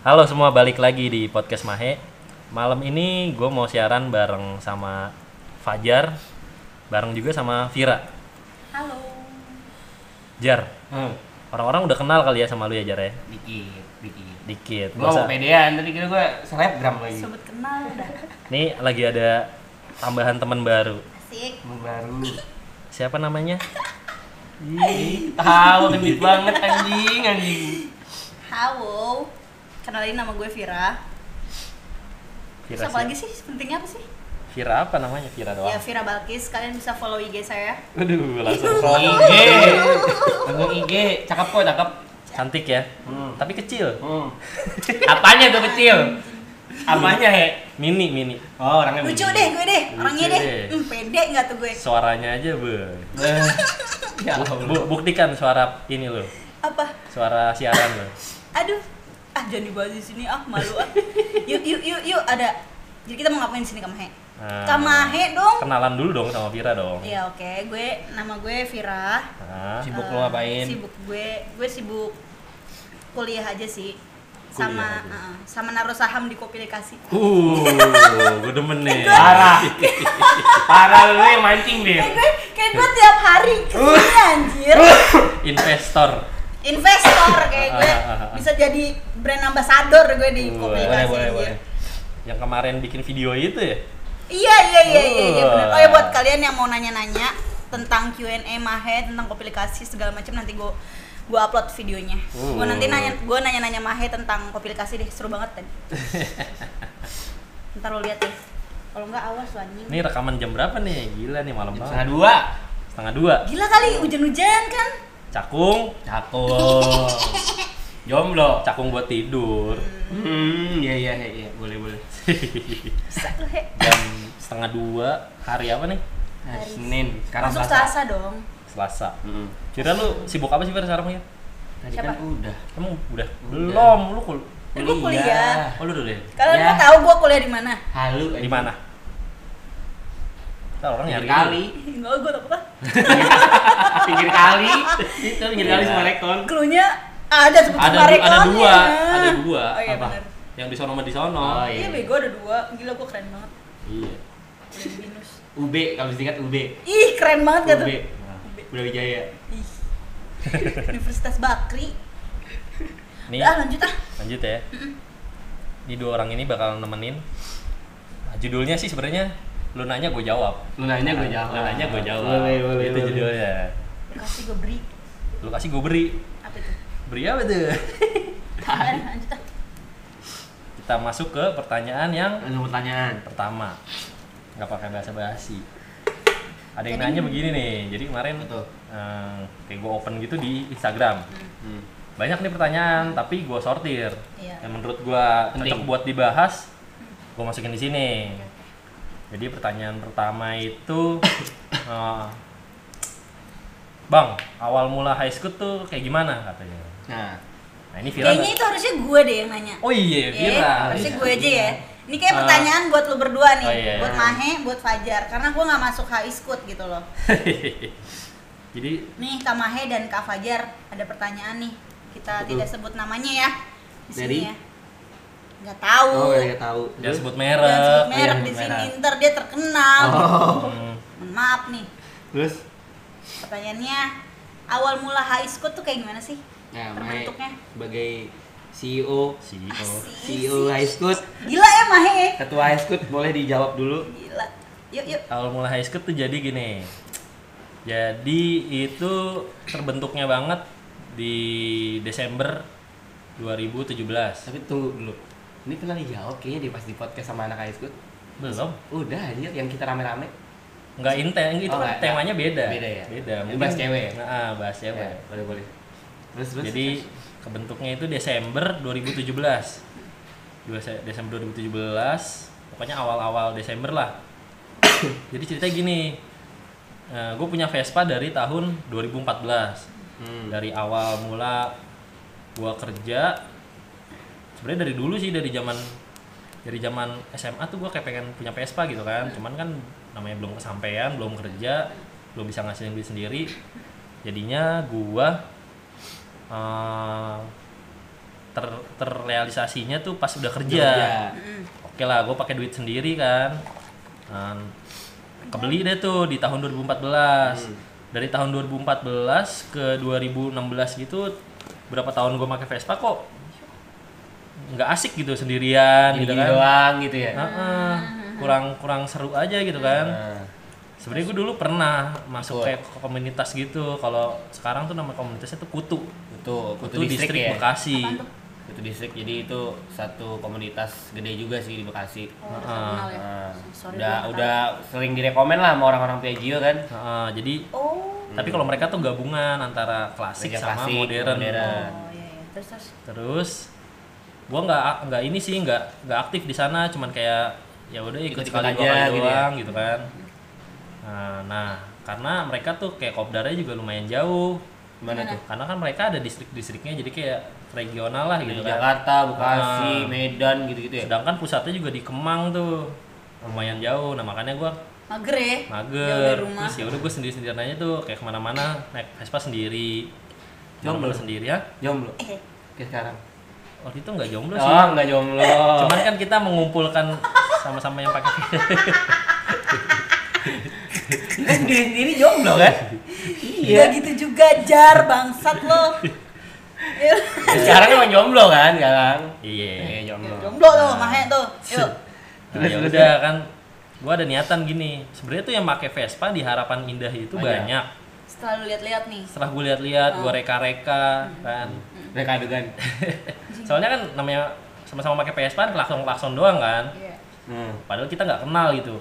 Halo semua, balik lagi di podcast Mahe. Malam ini gue mau siaran bareng sama Fajar, bareng juga sama Vira. Halo. Jar, Hmm, orang-orang udah kenal kali ya sama lu ya Jar ya? dikit, dikit. Dikit. Gua mau Masa- pedean, tadi kira gua selebgram lagi. Sobat kenal udah. Nih lagi ada tambahan teman baru. Asik. Temen baru. Siapa namanya? Ih, tahu gendit banget anjing, anjing. Halo. Kenalin nama gue Vira. Terus apa lagi siapa? sih? Pentingnya apa sih? Vira apa namanya? Vira doang. Ya Vira Balkis. Kalian bisa follow IG saya. ya. Waduh, langsung Langsung IG. Langsung IG, cakep kok, cakep. cantik ya. Hmm. Tapi kecil. Hmm. Apanya tuh kecil? Apanya, He? Mini, mini. Oh, orangnya Lucu begini. deh gue deh. Orangnya Kan Lucu deh. deh. Hmm, pede nggak tuh gue? Suaranya aja, be. Eh, Ya Bu- Allah. buktikan suara ini lo. Apa? Suara siaran lo. Aduh. Ah jangan dibahas di sini ah malu ah. yuk yuk yuk yuk ada. Jadi kita mau ngapain di sini Kamahe? Ah. Kamahe dong. Kenalan dulu dong sama Vira dong. Iya oke. Gue nama gue Vira. Nah, Sibuk Eh, lo ngapain? Sibuk gue, gue sibuk kuliah aja sih. sama Kuliah aja. eh, sama naruh saham di Kopilekasi. Uh, gue demen nih. Parah. Parah lu yang mancing deh. Kayak Eh, gue, kayak gue tiap hari kesini anjir. Investor. Investor kayak gue Ah, ah, ah, ah. bisa jadi brand ambassador gue di Boleh, Kopilekasi. boleh, anjir. boleh. Yang kemarin bikin video itu ya? Iya iya iya iya, iya bener. Wah. Oh ya buat kalian yang mau nanya-nanya tentang Q&A Mahe tentang Kopilekasi segala macam nanti gue gue upload videonya. Gue nanti Uh. nanya gue nanya-nanya Mahe tentang Kopilekasi deh seru banget tadi. Ntar lo lihat deh. Kalau enggak awas lo anjing. Ini rekaman jam berapa nih? Gila nih malam Jam setengah banget. dua. Setengah dua. Gila kali hujan-hujan kan? Cakung, Cakep. Jomblo. cakung buat tidur. Hmm, iya iya iya, iya, boleh boleh. Bisa lo he. Jam setengah dua hari apa nih? Hari Hari Eh, Senin, sekarang Masuk Selasa dong. Selasa. Mm-mm. Kira lu sibuk apa sih Fir sekarang ya? Tadi Siapa? kan udah. Kamu udah? Udah. Belum, lu kul Eh, gua kuliah. Oh, lu udah deh. Kalian Ya. mau tahu gue kuliah di mana? Iya. Halu. eh, Di mana? Ntar orang nyari. Pinggir kali. Iya. Enggak gue takut lah. pinggir kali. Itu pinggir kali sama rekon. Cluenya ada sebut Ada sama du- ada rekonnya. dua, ada dua. Oh iya Apa? benar. lu. Yang di sono sama di sono. Oh, iya. Iya bego ada dua. Gila gue keren banget. Iya. Keren Binus. UB kalau disingkat UB. Ih, keren banget gak tuh? UB. Udah Wijaya. Ih. Universitas Bakri. Nih, Ah, lanjut ah. lanjut ya. Ini dua orang ini bakal nemenin. Nah, judulnya sih sebenarnya lu nanya gue jawab. Lu nanya gue jawab. Lu nanya gue jawab. Boleh, boleh, Itu boleh. judulnya. Lu Kasih gue beri. Lu kasih gue beri. Apa itu? Beri apa tuh? Apaan? Lanjut ah. Kita masuk ke pertanyaan yang Ada pertanyaan. pertama. Nggak pakai bahasa basi. Ada yang Jadi- nanya begini nih. Jadi kemarin Betul. eh, kayak gue open gitu di Instagram. Hmm. Banyak nih pertanyaan, tapi gue sortir. Iya. Yang menurut gue cocok Penting. buat dibahas, gue masukin di sini. Jadi pertanyaan pertama itu, eh, Bang, awal mula high school tuh kayak gimana katanya? Nah, Nah ini Vira. Kayaknya itu harusnya gue deh yang nanya. Oh iya, Eh, Vira. harusnya Iya. gue aja ya. Ini kayak Ah. pertanyaan buat lu berdua nih, Oh, iya, buat iya. Mahe, buat Fajar, karena gue nggak masuk high school gitu loh. Jadi Nih Kak Mahe dan Kak Fajar ada pertanyaan nih, kita Betul. tidak sebut namanya ya di sini Dari? ya. Nggak tahu. oh ya tahu. jangan sebut Jangan sebut iya. merek. merek Iya, di sini, merek. ntar dia terkenal. Oh. Hmm. Mohon Maaf nih, Terus pertanyaannya awal mula high school tuh kayak gimana sih? nah, Mae Terbentuknya? sebagai E CEO CEO. E CEO High School, Gila ya Mahe, ketua High School boleh dijawab dulu. gila. Yuk yuk. awal mula high school tuh jadi gini jadi itu terbentuknya banget di Desember 2017 Tapi tunggu dulu. Ini pernah dijawab kayaknya di pas di podcast sama anak High School. belum Udah anjir yang kita rame-rame. nggak intens itu Oh, kan nggak- temanya beda beda ya? beda Ini bahas cewek ya? nah, ah, bahas cewek Ya, boleh boleh. Terus terus. jadi kebentuknya itu Desember 2017 Dua- Desember 2017 pokoknya awal-awal Desember lah jadi ceritanya gini gue punya Vespa dari tahun 2014 Hmm. dari awal mula gua kerja sebenarnya dari dulu sih dari zaman dari zaman SMA tuh gua kayak pengen punya Vespa gitu kan cuman kan namanya belum kesampaian belum kerja belum bisa ngasilin duit sendiri jadinya gua eh, ter- terrealisasinya tuh pas Iya. udah kerja. Mm. Oke lah, gue pakai duit sendiri kan. Nah, kebeli deh tuh di tahun 2014. Hmm. Dari tahun 2014 ke 2016 gitu berapa tahun gue pakai Vespa kok nggak asik gitu sendirian Gini gitu kan. doang gitu ya. Heeh, kurang kurang seru aja gitu kan. Nah, Sebenarnya gue dulu pernah masuk Ikut. kayak ke komunitas gitu. Kalau sekarang tuh nama komunitasnya tuh Kutu. itu kutu, Kutu distrik, Distrik ya. Bekasi. Apaan tuh? Kutu distrik jadi itu satu komunitas gede juga sih di Bekasi. Oh, udah terkenal ya. Nah, Sorry, gua udah nggak udah sering direkomen lah sama orang-orang Piaggio kan. Heeh, jadi tahu. Oh. tapi kalau mereka tuh gabungan antara klasik Meja sama Hmm. klasik, modern. Oh modern. Nah. iya iya. Terus terus. Terus gua nggak nggak ini sih nggak nggak aktif di sana, cuman kayak ya udah ikut Ikut-ikut sekali dua aja kali gitu ya. doang gitu kan. Nah, nah, karena mereka tuh kayak kopdarnya juga lumayan jauh. Gimana tuh? Karena kan mereka ada distrik-distriknya jadi kayak regional lah Dari gitu kan. Jakarta, Bekasi, Ah. Medan gitu-gitu ya. Sedangkan pusatnya juga di Kemang tuh. Lumayan jauh. Nah, makanya gua Mager ya. Jauh mager. dari rumah. Terus ya udah gua sendiri-sendirian aja tuh kayak kemana mana naik Vespa sendiri. Jomblo. Jomblo sendiri ya. Jomblo. Eh, Oke sekarang. Waktu itu nggak jomblo sih. Oh, enggak jomblo. Cuman kan kita mengumpulkan sama-sama yang pakai kan sendiri-sendiri jomblo kan? Iya. Gak gitu juga jar bangsat lo. Iya. Yuk. Ya, sekarang emang jomblo kan sekarang? Iya. Iya, jomblo. Ya, Jomblo lo, mahe tuh. Yuk. Nah, ya udah kan gua ada niatan gini. Sebenarnya tuh yang pakai Vespa di Harapan Indah itu Banyak. banyak. Setelah lu lihat-lihat nih. Setelah gue lihat-lihat, gua reka-reka kan. Mereka adegan. Soalnya kan namanya sama-sama pakai Vespa klakson-klakson doang kan. Iya. Hmm. Hmm. Padahal kita nggak kenal gitu.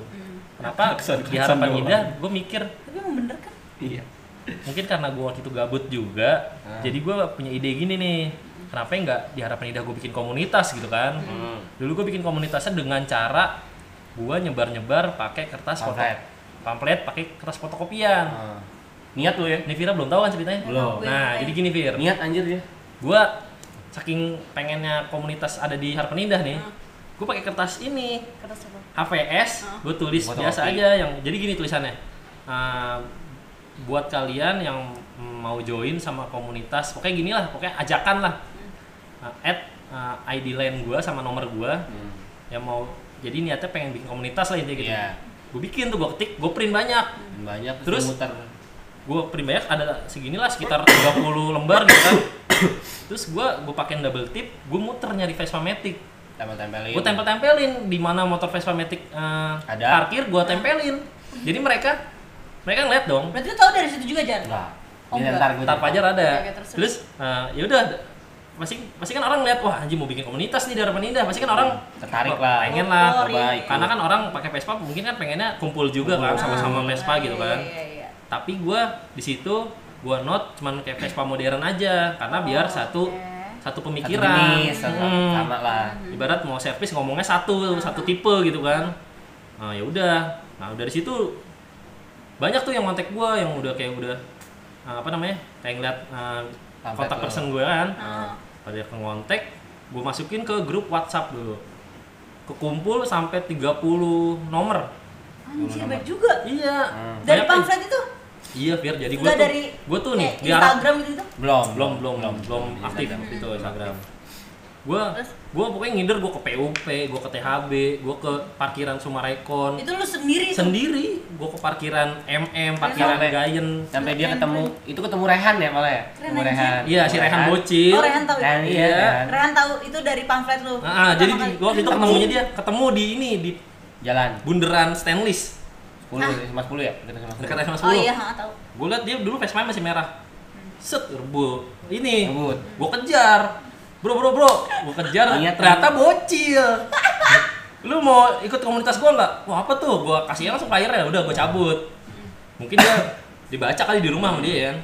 Kenapa Klakson- di klakson Harapan doang. Indah gue mikir Tapi emang bener kan? Iya. mungkin karena gue waktu itu gabut juga Ah. jadi gue punya ide gini nih kenapa ya nggak di harapan indah gue bikin komunitas gitu kan Hmm. dulu gue bikin komunitasnya dengan cara gue nyebar nyebar pakai kertas foto- Pamflet. pamflet pakai kertas fotokopian Ah. Niat lu ya? ini Vira belum tahu kan ceritanya nah Belum. Gue Eh, jadi gini Vir Niat anjir ya? gue saking pengennya komunitas ada di harapan indah nih gue pakai kertas ini Kertas apa? HVS Hah? gue tulis Fotokopi. biasa aja yang jadi gini tulisannya Ah, buat kalian yang mau join sama komunitas pokoknya gini lah pokoknya ajakan lah Ah, add ah, ID line gue sama nomor gue Hmm. yang Ya mau jadi niatnya pengen bikin komunitas lah intinya gitu Iya. gue bikin tuh gue ketik gue print banyak Banyak Terus? lu muter. gue print banyak ada seginilah sekitar 30 lembar gitu kan terus gue gue pakai double tip gue muter nyari Vespa Matic Tempel-tempelin. gue tempel-tempelin di mana motor Vespa Matic eh, Iya, Ada. parkir gue tempelin jadi mereka mereka ngeliat dong Berarti lu tahu dari situ juga jar? Nah, Enggak. Oh, Ini enggak. ntar gue ntar Fajar ada Oke, oke, terus, terus eh, ya udah pasti pasti kan orang ngeliat wah anjing mau bikin komunitas nih di harapan indah pasti kan orang Tertarik "Wah, lah. pengen lah Oh, Coba iya, iya. ikut. karena kan orang pakai Vespa mungkin kan pengennya kumpul juga kan Kumpul. sama-sama Vespa Iya, gitu iya, kan Iya iya. tapi gue di situ gue not cuman kayak Vespa modern aja karena biar Oh, satu oke. satu Satu pemikiran jenis, sama, Hmm. sama lah. Mm-hmm. ibarat mau servis ngomongnya satu Hmm. satu tipe gitu kan nah ya udah nah dari situ banyak tuh yang kontak gue yang udah kayak udah uh, apa namanya kayak ngeliat uh, Kontak kontak lo. person gue kan Ah. pada yang ngontek gue masukin ke grup WhatsApp dulu kekumpul sampai 30 nomor Anjir baik juga. iya Hmm. Dari banyak tuh. pamflet itu? iya Fir jadi gue Enggak tuh dari gue tuh nih kayak di Arab- Instagram gitu gitu. Belum, Iya. belum belum belum belum aktif waktu itu Instagram gue Terus? gue pokoknya ngider gue ke PUP gue ke THB gue ke parkiran Sumarekon Itu lu sendiri tuh. sendiri gue ke parkiran MM parkiran Sampai- Gayen Sampai dia Keren, ketemu, itu ketemu Rehan ya malah ya? Keren, Ketemu anjir. Rehan. iya si Rehan bocil Oh, Rehan tahu. Rehan, iya. Iya. Rehan. Rehan tahu itu dari pamflet lu. Ah, ah, jadi Pertama di, kali. gua waktu itu ketemunya dia ketemu di ini di Jalan. bundaran stainless 10, sama 10 ya? Dekat sama 10. dekat SMA 10 Oh iya, ha, tahu. gue liat dia dulu Vespa masih merah set rebut ini Rebut. gue kejar bro bro bro gue kejar Niat, ternyata bocil lu mau ikut komunitas gue nggak wah apa tuh gue kasih langsung layarnya udah gue cabut mungkin dia dibaca kali di rumah sama dia kan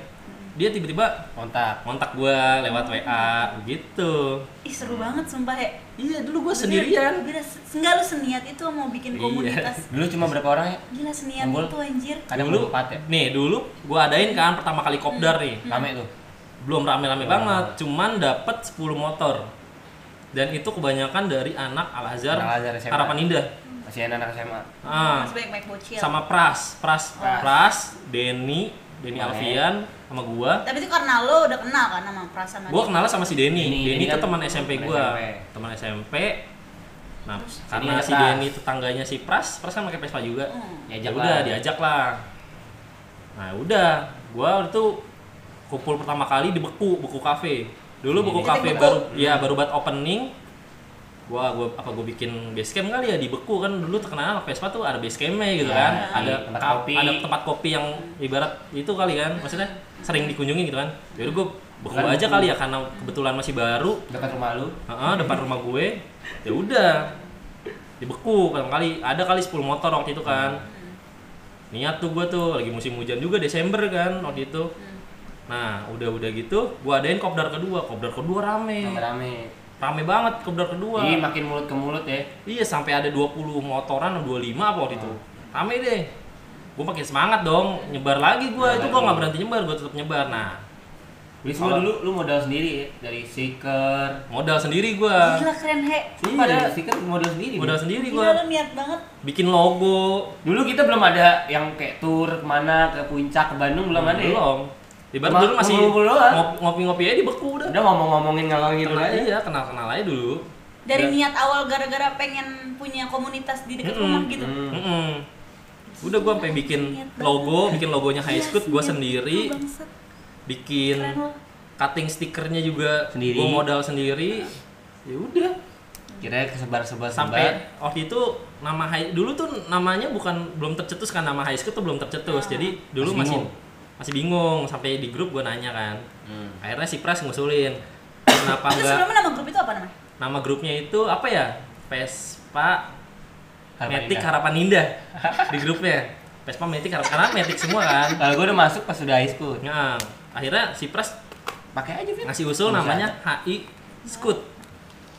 dia tiba-tiba Kontak. kontak gue lewat WA gitu Ih, seru banget sumpah ya. iya dulu gue sendirian Gila, se- enggak lu seniat itu mau Iya. bikin komunitas. Dulu cuma berapa orang ya? Gila seniat Ngumpul. itu anjir. Kadang Dulu- empat ya? nih dulu gue adain kan pertama kali kopdar nih Rame tuh. belum rame-rame banget, cuman dapat 10 motor. Dan itu kebanyakan dari anak Al-Azhar, Al-Azhar SMA. Harapan Indah. Masih anak SMA. Ah, Mas baik baik bocil. sama Pras, Pras, Iya. Pras. Pras, Denny, Denny Boleh. Alfian sama gua. Tapi itu karena lo udah kenal kan sama perasaan sama Gua dia? kenal sama si Denny. Nah, Denny, Denny Denny itu kan teman SMP teman gua. SMP. Teman SMP. Nah, karena Denny si atas. Denny tetangganya si Pras, Pras kan pakai Vespa juga. Hmm. Ya Diajak udah lah. diajak lah. Nah, udah. Gua itu kumpul pertama kali di Beku, Beku Cafe. Dulu Beku Di Hmm. Cafe Beku. baru ya baru buat opening. Gua gua apa gua bikin basecamp kali ya di Beku kan dulu terkenal Vespa tuh ada basecampnya gitu Ya, kan. di Ada tempat ka- kopi. ada tempat kopi yang ibarat itu kali kan. Maksudnya sering dikunjungi gitu kan. Jadi gua Beku Kan aja Beku. kali ya karena kebetulan masih baru. Dekat rumah lu. Heeh, depan rumah gue ya udah dibeku pertama kali ada kali 10 motor waktu itu kan niat tuh gue tuh lagi musim hujan juga Desember kan waktu itu nah udah udah gitu gue adain kopdar kedua kopdar kedua rame Rame-rame. rame banget kopdar kedua Ini makin mulut ke mulut ya. iya sampai ada 20 motoran atau 25 apa waktu itu rame deh gue makin semangat dong nyebar lagi gue itu gue nggak berhenti nyebar gue tetap nyebar nah Beli semua Kalau- dulu lu modal sendiri ya dari stiker. modal sendiri gue Gila keren he. Padahal stiker modal sendiri. Iya. modal Bro. sendiri gue Gila lo niat banget. bikin logo Dulu kita belum ada yang kayak tour kemana ke puncak ke Bandung belum ada. ya? belum ibarat Cuma dulu masih ngumpul-ngumpul doang. ngop- ngopi-ngopi aja di beku udah Udah ngomong-ngomongin ngalangin Kenal- aja. iya kenal-kenal aja dulu Dari Udah. niat awal gara-gara pengen punya komunitas di dekat Iya. Mm-mm. rumah gitu. Hmm. Mm-mm. udah gua sampai bikin Niat banget. logo bikin logonya High Iya, Scoot gua niat sendiri lo, bangsat. bikin Keren lo. cutting stikernya juga Sendiri. gua modal sendiri ya udah Kira kesebar-sebar sampai waktu itu nama high, dulu tuh namanya bukan belum tercetus kan nama High Scoot tuh belum tercetus jadi dulu Ah. Masih masih bingung. masih bingung sampai di grup gua nanya kan Hmm. akhirnya si Pras ngusulin kenapa Itu enggak sebelumnya nama grup itu apa namanya? nama grupnya itu apa ya Vespa Harapan Matic Indah. Harapan Indah di grupnya Vespa Matic Harapan karena Matic semua kan Kalau gue udah masuk pas udah high school. nah, akhirnya si Pras Pakai aja kan. ngasih usul Bisa. namanya HI Scoot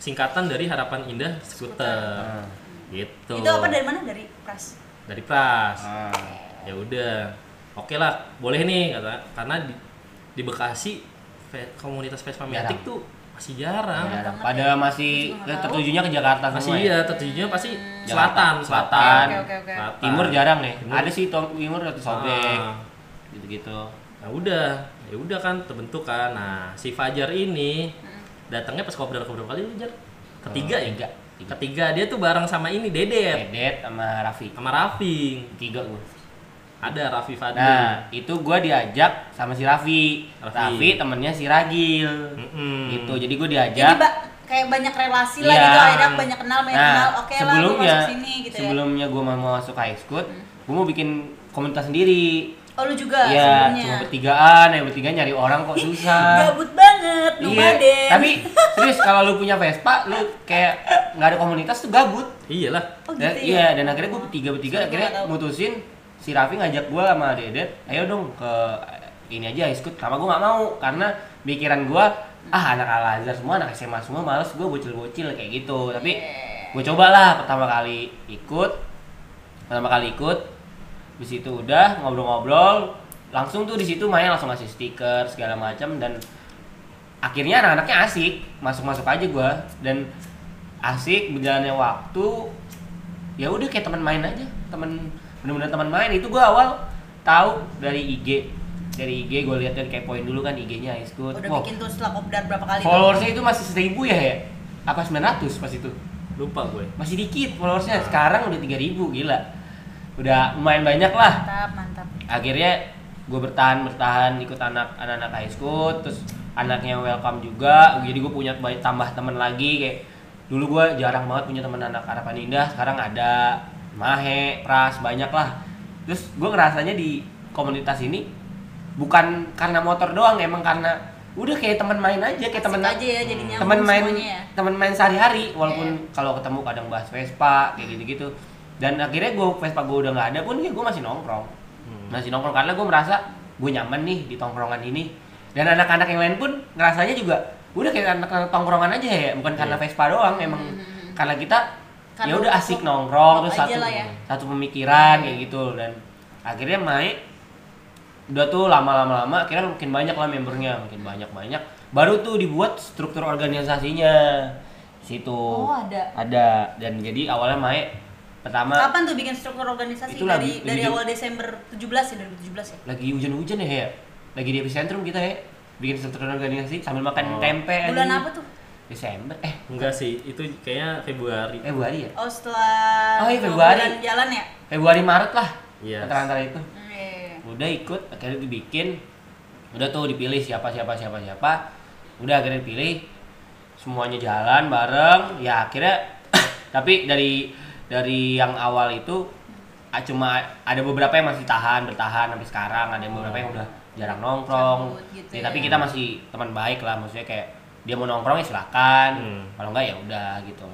singkatan dari Harapan Indah Scooter Ah. gitu Itu apa dari mana? Dari Pras. dari Pras Ah. ya udah oke lah boleh nih kata karena di, di Bekasi ve- komunitas Vespa Matic Jarang. tuh masih jarang Ya, pada masih Gua nggak tahu. tertujunya ke Jakarta masih semua. ya? iya tertujunya pasti Jakarta. selatan selatan Hmm. Oke, oke, oke. Selatan. Timur jarang nih. Timur. Ada sih tong timur atau sobek Ah. gitu-gitu. Nah udah, ya udah kan terbentuk kan. Nah si Fajar ini datangnya pas kopdar kopdar kali ya, Fajar ketiga ya tiga. Tiga. Ketiga dia tuh bareng sama ini Dedet Edet sama Raffi. sama Raffi. Tiga gue. Ada Raffi Fadli. Nah, itu gue diajak sama si Raffi. Raffi. Raffi, temennya si Ragil. Mm-mm. Gitu. Jadi gue Jadi diajak. ba- kayak banyak relasi lah Iya. gitu akhirnya banyak kenal banyak kenal. Oke lah lu Nah, sebelumnya, masuk sini gitu ya. Hmm. sebelumnya gue mau masuk high school, gue mau bikin komunitas sendiri. Oh lu juga Iya, sebelumnya. Ah. cuma bertigaan, ya bertiga nyari orang kok susah. Gabut banget, Iya, nomaden. tapi serius kalau lu punya Vespa, lu kayak nggak ada komunitas tuh gabut. Iyalah. Oh gitu Dan, ya? Iya, dan akhirnya gue bertiga Sorry, bertiga gua akhirnya nggak tahu. mutusin si Raffi ngajak gue sama Dedet, ayo dong ke eh, ini aja high school. Karena gue nggak mau karena pikiran gue ah anak Al Azhar semua anak SMA semua males gue bocil-bocil kayak gitu. Tapi gue cobalah pertama kali ikut, pertama kali ikut, di situ udah ngobrol-ngobrol, langsung tuh di situ Maya langsung ngasih stiker segala macam dan akhirnya anak-anaknya asik masuk-masuk aja gua dan asik berjalannya waktu ya udah kayak teman main aja teman bener-bener teman main itu gua awal tahu dari IG dari IG gua lihat dari kepoin dulu kan IG-nya Ice Good Udah Wow, bikin tuh setelah kopdar berapa kali? tuh? followersnya itu masih seribu ya ya apa 900 pas itu Lupa gue. masih dikit followersnya Nah. sekarang udah 3000 gila udah lumayan banyak lah Mantap, mantap. akhirnya gue bertahan bertahan ikut anak anak anak high school terus anaknya welcome juga jadi gue punya banyak tambah teman lagi kayak dulu gue jarang banget punya teman anak harapan indah sekarang ada mahe pras banyak lah terus gue ngerasanya di komunitas ini bukan karena motor doang emang karena udah kayak teman main aja kayak teman Asik aja ya jadi nyambung teman main semuanya ya. Iya. teman main sehari-hari walaupun kalau ketemu kadang bahas Vespa Hmm. kayak gitu-gitu dan akhirnya gue Vespa gue udah nggak ada pun ya gue masih nongkrong masih nongkrong karena gue merasa gue nyaman nih di tongkrongan ini dan anak-anak yang lain pun ngerasanya juga udah kayak anak-anak tongkrongan aja ya bukan karena Vespa doang emang Hmm. karena kita Karena ya udah klop- asik nongkrong klop terus aja satu lah ya. Hmm. satu pemikiran kayak gitu dan akhirnya naik udah tuh lama-lama-lama akhirnya makin banyak lah membernya makin banyak-banyak baru tuh dibuat struktur organisasinya situ Oh, ada. ada dan jadi awalnya Mae pertama Kapan tuh bikin struktur organisasi Itu dari lagi- dari lagi- awal Desember 17 ya 2017 ya? lagi hujan-hujan ya, ya lagi di epicentrum kita ya bikin struktur organisasi sambil Oh. makan tempe Bulan anjing. apa tuh? Desember eh Enggak sih, itu kayaknya Februari. Februari ya Oh setelah Oh, iya, dua Februari. bulan jalan ya? Februari Maret lah Yes. antara-antara itu Iya. udah ikut akhirnya dibikin udah tuh dipilih siapa siapa siapa siapa udah akhirnya pilih semuanya jalan bareng ya akhirnya tapi dari dari yang awal itu ah, cuma ada beberapa yang masih tahan bertahan sampai sekarang ada yang beberapa yang udah jarang nongkrong Cabut gitu Ya, ya. tapi kita masih teman baik lah maksudnya kayak dia mau nongkrong ya silakan Hmm. kalau enggak ya udah gitu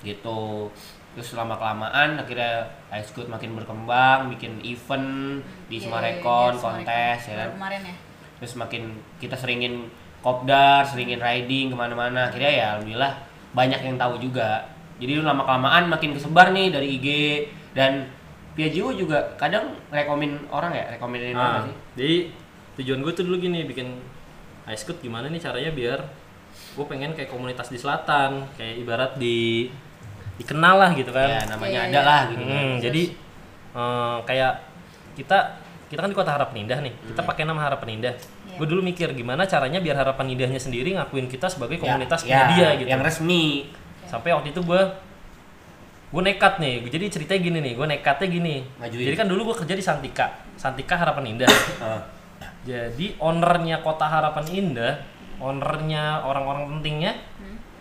gitu terus lama kelamaan akhirnya Ice Good makin berkembang bikin event di Iya, Semarekon iya, kontes ya kan Baru Kemarin ya. terus makin kita seringin kopdar seringin riding kemana-mana akhirnya ya alhamdulillah banyak yang tahu juga jadi lama kelamaan makin kesebar nih dari IG dan Piaggio juga kadang rekomen orang ya rekomenin Ah, orang sih jadi tujuan gue tuh dulu gini bikin ice cut gimana nih caranya biar gue pengen kayak komunitas di selatan kayak ibarat di dikenal lah gitu kan ya namanya Iya, ada iya. lah gitu kan. Hmm, jadi eh, kayak kita kita kan di kota Harapan Indah nih kita Iya. pakai nama Harapan Indah gue dulu mikir gimana caranya biar Harapan Indahnya sendiri ngakuin kita sebagai Ya, komunitas ya, media gitu yang resmi sampai waktu itu gue gue nekat nih jadi ceritanya gini nih gue nekatnya gini Majuin. jadi kan dulu gue kerja di Santika Santika Harapan Indah Heeh. jadi ownernya Kota Harapan Indah, ownernya orang-orang pentingnya,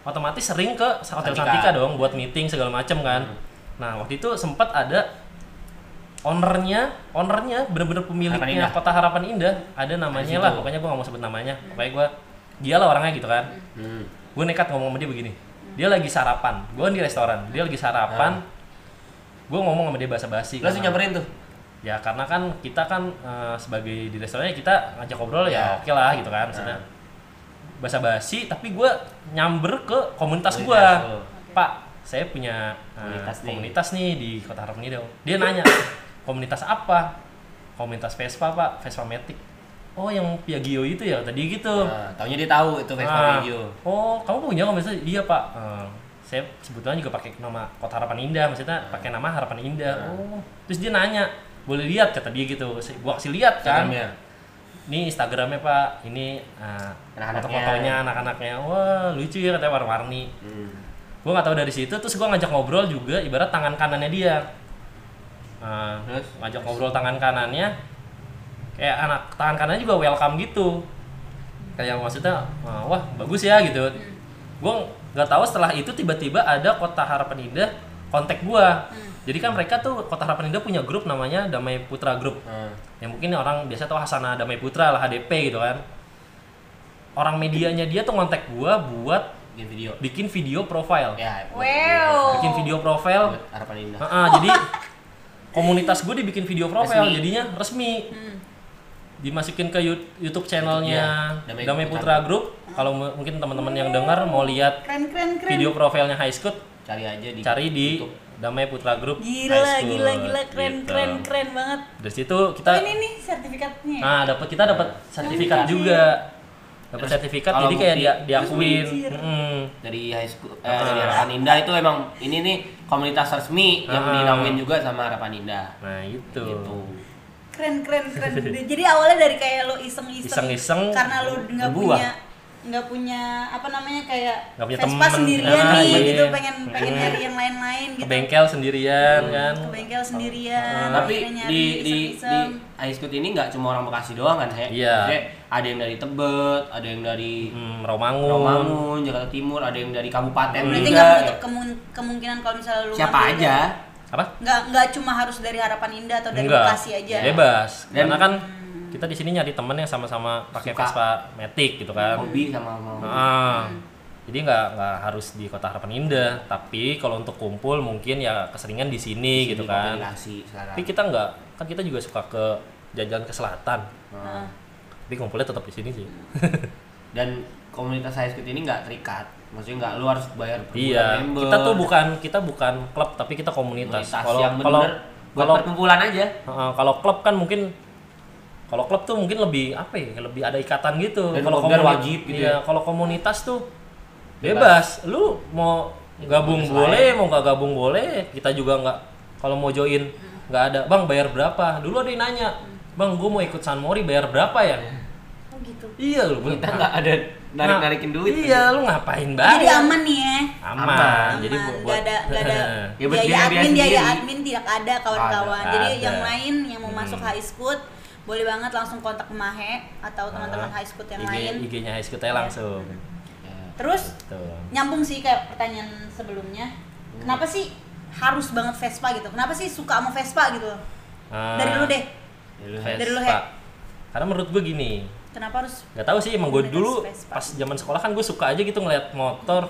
otomatis sering ke hotel Santika. Santika dong buat meeting segala macam kan. Hmm. Nah waktu itu sempat ada ownernya, ownernya bener-bener Harapan pemiliknya Indah. Kota Harapan Indah, ada namanya situ. lah, pokoknya gue gak mau sebut namanya, pokoknya gue dialah orangnya gitu kan. Hmm. Gue nekat ngomong sama dia begini, dia lagi sarapan, gue di restoran, dia lagi sarapan, gue ngomong sama dia kan. bahasa basi. Lo Ah. langsung nyamperin tuh Ya karena kan kita kan eh, sebagai di restorannya kita ngajak ngobrol ya Ya. oke lah gitu kan. Maksudnya Iya. bahasa basi tapi gue nyamber ke komunitas gue. Komunitas lo. Pak, saya punya eh, Komunitas komunitas, nih. nih. di Kota Harapan ini dong. Dia nanya, komunitas apa? Komunitas Vespa pak, Vespa Matic. Oh yang Piaggio itu ya tadi gitu. Nah, taunya dia tahu itu Vespa Ah, Regio. Oh, kamu punya nggak maksudnya? Iya pak. Eh, saya sebetulnya juga pakai nama Kota Harapan Indah, maksudnya Ah. pakai nama Harapan Indah. Oh. Terus dia nanya, boleh lihat kata dia gitu. Saya- Gua kasih lihat kan. Instagramnya. Ini Instagramnya pak, ini eh, Anak-anaknya. foto-fotonya anak-anaknya. Wah lucu ya katanya warna-warni. Hmm. Gue nggak tahu dari situ. Terus gue ngajak ngobrol juga, ibarat tangan kanannya dia. Eh, Terus? ngajak ngobrol tangan kanannya, kayak anak tangan kanannya juga welcome gitu kayak maksudnya "Ah, wah bagus ya gitu gue nggak tahu setelah itu tiba-tiba ada kota harapan indah kontak gue jadi kan mereka tuh kota harapan indah punya grup namanya damai putra group Nah, yang mungkin orang biasa tahu Hasanah Damai Putra lah HDP gitu kan orang medianya dia tuh kontak gue buat bikin video. bikin video profile Ya. Wow. bikin video profile buat Harapan indah. Heeh, jadi komunitas gue dibikin video profile Resmi. jadinya resmi Hmm. dimasukin ke Yout- YouTube channelnya YouTube-nya, Iya, Damai Damai, Putra Putra Group. Kalau mu- mungkin teman-teman yang dengar mau lihat Keren keren keren. video profilnya High Scoot, Cari aja di cari di YouTube. Damai Putra Group. Gila High Scoot, gila gila keren gitu. keren keren banget. Dari situ kita Oh, ini nih sertifikatnya. ya? nah dapat kita dapat sertifikat Sertifikat. juga. Dapat sertifikat kalau jadi kayak bukti- dia diakuin. Anjir. Mm. dari high school eh, Ah. dari Harapan Indah itu emang ini nih komunitas resmi yang Ah. dinaungin juga sama Harapan Indah. Nah, itu. Gitu. Keren keren keren. Jadi awalnya dari kayak lo iseng iseng. Iseng-iseng. Karena lo nggak Berbuah. punya nggak punya apa namanya kayak Nggak punya Vespa temen. sendirian Ah, nih iya. gitu pengen pengen nyari yang lain-lain Ke gitu bengkel sendirian Gitu. kan. ke bengkel sendirian Tapi akhirnya nyari di di di iseng-iseng. high school ini nggak cuma orang Bekasi doang kan, He? Iya. Maksudnya Ada yang dari Tebet, ada yang dari Hmm, Romangun. Romangun, Jakarta Timur, ada yang dari kabupaten berarti juga. nggak menutup kemun- kemungkinan kalau misalnya lo Siapa ngambil aja? Apa? nggak nggak cuma harus dari harapan indah atau dari bekasi aja Bebas. Dan- Karena kan kita di sini nyari temen yang sama-sama pakai Suka. Vespa Matic gitu kan. Hobi sama mau. Nah, Jadi nggak nggak harus di Kota Harapan Indah, tapi kalau untuk kumpul mungkin ya keseringan di sini gitu kan. Komunikasi sekarang. Tapi kita nggak, kan kita juga suka ke jalan ke selatan. Nah. Tapi kumpulnya tetap di sini sih. dan komunitas high school ini nggak terikat maksudnya nggak lu harus bayar per bulan iya. member Kita tuh bukan kita bukan klub, tapi kita komunitas. komunitas Kalau yang kalau benar buat kalau perkumpulan aja Heeh, kalau klub kan mungkin kalau klub tuh mungkin lebih apa ya lebih ada ikatan gitu Dan kalau kopdar komuni- wajib gitu iya, ya? kalau komunitas tuh bebas. lu mau gabung Bonus boleh mau nggak gabung boleh kita juga nggak kalau mau join nggak ada bang bayar berapa dulu ada yang nanya bang gue mau ikut San Mori bayar berapa ya Oh gitu. iya lu kita bener. nggak ada narik narikin Nah, duit iya lu ngapain bayar Jadi aman nih ya. aman, Aman. jadi bu- gak buat ada gak ada Ya, buat biaya biaya dia admin biaya sendiri. admin tidak ada kawan-kawan. Ada, Jadi ada. yang lain yang mau masuk Hmm. high school boleh banget langsung kontak Mahe atau teman-teman high school yang lain. Iya. IG, nya high school teh langsung Ya, Gitu. Terus Betul. nyambung sih kayak pertanyaan sebelumnya. Kenapa sih harus banget Vespa gitu? Kenapa sih suka sama Vespa gitu? Ah, Dari dulu deh. ya Vespa. Dari lu, He. karena menurut gue gini Kenapa harus nggak tahu sih emang gue Komunitas dulu Vespa. pas zaman sekolah kan gue suka aja gitu ngeliat motor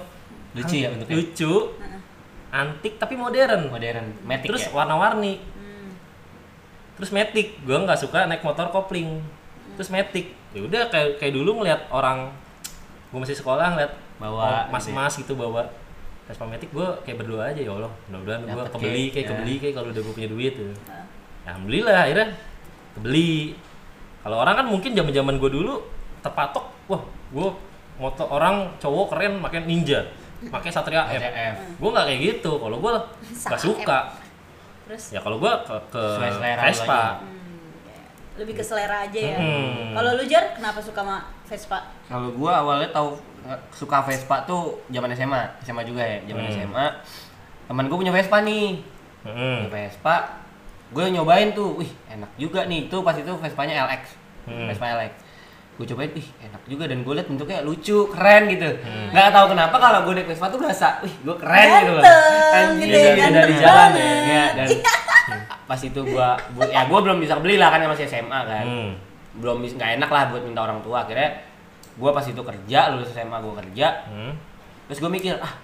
Iya, Lucu ya bentuknya? lucu antik tapi modern modern metik terus oh, ya warna-warni Hmm. terus metik gue nggak suka naik motor kopling Hmm. terus metik ya udah kayak kayak dulu ngeliat orang gue masih sekolah ngeliat Bawa ya? oh, mas-mas gitu bawa Vespa metik gue kayak berdoa aja ya Allah mudah-mudahan gue Dapet kebeli kayak, kayak ya. kebeli kayak kalau udah gue punya duit gitu. alhamdulillah akhirnya kebeli kalau orang kan mungkin zaman zaman gue dulu terpatok wah gue motor orang cowok keren pakai ninja pakai satria F CF gue nggak kayak gitu kalau gue nggak Satria suka terus ya kalau gue ke, ke Sesuai selera lo Vespa aja. lebih ke selera aja ya. Mm-mm. Kalau lu Jar, kenapa suka sama Vespa? kalau gua awalnya tahu suka Vespa tuh zaman SMA SMA juga ya zaman Hmm. SMA teman gua punya Vespa nih Mm-mm. punya Vespa gue nyobain tuh wih enak juga nih tuh pas itu Vespanya LX Hmm. Vespa LX gue cobain ih enak juga dan gue liat bentuknya lucu keren gitu nggak tahu kenapa kalau gue naik Vespa tuh berasa wih gue keren gitu loh Ganteng, Anjing, gitu ya, dari, ganteng dari jalan ya, banget. ya, dan pas itu gue ya gue belum bisa beli lah kan masih SMA kan Mm. belum bisa nggak enak lah buat minta orang tua akhirnya gue pas itu kerja lulus SMA gue kerja Mm. terus gue mikir ah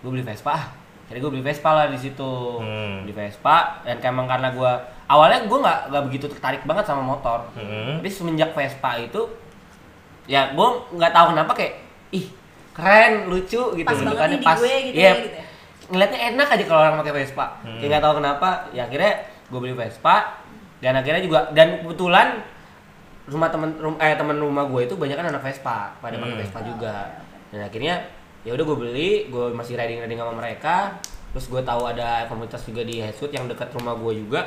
gue beli Vespa ah akhirnya gue beli Vespa lah di situ Hmm. beli Vespa dan emang karena gue awalnya gue nggak nggak begitu tertarik banget sama motor Mm. tapi semenjak Vespa itu ya gue nggak tahu kenapa kayak ih keren lucu gitu Pas banget bentukannya nih di gue gitu Iya, ya, gitu ya. ngeliatnya enak aja kalau orang pakai Vespa ya nggak tahu kenapa ya akhirnya gue beli Vespa dan akhirnya juga dan kebetulan rumah temen rum, eh temen rumah gue itu banyak kan anak Vespa pada pakai Hmm. Vespa juga dan akhirnya ya udah gue beli gue masih riding riding sama mereka terus gue tahu ada komunitas juga di Headshot yang dekat rumah gue juga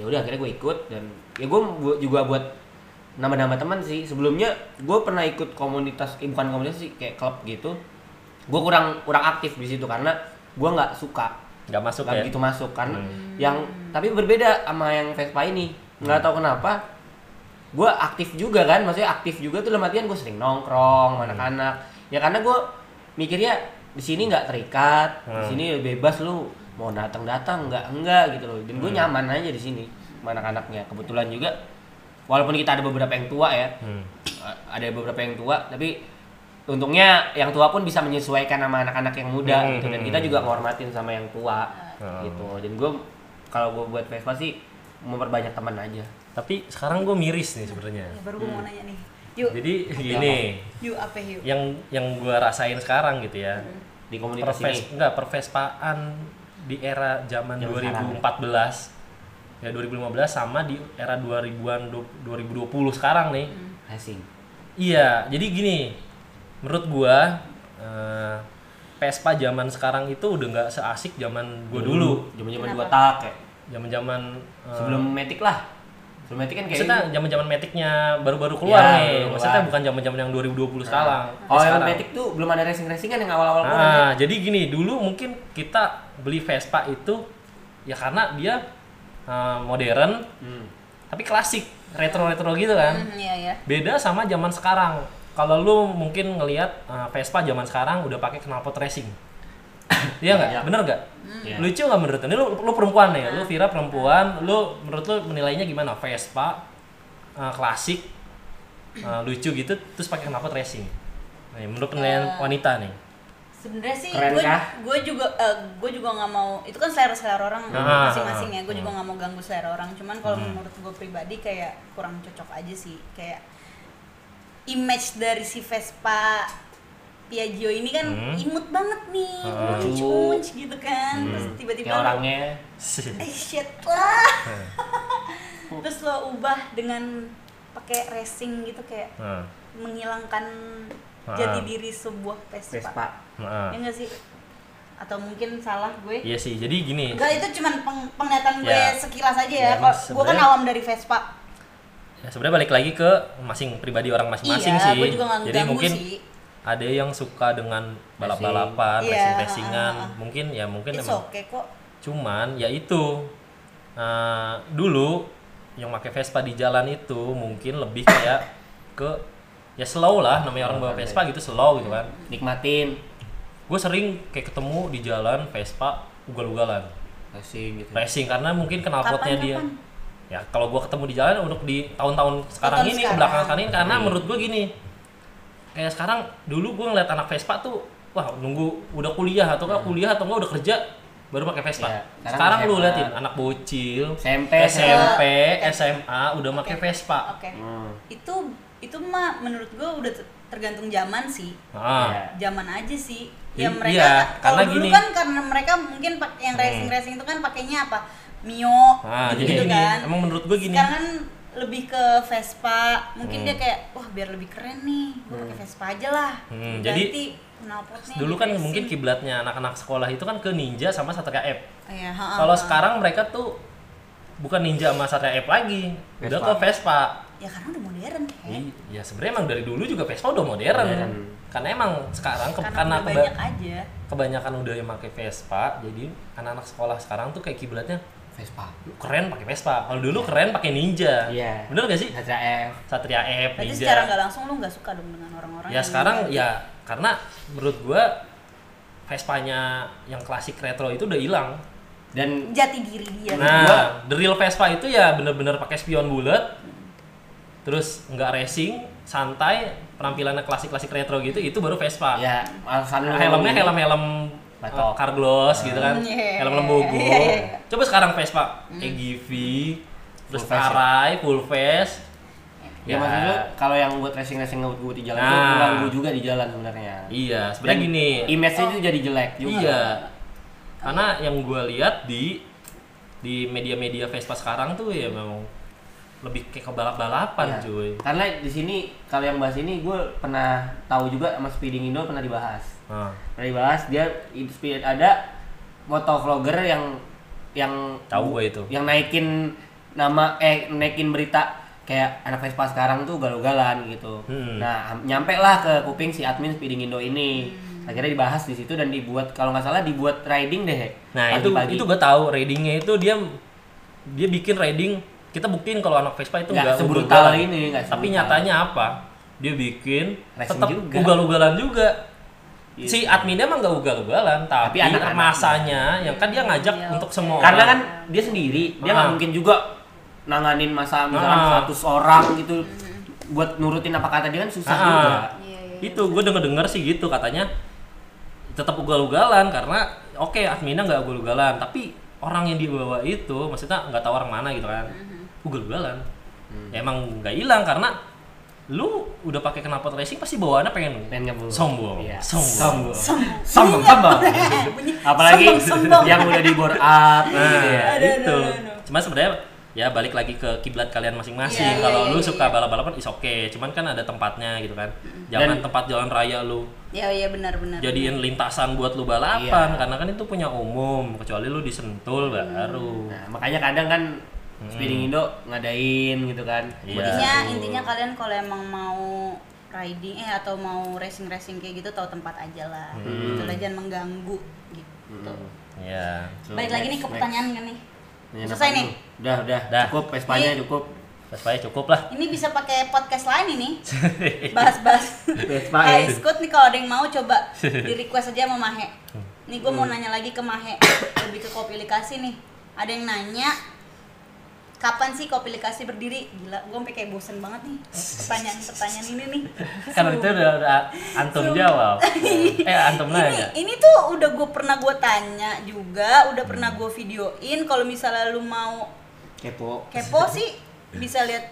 ya udah akhirnya gue ikut dan ya gue bu- juga buat nama-nama teman sih sebelumnya gue pernah ikut komunitas eh, bukan komunitas sih kayak klub gitu gue kurang kurang aktif di situ karena gue nggak suka nggak masuk nggak ya begitu masuk kan yang tapi berbeda sama yang Vespa ini nggak tahu kenapa gue aktif juga kan maksudnya aktif juga tuh dalam artian gue sering nongkrong sama anak-anak ya karena gue mikirnya di sini nggak terikat di Hmm. sini bebas lu mau datang datang nggak enggak gitu loh dan gue nyaman aja di sini sama anak-anaknya kebetulan juga walaupun kita ada beberapa yang tua ya Hmm. Uh, ada beberapa yang tua tapi untungnya yang tua pun bisa menyesuaikan sama anak-anak yang muda Hmm, gitu dan hmm, kita hmm. juga menghormatin sama yang tua Hmm. gitu dan gue kalau gue buat Vespa sih memperbanyak teman aja tapi sekarang gue miris nih sebenarnya Ya, baru gue mau Hmm. nanya nih. Yuk, jadi gini yuk apa yuk? Ya. yang yang gue rasain sekarang gitu ya di perves komunitas Hmm. ini enggak pervespaan di era zaman Yang 2014 ya 2015 sama di era 2000-an du- 2020 sekarang nih Hmm. asing iya jadi gini menurut gua eh, Vespa zaman sekarang itu udah nggak seasik zaman gua dulu zaman zaman Kenapa? dua tak ya zaman zaman sebelum metik lah sebelum metik kan kayak eh, Hmm. maksudnya ini. zaman zaman metiknya baru-baru keluar Ya, nih baru maksudnya keluar. bukan zaman zaman yang 2020 sekarang oh yang Sekarang. metik tuh belum ada racing racingan yang awal awal Ah, jadi gini, dulu mungkin kita beli Vespa itu ya karena dia uh, modern Hmm. tapi klasik, retro-retro gitu kan. Hmm, iya ya. Beda sama zaman sekarang. Kalau lu mungkin ngelihat uh, Vespa zaman sekarang udah pakai knalpot racing. Iya nggak? Banyak. Bener nggak? Hmm. Iya. Lucu nggak menurut lu? Ini lu, lu perempuan ya, Nah. lu Vira perempuan, lu menurut lu menilainya gimana? Vespa uh, klasik, uh, lucu gitu, terus pakai knalpot racing. Nah, menurut penilaian Iya. wanita nih. Sebenarnya sih Keren gue kah? gue juga eh, gue juga nggak mau itu kan selera selera orang Ah. masing-masing ya. Gue juga nggak mau ganggu selera orang. Cuman kalau Hmm. menurut gue pribadi kayak kurang cocok aja sih. Kayak image dari si Vespa Piaggio ini kan Hmm. imut banget nih, Ah. lucu gitu kan. Terus tiba-tiba Hmm. kayak lu- orangnya eh shit lah terus lo ubah dengan pakai racing gitu kayak Nah. menghilangkan Ah. jati diri sebuah Vespa, Vespa Nah. ya nggak sih atau mungkin salah gue Iya sih, jadi gini. enggak itu cuman peng- penglihatan gue Ya. sekilas aja Ya, ya, Kalau Mas, gue kan sebenarnya- awam dari Vespa Ya, sebenarnya balik lagi ke masing pribadi orang masing-masing iya, sih. gue juga nggak jadi ganggu mungkin sih ada yang suka dengan balap-balapan, Iya, racing-racingan, ah, ah, ah. mungkin ya mungkin it's emang. okay kok Cuman ya itu eh, dulu yang pakai Vespa di jalan itu mungkin lebih kayak ke ya slow lah namanya orang bawa Vespa gitu slow gitu kan. nikmatin Gue sering kayak ketemu di jalan Vespa ugal-ugalan racing gitu racing karena mungkin knalpotnya Kapan, dia kapan? ya kalau gua ketemu di jalan untuk di tahun-tahun sekarang Tahun ini sekarang. belakangan sekarang ini karena Iya. menurut gua gini kayak sekarang dulu gua ngeliat anak Vespa tuh wah nunggu udah kuliah atau enggak kuliah atau enggak udah kerja baru pakai Vespa. Iya, sekarang Sekarang lu SMA. liatin anak bocil SMP SMP, SMA. SMA udah pakai Vespa. oke Hmm. itu itu mah menurut gue udah ter- tergantung zaman sih Iya. Ah, zaman aja sih ya I- mereka iya, kalau karena dulu gini. Hmm. kan karena mereka mungkin pak yang racing racing itu kan pakainya apa mio Ah, gitu, jadi gitu gini, kan emang menurut gue gini. sekarang kan lebih ke Vespa mungkin dia kayak wah biar lebih keren nih gue pakai Vespa aja lah Hmm, jadi- ganti knalpotnya Dulu kan di-racing. mungkin kiblatnya anak-anak sekolah itu kan ke Ninja sama Satria F. Iya, ha, ha, Kalau ha. sekarang mereka tuh bukan ninja sama satria F lagi, udah Vespa. ke Vespa. ya karena udah modern kan Iya, sebenarnya emang dari dulu juga Vespa udah modern. Modern. Karena emang sekarang ke- karena, karena udah keba- banyak aja kebanyakan udah yang pakai Vespa, jadi anak-anak sekolah sekarang tuh kayak kiblatnya Vespa "Lu keren pakai Vespa. Kalau dulu keren pakai Ninja. Iya. Bener gak sih? Satria F Satria F, berarti Ninja. secara nggak langsung lu nggak suka dong dengan orang-orang Iya. ya yang- sekarang ya karena menurut gua Vespanya yang klasik retro itu udah hilang. dan jati diri dia Nah, the real Vespa itu ya bener-bener pakai spion bulat, terus nggak racing, santai, penampilannya klasik-klasik retro gitu, itu baru Vespa. ya alasan lu Eh, Helmnya helm-helm Oh. Batok. eh, Carglass gitu kan, Iya. helm lembago. Iya, iya, iya. Coba sekarang Vespa, AGV, terus Full face ya? Arai, full face. ya, maksud lu kalau yang buat racing racing ngebut ngebut di jalan Nah. tuh ganggu juga di jalan sebenarnya Iya, sebenarnya Dan gini. image-nya itu jadi jelek juga Iya. Karena yang gue lihat di di media-media Vespa sekarang tuh ya memang lebih kayak ke balap-balapan, Iya. cuy. Karena di sini kalau yang bahas ini gue pernah tahu juga sama Speeding Indo pernah dibahas. Nah, Pernah dibahas dia di Speed ada motovlogger yang yang Tahu gua itu. Yang naikin nama eh naikin berita kayak anak Vespa sekarang tuh galau-galan gitu. Hmm. Nah, am- nyampe lah ke kuping si admin Speeding Indo ini. Akhirnya dibahas di situ dan dibuat kalau nggak salah dibuat riding deh. nah itu pagi-pagi. itu gue tahu raidingnya itu dia dia bikin raiding kita buktiin kalau anak Vespa itu nggak Nggak sebrutal ugal-ugalan. ini, Tapi nggak sebrutal. nyatanya apa? Dia bikin Hmm. Racing tetap juga. ugal-ugalan juga. Iya Si adminnya emang gak ugal-ugalan, tapi, Tapi anak-anak. masanya yang kan dia ngajak Iya, untuk oke. semua karena orang. kan dia sendiri dia nggak Ah. mungkin juga nanganin Ah. masa misalkan 100 orang gitu buat nurutin apa kata dia kan susah Ah. juga Iya, iya, itu gue denger dengar sih gitu katanya tetap ugal-ugalan karena oke adminnya nggak ugal-ugalan tapi orang yang dibawa itu maksudnya nggak tahu orang mana gitu kan Mm-hmm. ugal-ugalan Hmm. ya, emang nggak hilang karena lu udah pakai knalpot racing pasti bawaannya pengen Pengen ngebut. sombong Iya. sombong, sombong Sombong, sombong. Bunyi apalagi sombong, sombong. yang udah di bore up gitu nah ya Aduh, itu aduh, aduh, aduh. cuma sebenarnya ya balik lagi ke kiblat kalian masing-masing Iya, iya, kalau iya, lu iya, suka iya. balap-balapan is oke cuman kan ada tempatnya gitu kan jangan Dan- tempat jalan raya lu ya ya benar benar jadiin lintasan buat lu balapan Iya. karena kan itu punya umum kecuali lu Mm. disentul baru nah, makanya kadang kan Speeding Indo ngadain gitu kan Iya. intinya intinya kalian kalau emang mau riding eh atau mau racing racing kayak gitu tahu tempat aja lah Hmm. gitu lah jangan mengganggu gitu ya So, balik lagi nih ke Hmm. next, next. pertanyaan kan nih Pertanyaan selesai apa nih dulu? udah udah Dah. cukup Vespanya Ini- cukup Vespanya cukup lah ini bisa pakai podcast lain ini bahas-bahas Vespa ya. high scoot nih kalau ada yang mau coba di request aja sama Mahe nih gue Hmm. mau nanya lagi ke Mahe lebih ke kopi Likasi nih ada yang nanya kapan sih kopi Likasi berdiri gila gue sampai kayak bosen banget nih pertanyaan pertanyaan ini nih kalau Kan itu udah, udah antum jawab eh antum ini nanya ini tuh udah gue pernah gue tanya juga udah pernah gue videoin kalau misalnya lu mau kepo kepo sih Ya. bisa lihat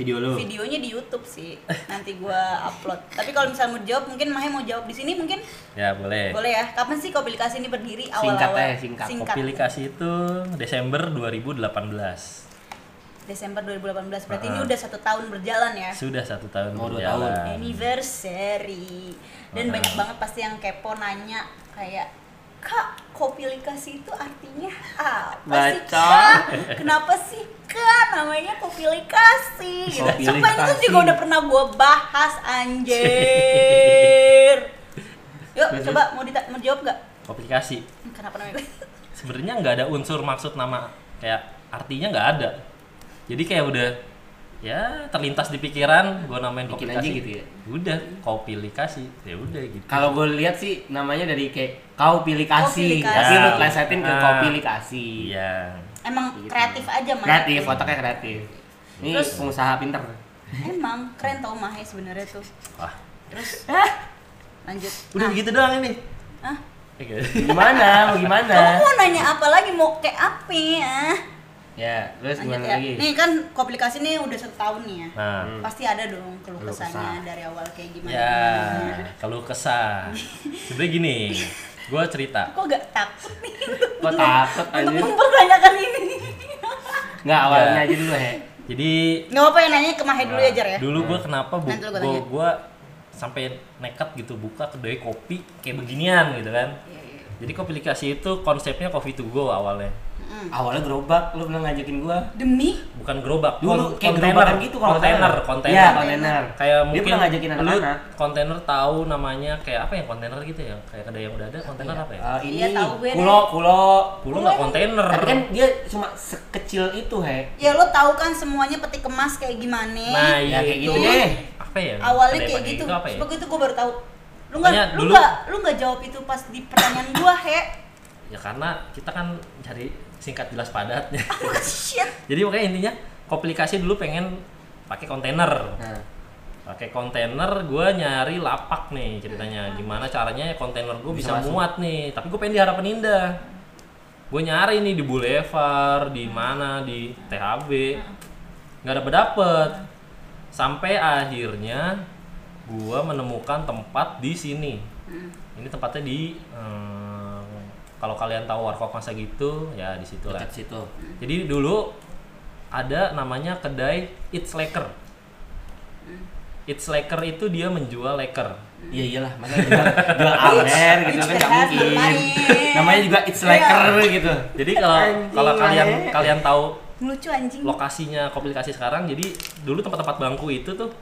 video lu videonya di YouTube sih nanti gue upload tapi kalau misalnya mau jawab mungkin Mahe mau jawab di sini mungkin ya boleh Boleh ya. Kapan sih kopilikasi ini berdiri awal-awal? Eh. Singkat aja, singkat. Kopilikasi itu Desember 2018 Desember 2018. Berarti ini Ah. udah satu tahun berjalan ya. sudah satu tahun Mau Oh, dua berjalan tahun. Anniversary. Dan banyak banget pasti yang kepo nanya kayak Kak, kopilikasi itu artinya apa sih Baca. kak? Kenapa sih kak namanya kopilikasi? Gitu. Sumpah itu Kopilikasi. juga udah pernah gue bahas anjir. Yuk Terus, coba mau, dita- mau jawab gak? Komplikasi. Kenapa namanya? Sebenarnya nggak ada unsur maksud nama kayak artinya nggak ada. Jadi kayak udah ya terlintas di pikiran gue namain Bikin komplikasi aja gitu ya? Udah kopilikasi. Ya udah gitu. Kalau gue lihat sih namanya dari kayak kau pilih Kau pilih kasih, tapi kasih. lu plesetin ke Ah. kau pilih kasih. Iya. Emang Gitu. kreatif aja mah. Kreatif, otaknya kreatif. Ini Terus- pengusaha pinter. Emang keren tau Mahe sebenarnya tuh. Wah. Lanjut. Udah Nah, begitu doang ini. ah, Oke. Gimana? Mau gimana? Kamu mau nanya apa lagi? Mau kayak apa ya? Ya, terus Lanjut gimana ya. lagi? Nih kan komplikasi ini udah satu tahun nih ya. Nah, Pasti ada dong keluh Keluh kesahnya kesah. dari awal kayak gimana. ya gimana. kalau kesah. Sebenarnya gini, gue cerita. Kok gak takut nih Kok takut untuk anjir? mempertanyakan ini? Nggak, awalnya Ya. aja dulu, He. Jadi Gak apa-apa ya nanya ke Mahe dulu ya Jar ya. Nah, Dulu gue kenapa bu, Nanti lu gua gue tanya. sampai nekat gitu buka kedai kopi kayak beginian gitu kan. Iya, Jadi kopilikasi itu konsepnya coffee to go awalnya, Awalnya gerobak, lu belum ngajakin gua. Demi bukan gerobak, kon- Dulu kayak kontainer gerobakan gitu kalau nggak kontainer, salah. kontainer. Iya, kontainer. Kayak Dia mungkin pernah ngajakin lu anak-anak. kontainer tahu namanya kayak apa ya kontainer gitu ya, kayak kedai yang udah ada kontainer apa ya? Eh, ini Iya, tahu gue kulo, kulo. Dulu nggak kontainer. Iya. Tapi kan dia cuma sekecil itu, He. ya lo tahu kan semuanya peti kemas kayak gimana. Nah, iya Ya kayak gitu itu. deh. Apa ya? awalnya Kedai kayak pakai gitu. itu apa ya? Sebab itu gue baru tahu. Lu Pokoknya nggak, lu dulu- nggak, lu nggak jawab itu pas di pertanyaan gua, he. Ya karena kita kan cari singkat jelas padatnya. Oh, shit. Jadi makanya intinya komplikasi dulu pengen pakai kontainer. Nah, pakai kontainer gue nyari lapak nih ceritanya gimana caranya kontainer gue Bisa bisa, masuk. muat nih tapi gue pengen di harapan indah gue nyari nih di boulevard di mana di THB nggak dapet dapet sampai akhirnya gue menemukan tempat di sini ini tempatnya di eh, kalau kalian tahu warkop masa gitu ya di situ lah dekat situ. jadi dulu ada namanya kedai It's Leker. It's Leker itu dia menjual leker. Iya iyalah, masa jual, jual amer gitu kan It's nggak mungkin. leker. Namanya juga it's Iya. liker gitu. Jadi kalau Anjing, kalau kalian Mahe. kalian tahu Lucu anjing. lokasinya komplikasi sekarang, jadi dulu tempat-tempat bangku itu tuh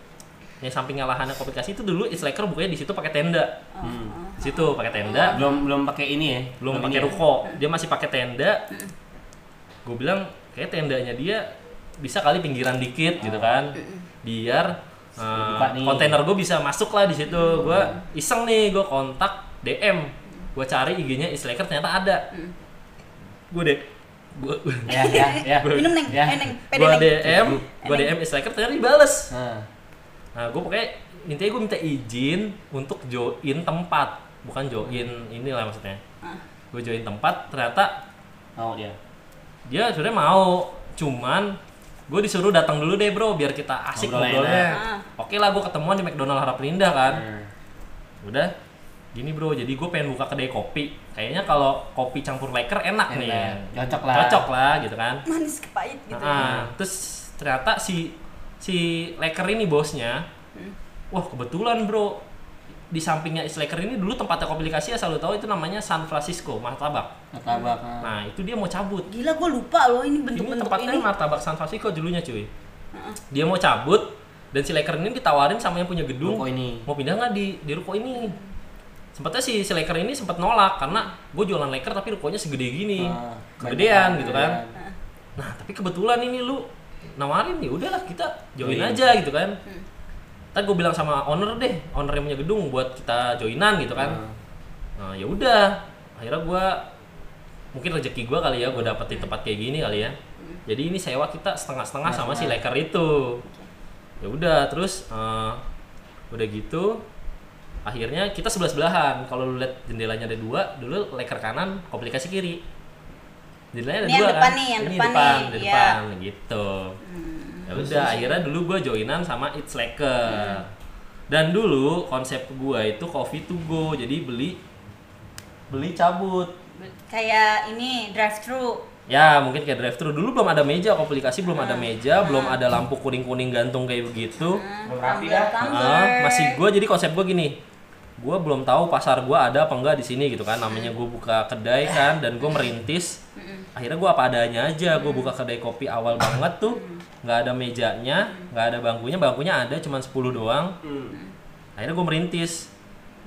yang sampingnya lahannya komplikasi itu dulu It's Leker bukannya di situ pakai tenda. Oh, Di situ pakai tenda, Belum belum pakai ini ya. belum ini pakai ya. ruko. Dia masih pakai tenda. Gue bilang kayak tendanya dia bisa kali pinggiran dikit gitu kan. Biar eh, Buka nih. kontainer gue bisa masuk lah di situ. Gue iseng nih, gue kontak DM. Gue cari IG-nya Islaker ternyata ada. Gue deh gue Ya ya ya. oh. Minum neng, Ya. eh neng, pede gue neng. DM, gue DM Islaker ternyata dibales. Nah, Nah, gue pokoknya intinya gue minta izin untuk join tempat, bukan join inilah maksudnya. Gue join tempat, ternyata mau dia. dia sebenarnya mau cuman gue disuruh datang dulu deh bro biar kita asik Ngobrol ngobrolnya enak. oke lah gue ketemuan di McDonald Harapan Indah kan Hmm. udah gini bro jadi gue pengen buka kedai kopi kayaknya kalau kopi campur leker enak, nih Enak. Cocok lah. cocok lah gitu kan Manis kepahit gitu. Ah, terus ternyata si si leker ini bosnya wah kebetulan bro di sampingnya is leker ini dulu tempatnya komplikasi asal lu tahu itu namanya San Francisco martabak Martabak. nah nah. itu dia mau cabut Gila gue lupa loh ini ini bentuk-bentuk tempatnya ini. martabak San Francisco dulunya cuy dia mau cabut dan si Laker ini ditawarin sama yang punya gedung Ruko ini. mau pindah nggak di di ruko ini sempatnya si, si Laker ini sempat nolak karena gue jualan Laker tapi rukonya segede gini Ah, kegedean banyak gitu kan kegedean. nah tapi kebetulan ini lu nawarin ya udahlah kita join Iya. aja gitu kan Hmm. Ntar gue bilang sama owner deh owner yang punya gedung buat kita joinan gitu kan Hmm. nah ya udah akhirnya gue mungkin rezeki gue kali ya gue dapet di tempat kayak gini kali ya jadi ini sewa kita setengah-setengah sama si leker itu ya udah terus eh, udah gitu akhirnya kita sebelah sebelahan kalau lu lihat jendelanya ada dua dulu leker kanan komplikasi kiri jendelanya ada Ini yang dua depan kan nih, yang ini depan depan nih, di iya. Hmm. depan gitu ya udah akhirnya dulu gue joinan sama It's Leker Hmm. dan dulu konsep gue itu coffee to go jadi beli beli cabut Kayak ini drive thru. Ya mungkin kayak drive thru dulu belum ada meja komplikasi belum Hmm. ada meja belum ada lampu eh, kuning kuning gantung kayak begitu Belum rapi ya? dah. Ah, masih gue jadi konsep gue gini gue belum tahu pasar gue ada apa enggak di sini gitu kan namanya gue buka kedai kan dan gue merintis akhirnya gue apa adanya aja gue buka kedai kopi awal banget tuh nggak ada mejanya nggak ada bangkunya bangkunya ada cuman 10 doang Hmm. akhirnya gue merintis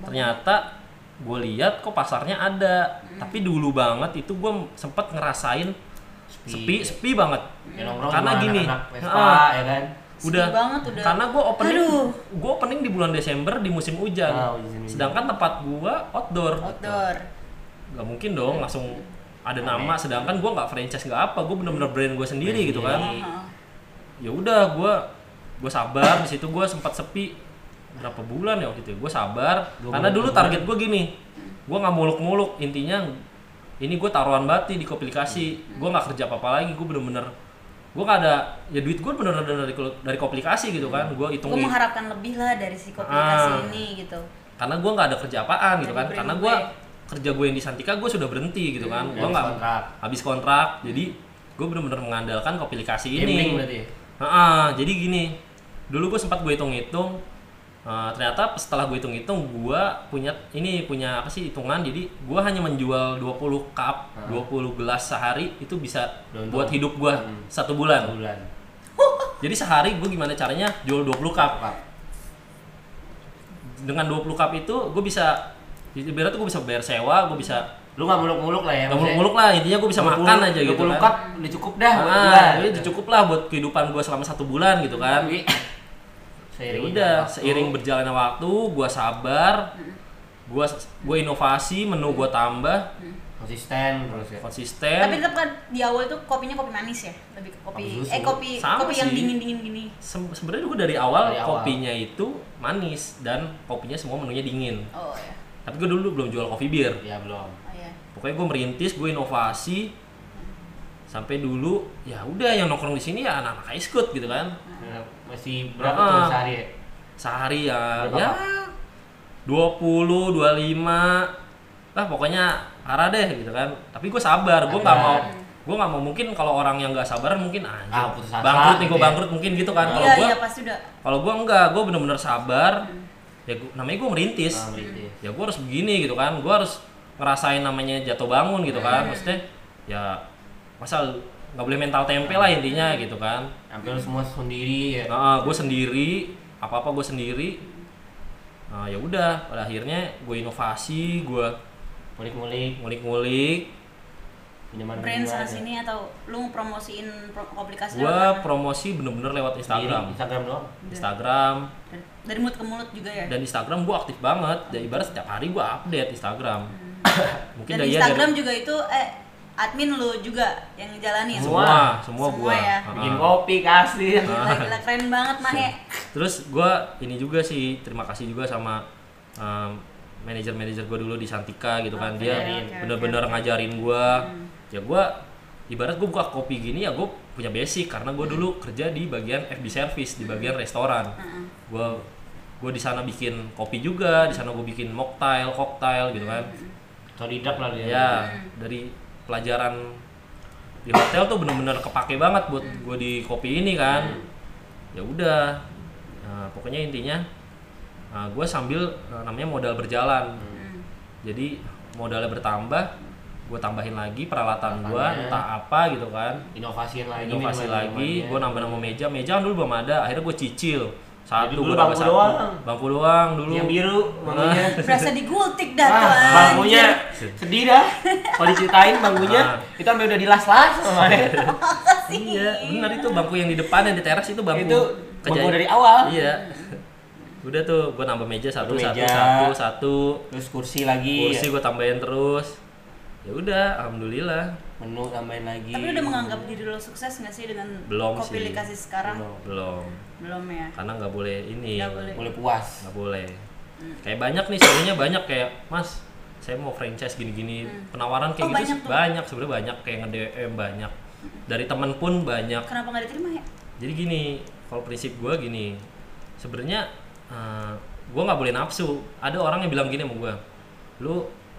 ternyata gue lihat kok pasarnya ada tapi dulu banget itu gue sempet ngerasain sepi sepi banget Ya nongkrong Karena sama gini, anak-anak Vespa ah. ya kan. Sepi udah banget, udah. karena gue opening Aduh. gue opening di bulan Desember di musim hujan Ah, musim hujan. sedangkan tempat gue outdoor outdoor nggak mungkin dong Iya. langsung ada nama sedangkan gue nggak franchise nggak apa gue Hmm. bener-bener brand gue sendiri Brand gitu kan sendiri. Heeh. ya udah gue gue sabar di situ gue sempat sepi berapa bulan ya waktu itu gue sabar Dua karena bulan, dulu dua target gue gini gue nggak muluk-muluk intinya ini gue taruhan bati di Hmm. koplikasi gue nggak kerja apa-apa lagi gue bener-bener gue nggak ada ya duit gue bener-bener dari dari koplikasi gitu kan gue hitung gue mengharapkan lebih lah dari si komunikasi Ah. ini gitu karena gue nggak ada kerja apaan gitu kan Dari karena brand gue gue. kerja gue yang di Santika gue sudah berhenti gitu kan gue Habis nggak kontrak. habis kontrak jadi gue bener-bener mengandalkan koplikasi ini Gambling berarti. ya? Heeh, jadi gini, dulu gue sempat gue hitung-hitung, eh, ternyata setelah gue hitung-hitung, gue punya ini punya apa sih hitungan, jadi gue hanya menjual 20 cup, Heeh. 20 gelas sehari itu bisa Untung. buat hidup gue Hmm. satu bulan. Bulan. Uh, Jadi sehari gue gimana caranya jual 20 cup? Apa? Dengan 20 cup itu gue bisa, ibarat gue bisa bayar sewa, gue bisa Lu nggak muluk-muluk lah ya. nggak muluk-muluk lah intinya gue bisa makan aja gitu Muluk kan. udah cukup dah. buat Ah, eh, bulan. jadi itu cukup lah buat kehidupan gue selama satu bulan gitu kan. Tapi, ya Seiring udah waktu, seiring berjalannya waktu gua sabar gua gua inovasi menu gua tambah konsisten terus ya. tapi konsisten tetap kan di awal tuh kopinya kopi manis ya lebih ke kopi Kopi susu. eh kopi Sama kopi yang sih. dingin dingin gini Se- sebenarnya gua dari awal, Dari awal. kopinya itu manis dan kopinya semua menunya dingin oh ya tapi gua dulu belum jual kopi bir Ya belum. oh ya pokoknya gua merintis gua inovasi sampai dulu ya udah yang nongkrong di sini ya anak-anak iskut gitu kan Masih berapa tuh Ah. sehari ya? sehari ya Berapa? ya 20, 25 lah pokoknya arah deh gitu kan tapi gue sabar gue nggak mau Sabar. gue nggak mau mungkin kalau orang yang nggak sabaran mungkin anjing Iya. Ah, putus asa bangkrut nih gue gitu ya. bangkrut mungkin gitu kan kalau iya gue iya pasti udah kalau gue enggak gue bener-bener sabar ya gua- namanya gue merintis Ah, berhenti. ya gue harus begini gitu kan gue harus ngerasain namanya jatuh bangun gitu kan maksudnya ya masa nggak boleh mental tempe lah intinya gitu kan Hampir semua sendiri ya. Nah, gue sendiri, apa apa gue sendiri. Nah, ya udah, pada akhirnya gue inovasi, gue Mulik-mulik, ngulik-ngulik, pinjaman brand pinjaman sana ya. sini atau lu promosiin pro- komplikasi gue lewat mana? promosi bener-bener lewat Sendiri, Instagram. Instagram doang. Instagram Dari- dari mulut ke mulut juga ya dan Instagram gue aktif banget. Dan ibarat setiap hari gue update Instagram. Mungkin dan dari ya Instagram dari juga itu eh admin lu juga yang jalanin semua, semua gue. ya. Ah. Bikin Oh, kopi kasih. gila, gila keren banget ya. Mahe Terus gue ini juga sih terima kasih juga sama um, manajer-manajer gue dulu di Santika gitu kan Oke, dia oke, oke, bener-bener oke. Hmm. ngajarin gue ya gue ibarat gue buka kopi gini ya gue punya basic karena gue Hmm. dulu kerja di bagian FB service di bagian restoran Heeh. gue gue di sana bikin kopi juga di sana gue bikin mocktail cocktail gitu kan Hmm. Sodidak lah dia. ya dari pelajaran di hotel tuh bener-bener kepake banget buat gue di kopi ini kan ya udah Nah, pokoknya intinya gue sambil eh, namanya modal berjalan Hmm. jadi modalnya bertambah gue tambahin lagi peralatan gue Peralatannya. entah apa gitu kan Inovasiin lagi. inovasi lagi gue gua nambah nama meja meja kan dulu belum ada akhirnya gue cicil satu Jadi dulu gua tambah bangku satu. doang. bangku doang dulu Yang biru, makanya. berasa digultik dah tuh Ah, anjir. bangkunya sedih dah. Kalau diceritain bangkunya Ah. itu sampai udah dilas-las kemarin. Makasih. iya benar itu bangku yang di depan yang di teras itu bangku Itu Kejai- bangku dari awal. iya udah tuh gue nambah meja satu Satu satu meja. Iya. satu satu Terus kursi lagi, kursi gue tambahin terus ya udah alhamdulillah menu tambahin lagi. tapi lu udah menganggap diri lo sukses nggak sih dengan Belum sih. kopilikasi sekarang Belum. belum belum ya karena nggak boleh ini Nggak boleh. Boleh puas. nggak boleh kayak banyak nih sebenarnya banyak kayak mas saya mau franchise gini-gini penawaran kayak gitu Oh, banyak banyak, tuh. banyak sebenarnya banyak kayak nge DM banyak dari temen pun banyak kenapa nggak diterima ya jadi gini kalau prinsip gue gini sebenarnya gue nggak boleh nafsu ada orang yang bilang gini sama gue lu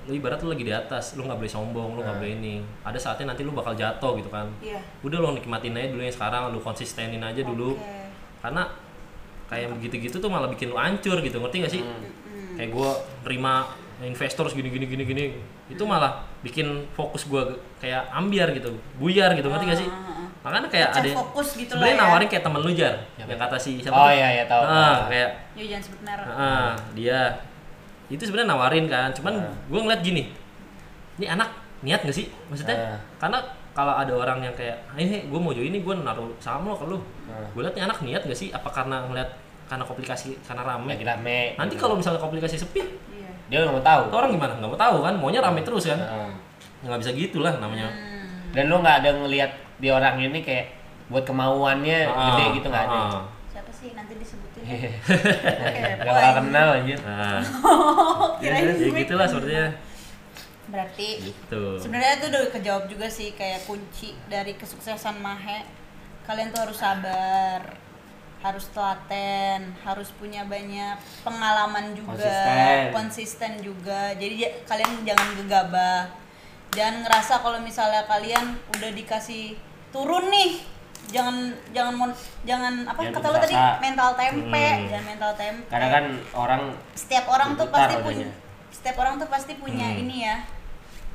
lu ibarat lu lagi di atas lu nggak boleh sombong lu nggak boleh ini ada saatnya nanti lu bakal jatuh gitu kan iya udah lu nikmatin aja dulu yang sekarang lu konsistenin aja dulu Oke. karena kayak begitu-gitu tuh malah bikin lu hancur gitu ngerti gak sih Hmm. Mm-mm. kayak gue terima investor segini gini gini gini itu malah bikin fokus gue kayak ambiar gitu buyar gitu ngerti Ah, gak sih makanya kayak Pecah ada fokus gitu lah sebenarnya ya. nawarin kayak temen lu jar yang kata si siapa Oh tuh? iya iya tahu. Ah, kayak Ya jangan sebut merek. ah, dia itu sebenarnya nawarin kan cuman Ah. gue ngeliat gini ini anak niat gak sih maksudnya Ah. karena kalau ada orang yang kayak "Ah, ini gue mau join ini gue naruh saham lo ke lu Ah. gue liat nih anak niat gak sih apa karena ngeliat karena komplikasi karena rame Lagi rame. nanti kalau misalnya komplikasi sepi Iya. dia nggak mau tahu. tuh orang gimana nggak mau tahu kan maunya rame terus kan Heeh. Ya nggak bisa gitulah namanya Hmm. Dan lu nggak ada ngelihat di orang ini kayak buat kemauannya Ah, gede gitu nggak ah. ada. Siapa sih nanti disebutin? Iya. Gak Kepo bakal aja. kenal anjir. nah Oh, ya, ya kirain gue. gitulah sepertinya Berarti gitu sebenarnya itu udah kejawab juga sih kayak kunci dari kesuksesan Mahe. Kalian tuh harus sabar, harus telaten, harus punya banyak pengalaman juga, Konsisten. konsisten juga. Jadi ja- kalian jangan gegabah. Jangan ngerasa kalau misalnya kalian udah dikasih turun nih, jangan jangan mon- jangan apa Jangan kata putus lo tadi asa. mental tempe, Hmm. jangan mental tempe Karena kan orang setiap orang tuh Diputar pasti rodanya. punya setiap orang tuh pasti punya Hmm. ini ya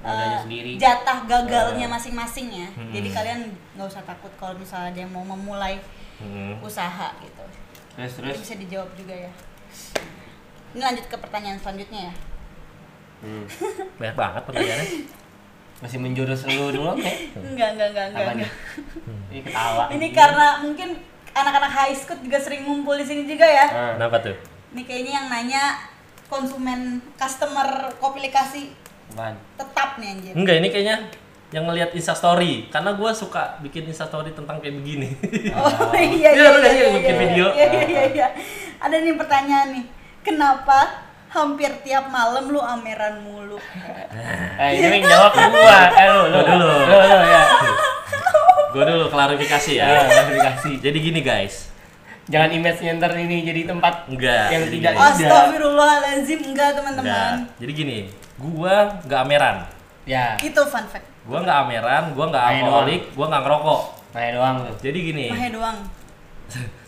Rodanya eh, sendiri. Ah. jatah gagalnya masing-masing ya Hmm. jadi kalian nggak usah takut kalau misalnya ada yang mau memulai Hmm. usaha gitu terus terus Itu bisa dijawab juga ya ini lanjut ke pertanyaan selanjutnya ya hmm, banyak banget pertanyaannya masih menjurus lu dulu kayak enggak enggak enggak enggak, apa nih? enggak. Ini ketawa. ini karena mungkin anak-anak high school juga sering ngumpul di sini juga ya Ah. kenapa tuh ini kayaknya yang nanya konsumen customer kopilikasi Apaan? tetap nih anjir Enggak, ini kayaknya yang ngelihat instastory karena gue suka bikin instastory tentang kayak begini Oh iya Iya, iya lu iya nggak sih iya, yang bikin iya, video? Iya iya iya, iya. Ada nih pertanyaan nih. Kenapa hampir tiap malam lu ameran mulu? Eh, Iya. ini yang jawab gua. Eh, lu, lu, Lu dulu. Lu, lu, ya. gue dulu klarifikasi Ya, ya klarifikasi. jadi gini guys Jangan image-nya ntar ini jadi tempat enggak Iya. Yang jadi tidak gini. Astagfirullahalazim enggak enggak teman-teman. jadi gini gue nggak ameran ya Itu fun fact. gue nggak ameran gue nggak Main alkoholik gue nggak ngerokok main doang tuh. jadi gini Mahe doang.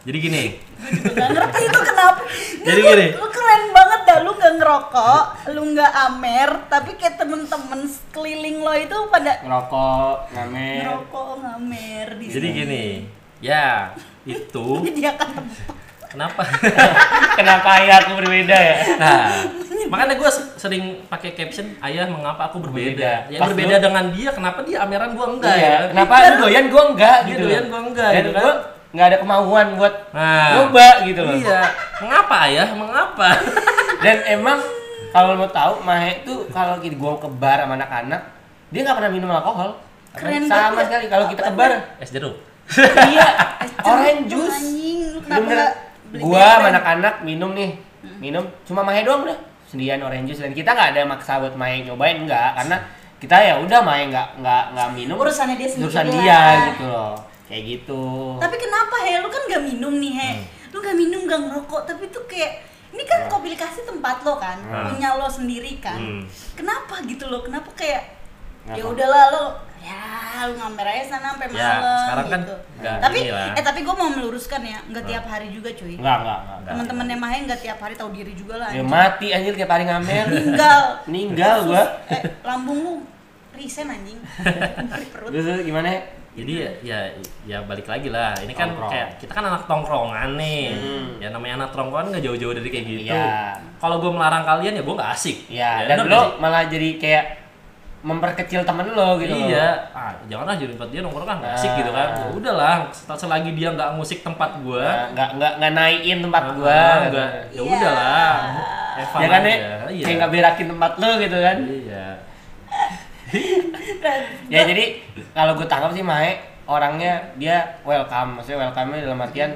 jadi gini Gak ngerti itu kenapa. Nggak, Jadi lu- gini. Lu keren banget dah lu nggak ngerokok, lu nggak amer, tapi kayak temen-temen sekeliling lo itu pada Ngerokok, ngamen. ngerokok ngamer di Eh. jadi sini. kan gini ya itu Jadi akan tempat kenapa Kenapa ayah aku berbeda ya? Nah, makanya gue sering pakai caption ayah mengapa aku berbeda. Berbeda. Ya Pas berbeda lu- dengan dia, kenapa dia ameran gue enggak Iya, ya? Kenapa lu doyan gua enggak Dia gitu. doyan gua enggak, Dan gitu kan. gua enggak ada kemauan buat Nah. coba gitu loh. Iya, mengapa ayah? Mengapa? Dan emang kalau lu mau tahu Mahe tuh kalau kita gua ke bar sama anak-anak, dia nggak pernah minum alkohol. Keren sama banget. sekali kalau kita ke bar. Es jeruk. iya, orange juice. Anjing, lu kenapa Bener. nggak beli Hmm. Gua sama Big Bang? anak-anak minum nih. Minum cuma Mahe doang udah. Sendirian orange juice dan kita nggak ada maksa buat Mahe nyobain enggak karena kita ya udah Mahe nggak nggak nggak minum. urusannya dia sendiri urusan lah. dia gitu loh kayak gitu tapi kenapa he lu kan gak minum nih he Hmm. lu gak minum gak ngerokok tapi tuh kayak ini kan komunikasi tempat lo kan Hmm. punya lo sendiri kan Hmm. kenapa gitu lo kenapa kayak ya Kenapa? udahlah lo ya lu ngamer aja sana sampai Ya, malam sekarang kan gitu. nggak tapi ini lah. eh tapi gue mau meluruskan ya nggak tiap hari juga cuy enggak enggak enggak, enggak. teman-temannya Mahe nggak tiap hari tahu diri juga lah ya anjing. mati anjir tiap hari ngamer meninggal meninggal gua eh, lambung lu risen anjing Dari perut terus terus gimana ya? Jadi ya, ya ya balik lagi lah. Ini kan Tongkrong. kayak kita kan anak tongkrongan nih. Hmm. Ya namanya anak tongkrongan nggak jauh-jauh dari kayak gitu. Iya. Kalau gue melarang kalian ya gue nggak asik. ya bener nggak dan lo malah jadi kayak memperkecil temen lo sih? gitu loh. Iya, ah, jangan aja tempat dia nongkrong kan nggak asik gitu kan. Ah. Ya udahlah, selagi dia nggak ngusik tempat gue, Nah, enggak enggak enggak naikin tempat Ah, gua gitu. enggak. Ya Iya. udahlah. Evan ya kan ya Iya. kayak enggak berakin tempat lo gitu kan Iya. ya jadi kalau gue tangkap sih Mae orangnya dia welcome maksudnya welcome nya dalam artian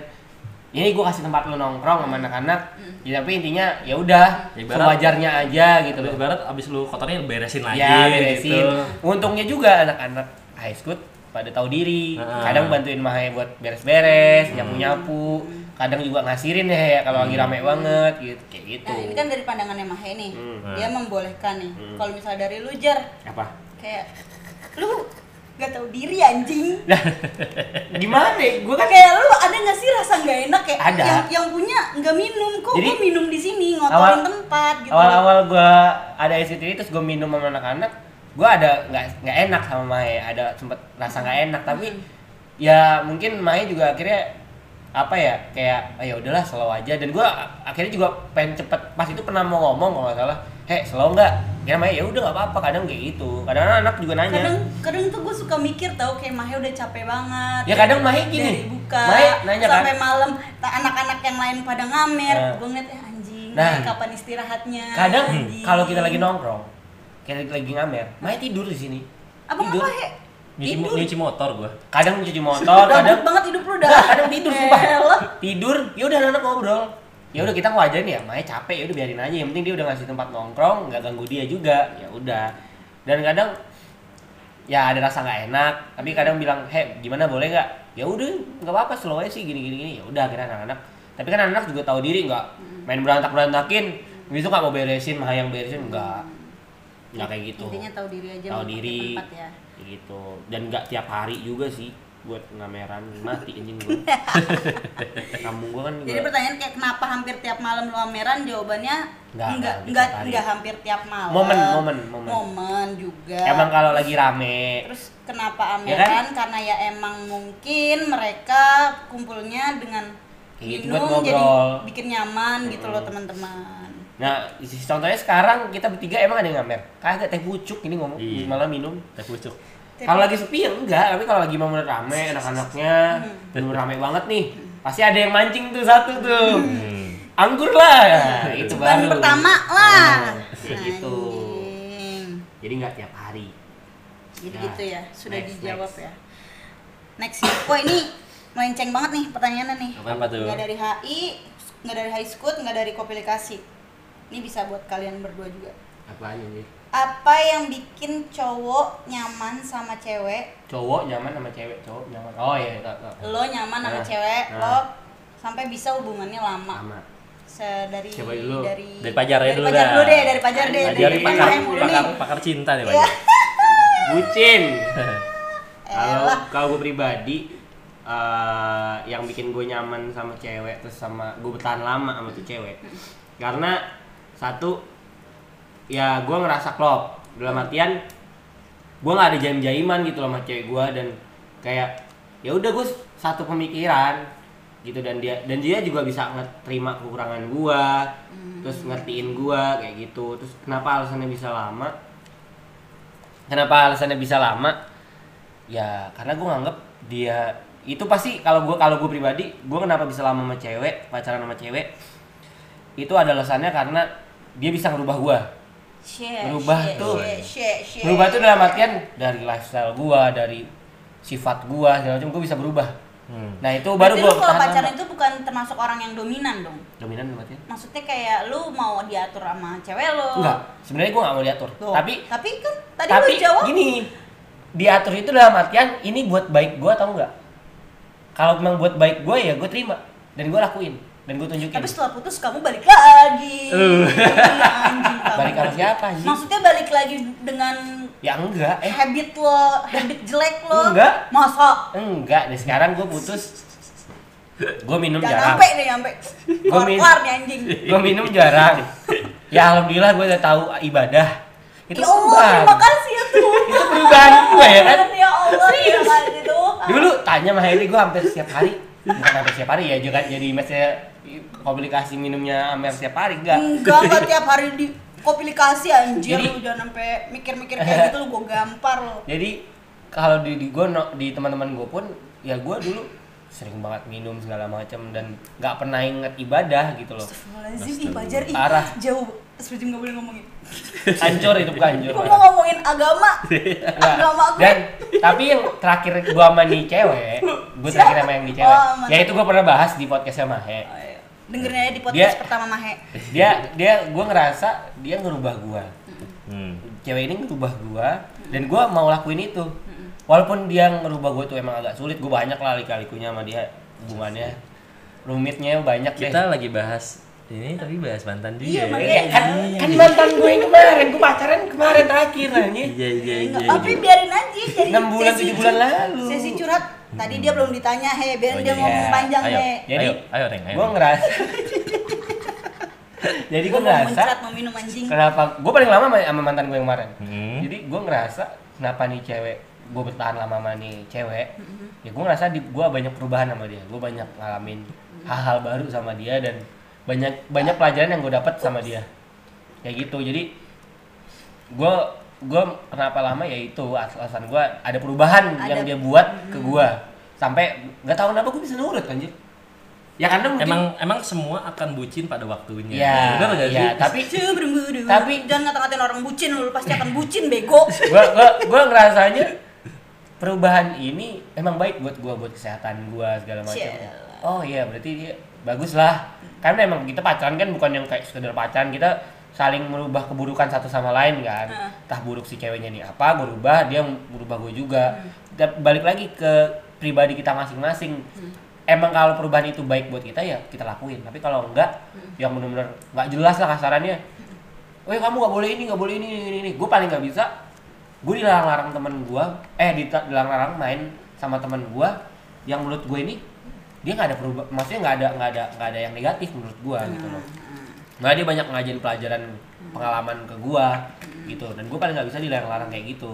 ini gue kasih tempat lu nongkrong sama anak-anak ya, tapi intinya ya udah Ibarat- sewajarnya aja gitu Terus loh ibarat abis lu kotornya beresin lagi ya beresin gitu. untungnya juga anak-anak high school pada tahu diri Heeh. Hmm. kadang bantuin Mae buat beres-beres nyapu-nyapu kadang juga ngasirin ya, ya kalau lagi rame banget gitu kayak gitu Nah, ini kan dari pandangannya Mahe nih. Hmm. Dia membolehkan nih. Kalau misalnya dari lu Jar, apa kayak lu Gak tahu diri anjing. Gimana? ya? Gua kan Kayak lu ada gak sih rasa nggak enak kayak Ada. yang yang punya nggak minum kok Jadi, gua minum di sini ngotorin tempat gitu. awal-awal gua ada SCTV ini terus gua minum sama anak-anak gua ada nggak nggak enak sama Mae ada sempet rasa nggak enak tapi Hmm. ya mungkin Mae juga akhirnya apa ya kayak "Ah, ya udahlah slow aja dan gua a- akhirnya juga pengen cepet pas itu pernah mau ngomong kalau nggak salah heh slow nggak ya Mae ya udah nggak apa-apa kadang kayak gitu kadang anak juga nanya kadang kadang tuh gue suka mikir tau kayak Mahe udah capek banget Ya, kadang Mahe gini, dari buka Mahe nanya kan? sampai malam ta- anak-anak yang lain pada ngamer Nah. gue ngeliat "Eh, anjing Nah. Mahe kapan istirahatnya kadang Anjing. kalau kita lagi nongkrong kita lagi- lagi ngamer Mae tidur di sini abang apa Mahe nyuci, Tidur. nyuci motor gua kadang cuci motor Gabut Oh, kadang Iya. banget hidup lu dah Nggak, kadang tidur sumpah. Elah. Tidur, ya udah anak ngobrol. Ya udah kita ngajarin ya, Maya capek ya udah biarin aja. Yang penting dia udah ngasih tempat nongkrong, nggak ganggu dia juga. Ya udah. Dan kadang ya ada rasa nggak enak, tapi kadang bilang, "Heh, gimana boleh nggak?" Ya udah, nggak apa-apa, slow aja sih gini gini gini. Ya udah akhirnya anak-anak. Tapi kan anak-anak juga tahu diri nggak main berantak-berantakin. Besok nggak mau beresin, mah yang beresin nggak. Nggak kayak gitu. intinya tahu diri aja Tahu menempati diri. tempat ya Gitu. Dan nggak tiap hari juga sih buat ngameran mati anjing gua. Kamu gua kan jadi gua. pertanyaan kayak kenapa hampir tiap malam lu ameran jawabannya Nggak, enggak nggak, enggak tiap hari. enggak hampir tiap malam Momen, momen, momen. momen juga Emang kalau lagi rame Terus kenapa Ya Amerikan? kan? Karena ya emang mungkin mereka kumpulnya dengan Iya, minum buat jadi ngobrol. bikin nyaman gitu loh teman-teman. Nah, isi- contohnya sekarang kita bertiga emang ada yang ngamer. Kagak teh pucuk ini ngomong Iya. malah minum. teh pucuk Teh Kalau lagi sepi ya enggak, tapi kalau lagi mau rame anak-anaknya, Hmm. bener rame banget nih. Pasti ada yang mancing tuh satu tuh. Hmm. Anggur lah, Nah, itu Hmm. Ban baru. pertama lah. iya. Nah, gitu. Anjing. Jadi nggak tiap hari. Jadi Nah, gitu ya, sudah next, dijawab next. ya. Next. ya. Wah, ini melenceng banget nih pertanyaannya nih. apa, apa tuh Nggak dari HI, nggak dari High School, nggak dari Kopilikasi. Ini bisa buat kalian berdua juga. Apaan ini? Apa yang bikin cowok nyaman sama cewek Cowok nyaman sama cewek, cowok nyaman. Oh iya, tak tak. lo nyaman sama Nah, cewek nah. lo sampai bisa hubungannya lama Sama. Se- dari Siapa dulu? dari Dari pajar ya dari dulu pajar dah. dulu deh dari pajar deh Dari Jadi dari pakar, pajar mulu nih pakar, pakar cinta nih Pak. Iya. Bucin. kalau Elah. kalau gue pribadi eh, yang bikin gue nyaman sama cewek terus sama gue bertahan lama sama tuh cewek karena satu ya gue ngerasa klop dalam artian gue nggak ada jaim jaiman gitu loh sama cewek gue dan kayak ya udah gue satu pemikiran gitu dan dia dan dia juga bisa ngeterima kekurangan gue terus ngertiin gue kayak gitu terus kenapa alasannya bisa lama kenapa alasannya bisa lama ya karena gue nganggep dia itu pasti kalau gue kalau gue pribadi gue kenapa bisa lama sama cewek pacaran sama cewek itu ada alasannya karena dia bisa ngerubah gue Shit, Berubah shit, tuh. shit, shit, shit. berubah tuh iya. dalam artian dari lifestyle gue dari sifat gue segala macam gue bisa berubah Hmm. nah itu baru Berarti gue lu kalau pacaran itu bukan termasuk orang yang dominan dong dominan dalam artian maksudnya kayak lu mau diatur sama cewek lo enggak sebenarnya gue nggak mau diatur Oh. Tuh. tapi tapi kan tadi tapi lu jawab gini diatur itu dalam artian ini buat baik gue atau enggak kalau memang buat baik gue ya gue terima dan gue lakuin dan gue tunjukin tapi setelah putus kamu balik lagi Anjing kamu. balik sama siapa sih? maksudnya balik lagi dengan Ya enggak, eh habit lo, habit jelek lo. Enggak. Masa enggak. Dan sekarang gue putus. Gue minum jangan jarang. sampai nih sampai Gua min- keluar nih anjing. Gue minum jarang. Ya alhamdulillah gue udah tahu ibadah. Itu ya Allah, perubahan. terima kasih ya Tuhan. Itu perubahan gue ya kan. Ya Allah, terima kasih Tuhan. Dulu tanya sama Heli gue hampir setiap hari. Bukan hampir setiap hari ya juga jadi masnya komplikasi minumnya hampir setiap hari enggak. Enggak, enggak tiap hari di kopilikasi anjir Jadi- lu jangan sampai mikir-mikir kayak gitu lu gua gampar lo. Jadi kalau di, di gue di teman-teman gue pun ya gue dulu sering banget minum segala macam dan nggak pernah inget ibadah gitu loh Astagfirullahaladzim, ih Fajar, ih Parah. jauh Astagfirullahaladzim gak boleh ngomongin hancur itu bukan hancur Gua mau ngomongin agama Agama gue Iya. dan tapi yang terakhir gua sama nih cewek gua terakhir sama yang di cewek Oh, mantap. ya itu gua pernah bahas di podcastnya Mahe Oh, iya. Dengerin aja di podcast Dia- pertama Mahe Iya, dia dia gua ngerasa dia ngerubah gua Hmm. cewek ini ngerubah gua dan gua mau lakuin itu walaupun dia ngerubah gua tuh emang agak sulit gua banyak lah lika-likunya sama dia hubungannya Iya. rumitnya banyak deh Kita lagi bahas ini tapi bahas mantan juga. Iya, ya. makanya. Ya, kan, kan mantan gue yang kemarin, gua pacaran kemarin terakhir Iya, anjing. iya, iya, Enggak, iya. tapi biarin aja dia jadi Enam bulan, sesi tujuh bulan cur- lalu. Sesi curhat. Tadi dia belum ditanya, heh, biar Oh, dia iya. ngomong panjang, ayo, heh. Jadi, ayo, ayo, Neng, Iya. ayo. gue ngerasa jadi Gua gue mau ngerasa mencerat, mau minum anjing. kenapa gue paling lama sama- sama mantan gue yang kemarin Hmm. jadi gue ngerasa kenapa nih cewek gue bertahan lama sama nih cewek ya gue ngerasa di gue banyak perubahan sama dia gue banyak ngalamin hal-hal baru sama dia dan banyak banyak pelajaran yang gue dapat sama dia kayak gitu jadi gue gue kenapa lama ya itu alasan gue ada perubahan Ada- yang dia buat ke gue sampai nggak tahu kenapa gue bisa nurut anjir ya karena mungkin Emang emang semua akan bucin pada waktunya. Iya, Bener gak iya, sih? tapi Cebrum-buru. Tapi- jangan ngata-ngatain orang bucin lu pasti akan bucin bego. gua gua gua ngerasanya perubahan ini emang baik buat gua buat kesehatan gua segala macam. Ciel. Oh iya, berarti dia bagus lah. Karena emang kita pacaran kan bukan yang kayak sekedar pacaran, kita saling merubah keburukan satu sama lain kan. Heeh. Entah buruk si ceweknya nih apa, gua rubah, dia merubah gua juga. Dan balik lagi ke pribadi kita masing-masing. Emang kalau perubahan itu baik buat kita ya kita lakuin. Tapi kalau enggak yang benar-benar nggak jelas lah kasarannya. Weh Eh, kamu nggak boleh ini, nggak boleh ini, ini, ini, ini. Gue paling nggak bisa. Gue dilarang-larang temen gue, eh dita- dilarang-larang main sama temen gue. Yang menurut gue ini dia nggak ada perubahan, maksudnya nggak ada nggak ada nggak ada yang negatif menurut gue Hmm, gitu loh. Nah dia banyak ngajarin pelajaran pengalaman ke gue Hmm. gitu. Dan gue paling nggak bisa dilarang-larang kayak gitu.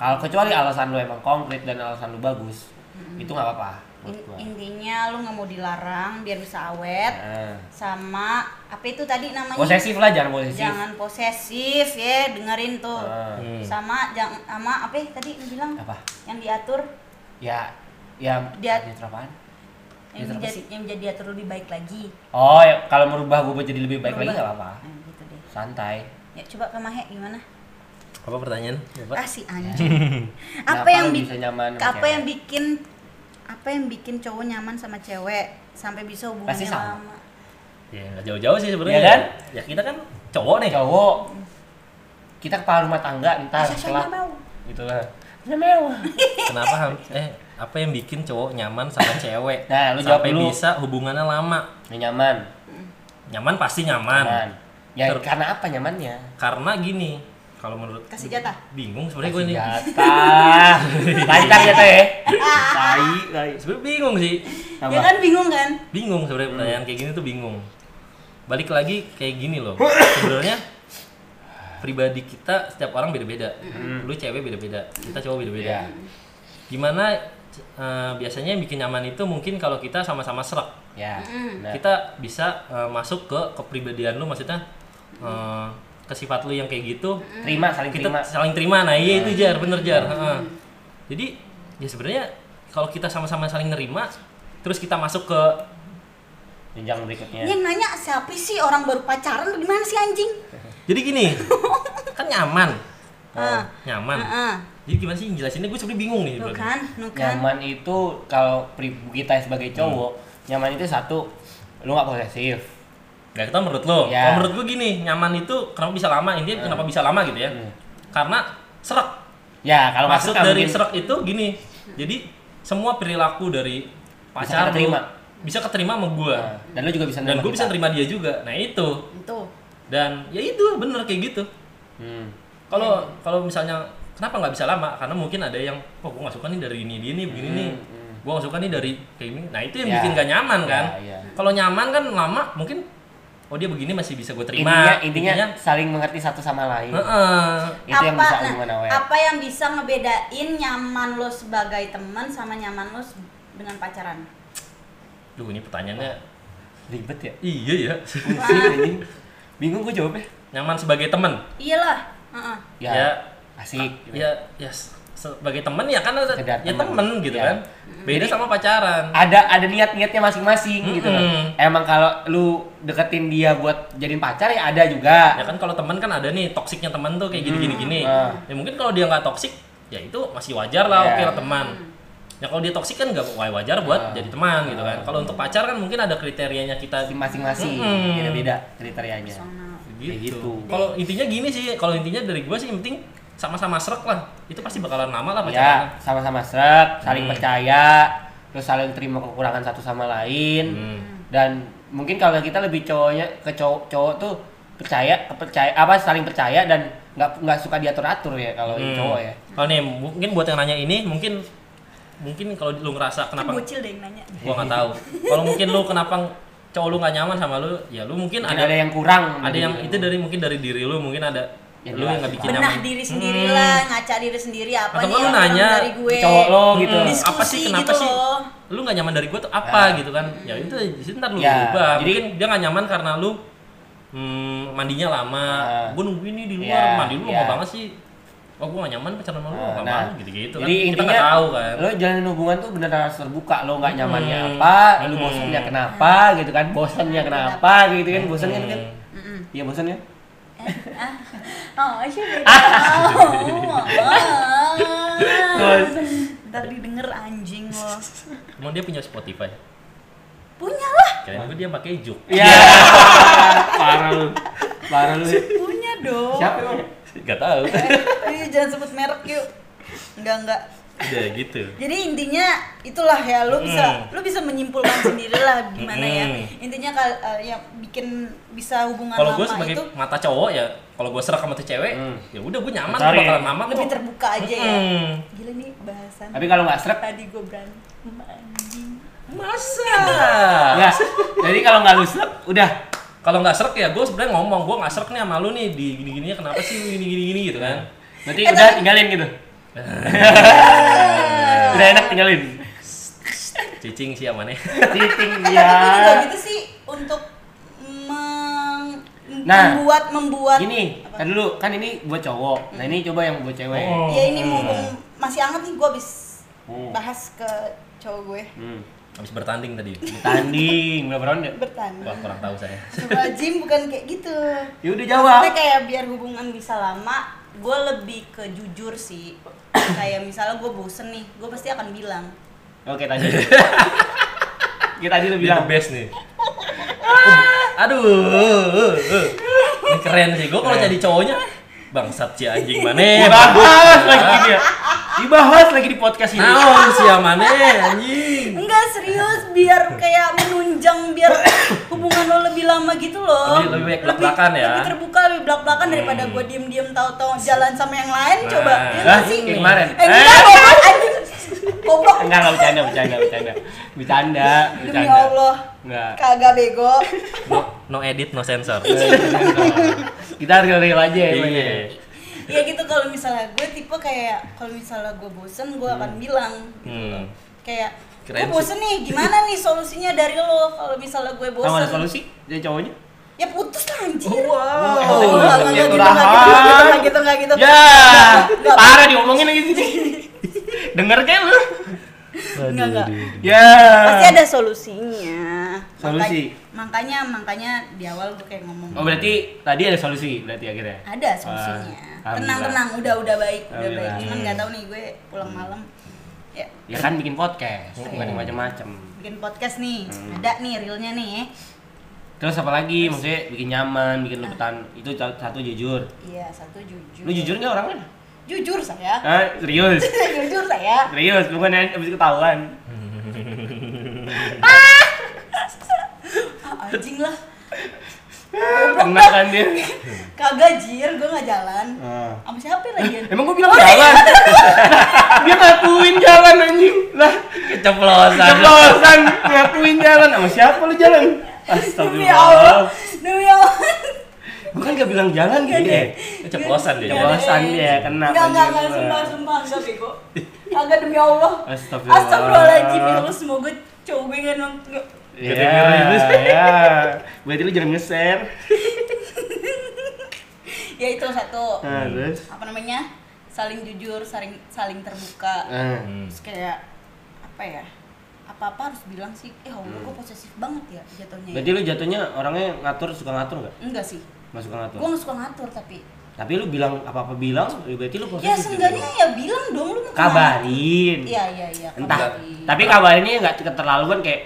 Kalau kecuali alasan lu emang konkret dan alasan lu bagus, Hmm. itu nggak apa-apa menurut In- gue. intinya lu nggak mau dilarang biar bisa awet Nah, sama apa itu tadi namanya? posesif lah jangan posesif. Jangan posesif ya, dengerin tuh. Nah, Hmm. Sama jangan sama apa ya tadi lu bilang? apa? Yang diatur, Ya ya Dia- diatur apaan? yang Diatur apa menjadi yang menjadi diatur lebih baik lagi. Oh, ya, kalau merubah gue jadi lebih baik lagi Berubah. nggak apa-apa. Nah, gitu deh. Santai. Ya coba ke Mahe gimana? Apa pertanyaan? Bapak? Ah si anjing. apa yang lu bi- bisa nyaman sama apa cewek? yang bikin apa yang bikin cowok nyaman sama cewek sampai bisa hubungannya Pasti sama. lama? Ya nggak jauh-jauh sih sebenarnya. Iya kan? Ya kita kan cowok nih. Eh, Cowok kita kepala rumah tangga Gitu entar Asal Ah, setelah soalnya bau. gitulah. Namanya. Kenapa ham- eh apa yang bikin cowok nyaman sama cewek? Nah, lu jawab sampai dulu. bisa hubungannya lama. Yang nyaman. Nyaman pasti nyaman. Nyaman. Ya Ter- karena apa nyamannya? Karena gini, kalau menurut Kasih jatah. bingung sebenarnya gue nih. Jatah. Lancar ya teh. Tai, tai. Sebenarnya bingung sih. Ya kan bingung kan? bingung sebenarnya pertanyaan kayak gini tuh bingung balik lagi kayak gini loh sebenarnya pribadi kita setiap orang beda-beda lu cewek beda-beda kita cowok beda-beda Iya. gimana eh, biasanya yang bikin nyaman itu mungkin kalau kita sama-sama serak Ya. Nah, kita bisa eh, masuk ke kepribadian lu maksudnya eh, ke sifat lu yang kayak gitu terima saling kita terima. saling terima nah iya itu jar bener jar Heeh. jadi ya sebenarnya kalau kita sama-sama saling nerima terus kita masuk ke Jenjang Ini Iya. berikutnya. yang nanya siapa sih orang baru pacaran lu gimana sih anjing? Jadi gini, kan nyaman, Oh. Ah, nyaman. ah, Jadi gimana sih jelasinnya? Gue sebenarnya bingung nih. nu sebenarnya. kan, nu kan. Nyaman itu kalau pri- kita sebagai Hmm. cowok, nyaman itu satu lu nggak posesif. Gak kita menurut lo. Ya. Kalau menurut gue gini, nyaman itu kenapa bisa lama? Intinya kenapa bisa lama gitu ya? Hmm. Karena serak. Ya, kalau Maksud nggak dari mungkin. serak itu gini. Jadi semua perilaku dari pacar lu keterima. bisa keterima sama gue. Nah, dan lu juga bisa Dan gue kita. bisa terima dia juga. Nah itu. Itu. Dan ya itu bener kayak gitu. Hmm. Kalau kalau misalnya kenapa nggak bisa lama? Karena mungkin ada yang, oh gue nggak suka nih dari ini dia nih begini nih. Hmm. Gue nggak suka nih dari kayak ini. Nah itu yang Ya. bikin gak nyaman Ya, kan. ya. Kalau nyaman kan lama mungkin, oh dia begini masih bisa gue Intinya, terima. intinya saling mengerti satu sama lain. heeh. Itu yang bisa nah, hubungan awet. apa yang bisa ngebedain nyaman lo sebagai teman sama nyaman lo se- dengan pacaran? Duh ini pertanyaannya, Ribet ya? iya ya. Pusing anjing. Bingung gue jawabnya. nyaman sebagai teman. Iyalah. heeh. Ya, Ya. asik. Ya, ya se- sebagai teman ya kan ada- Sekedar ya teman. temen gitu Ya. kan. Beda sama pacaran. Ada ada niat-niatnya masing-masing gitu loh. Mm-mm. Emang kalau lu deketin dia buat jadiin pacar ya ada juga. Ya kan kalau teman kan ada nih toksiknya teman tuh kayak gini gini gini. ah. Ya mungkin kalau dia nggak toksik ya itu masih wajar lah Ya. oke lah teman. Ya kalau dia toksik kan nggak wajar buat Iya. jadi teman gitu kan. Kalau untuk pacar kan mungkin ada kriterianya kita Masing-masing Mm-mm. beda-beda kriterianya. Personal. gitu. Kayak gitu. Kalau intinya gini sih, kalau intinya dari gua sih yang penting sama-sama serak lah. Itu pasti bakalan lama lah pacaran. Ya, sama-sama srek, saling Hmm. percaya, terus saling terima kekurangan satu sama lain. Hmm. Dan mungkin kalau kita lebih cowoknya ke cowok, cowok tuh percaya percaya apa saling percaya dan nggak nggak suka diatur atur ya kalau Hmm. cowok ya Kalau nih mungkin buat yang nanya ini mungkin mungkin kalau lu ngerasa Kan kenapa Iya, bocil deh yang nanya. gua nggak tahu. Kalau mungkin lu kenapa cowok lu nggak nyaman sama lu, ya lu mungkin Mungkin ada ada, yang kurang gitu Nah, ada dari yang diri itu dari mungkin dari diri lu mungkin ada Ya, lu yang nggak bikin Benah nyaman. Hmm. diri sendiri lah, ngaca diri sendiri apa Atau nggak lu nih yang kurang nanya dari gue. cowok lo gitu Hmm, Diskusi apa sih kenapa gitu sih loh. lu nggak nyaman dari gue tuh apa gitu kan ya itu di situ ntar lu Ah. Ya, ubah jadi- mungkin dia nggak nyaman karena lu hmm, mandinya lama Ah. gue nungguin nih di luar Ya, mandi lu ya. lama banget sih oh gue gak nyaman pacaran sama lu Nah, gak nah. mau gitu gitu Jadi kan kita intinya nggak tahu kan lo jalanin hubungan tuh beneran harus terbuka lo nggak nyamannya Hmm. apa, lo Hmm. bosannya kenapa gitu kan, bosannya kenapa gitu kan, bosan Hmm. kan kan, Mm-mm. iya bosan ya. Oh, sih. Ah. Oh, Ntar didengar anjing lo. emang dia punya Spotify Punya lah, keren gue dia pakai juk Iya, parah lu, parah lu. punya dong. Siapa emang? gak tahu Ih, jangan sebut merek yuk. Enggak, enggak. udah gitu Jadi intinya itulah ya lu bisa Mm. Hmm. lu bisa menyimpulkan sendirilah gimana ya. Mm-mm. Intinya kal eh, yang bikin bisa hubungan kalau gue lama sebagai itu mata cowok ya kalau gue serak sama tuh cewek Hmm. ya udah gue nyaman Cari. gue bakalan lama lebih kok terbuka aja ya. gitu. Hmm. Gila nih bahasan. Tapi kalau nggak srek, Tadi gue berantem anjing. masa ya. Jadi kalau nggak lu srek, udah. kalau nggak serak ya gue sebenarnya ngomong gue nggak serak nih sama lu nih di gini gini kenapa sih lu gini gini gini gitu Ya. kan Berarti Eh, udah tinggalin gitu. udah enak tinggalin. cicing sih amannya Titik Ya. Tapi gue juga ya. gitu sih untuk meng- Nah, membuat membuat Gini, Apa? kan dulu kan ini buat cowok. Nah ini coba yang buat cewek. Oh. Ya ini mumpung masih anget nih gue habis Hmm. bahas ke cowok gue Hmm. habis bertanding tadi Tanding berapa ya? ronde? wah bertanding. kurang tahu saya Coba Jim bukan kayak gitu. Ya udah jawab. Maksudnya kayak biar hubungan bisa lama, gue lebih ke jujur sih. kayak misalnya gue bosen nih, gue pasti akan bilang. Oke tadi. Kita tadi lu bilang bilang. best nih Oh, aduh eh, ini keren sih gue kalau Keren. jadi cowoknya bangsat si anjing mana Dibahas lagi gini ya. Dibahas lagi di podcast ini. naon si amane anjing Enggak serius, biar kayak menunjang biar hubungan lo lebih lama gitu loh. Lebih- lebih baik belak-belakan ya. Lebih terbuka, lebih belak-belakan daripada gue diem-diem tahu-tahu jalan sama yang lain Nah. coba. Ya Lah, nggak sih? kayak kemarin. Eh, enggak, goblok, anjing. Goblok. Enggak, enggak bercanda, bercanda, bercanda. Bercanda, Demi bercanda. Allah. Enggak. Kagak bego. no, no edit no sensor Kita real-real aja ya. Bang, ya. iya ya gitu kalau misalnya gue tipe kayak kalau misalnya gue bosen gue akan bilang gitu Hmm. loh. kayak Keren gue bosen nih gimana nih solusinya dari lo kalau misalnya gue Tahu bosen ada solusi? Dia cowoknya? ya putus lah anjir Oh, wow. Enggak, enggak, enggak, enggak gitu, enggak gitu, enggak Kurahan. gitu, enggak gitu, enggak Ya, Enggak, enggak. parah diomongin lagi sini. Denger kan lu? gitu. Enggak, enggak. Ya. pasti ada solusinya Solusi. makanya makanya di awal gue kayak ngomong Oh, berarti tadi ada solusi berarti akhirnya. ada solusinya Wah, tenang Ah, tenang udah alhamdulillah. udah baik udah baik Alhamdulillah. Hmm. cuman nggak tahu nih gue pulang malam ya Ya kan bikin podcast, Iya. bukan yang macam-macam. bikin podcast nih Hmm. ada nih realnya nih Terus apa lagi? Maksudnya bikin nyaman, bikin lu bertahan. Itu ca- satu jujur. Iya, satu jujur. Lu jujur nggak orangnya? Jujur saya. Ah, serius. jujur saya. Serius, bukan yang abis ketahuan. Ah, anjing lah. Kena kan dia. Kagak jir, gue nggak jalan. Ah. Sama siapa lagi? Emang gua bilang iya. jalan. dia ngakuin jalan anjing. Lah, keceplosan ceplosan ngakuin jalan sama siapa lu jalan? Demi Allah. Astagfirullah. Demi Allah. Gua kan gak bilang jalan gitu ya. keceplosan Iya, dia Keceplosan. dia, kena Enggak, enggak, enggak, panjang gua. sumpah, sumpah, enggak bego. Kagak demi Allah. Astagfirullah. Astagfirullahaladzim, ya Allah, semoga cowok gue nggak nonton. Ya, Kedengeran lu. ya. Berarti lu jangan nge-share. Ya itu satu. Nah, terus. Apa namanya? Saling jujur, saling saling terbuka. Ah. terus kayak apa ya apa-apa harus bilang sih eh Allah gue posesif banget ya jatuhnya ya. Hmm. Berarti lu jatuhnya orangnya ngatur suka ngatur nggak? enggak sih Nggak suka ngatur. gue nggak suka ngatur tapi Tapi lu bilang apa-apa bilang, ya berarti lu ya positif. seenggaknya ya bilang dong lu mau kemana. kabarin. iya iya iya Entah. kabarin. Tapi kabarinnya nggak keterlaluan kayak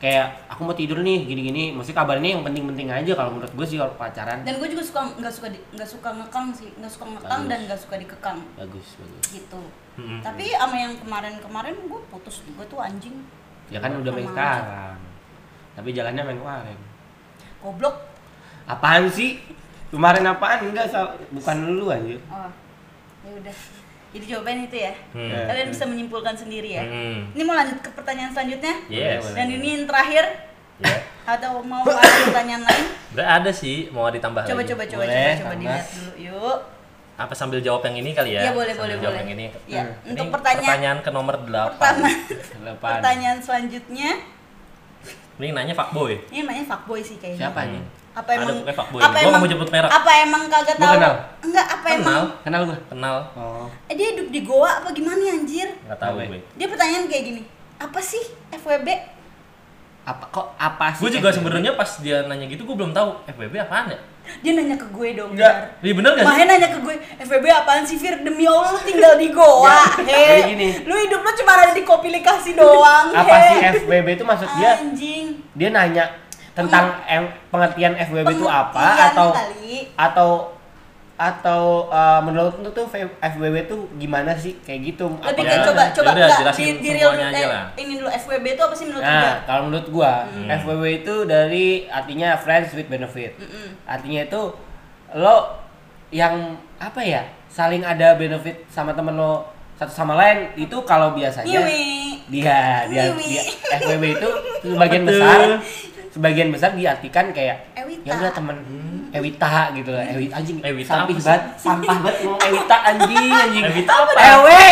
kayak aku mau tidur nih gini-gini. Maksudnya kabarinnya yang penting-penting aja kalau menurut gue sih kalau pacaran. dan gue juga suka nggak suka di- nggak suka ngekang sih nggak suka ngekang Bagus. dan nggak suka dikekang Bagus, bagus. gitu Mm-mm. tapi sama yang kemarin-kemarin gue putus juga tuh anjing Ya kan udah main Sama aja. sekarang. Tapi jalannya main kemarin. goblok apaan sih kemarin apaan enggak Sal. bukan lu anjir Oh, ya udah. Jadi jawaban itu ya. Hmm. Iya. Kalian bisa menyimpulkan sendiri ya. Hmm. Ini mau lanjut ke pertanyaan selanjutnya. Yes. Iya, Dan ini yang terakhir Ya. atau mau ada pertanyaan lain? Udah ada sih mau ditambah Coba lagi. coba coba Boleh, coba coba tambah. dilihat dulu yuk. Apa sambil jawab yang ini kali ya? Iya, boleh, Sambil boleh, jawab boleh. yang ini. Ya, Ini untuk pertanyaan ke nomor 8. pertama, lepas pertanyaan selanjutnya, Ini nanya fuckboy. ini namanya fuckboy sih kayaknya. siapa nih Apa Ada emang pokoknya fuckboy apa nih. Gua emang nggak mau jemput merah. Apa emang kagak Lu tahu? kenal? Enggak, apa emang? Kenal. kenal gua Kenal. oh Eh, dia hidup di goa apa gimana ya, anjir? Enggak tahu Kenal, gue. Dia pertanyaan kayak gini. Apa sih FWB? apa kok apa sih Gue juga sebenarnya pas dia nanya gitu gue belum tahu FBB apaan ya? Dia nanya ke gue dong. Jar. Iya bener gak sih? Mahen nanya ke gue, FWB apaan sih Fir? Demi Allah lu tinggal di Goa, Jadi he. gini. Lu hidup lu cuma ada di kopilikasi doang, apa he. sih FWB itu maksud dia Anjing. dia nanya tentang em- pengertian FWB itu Pengertian apa atau iya, kali. atau atau eh, menurut lu tuh FWB tuh gimana sih kayak gitu Apa Lebih ke ya? coba coba Yaudah, enggak di, jelasin di real semuanya aja eh, lah. ini dulu FWB itu apa sih menurut lu? Jar? Nah, kalau menurut gua, FWB itu dari artinya friends with benefit. Artinya itu lo yang apa ya? Saling ada benefit sama temen lo satu sama lain itu kalau biasanya Nyiwi. dia dia, Nyiwi. dia FWB itu sebagian Apa tuh? besar sebagian besar diartikan kayak Ewita. ya udah temen Ewita gitu lah Ewita anjing Hmm. Ewita sampih apa sih? banget sampah banget ngomong Ewita anjing anjing Ewita apa Ewe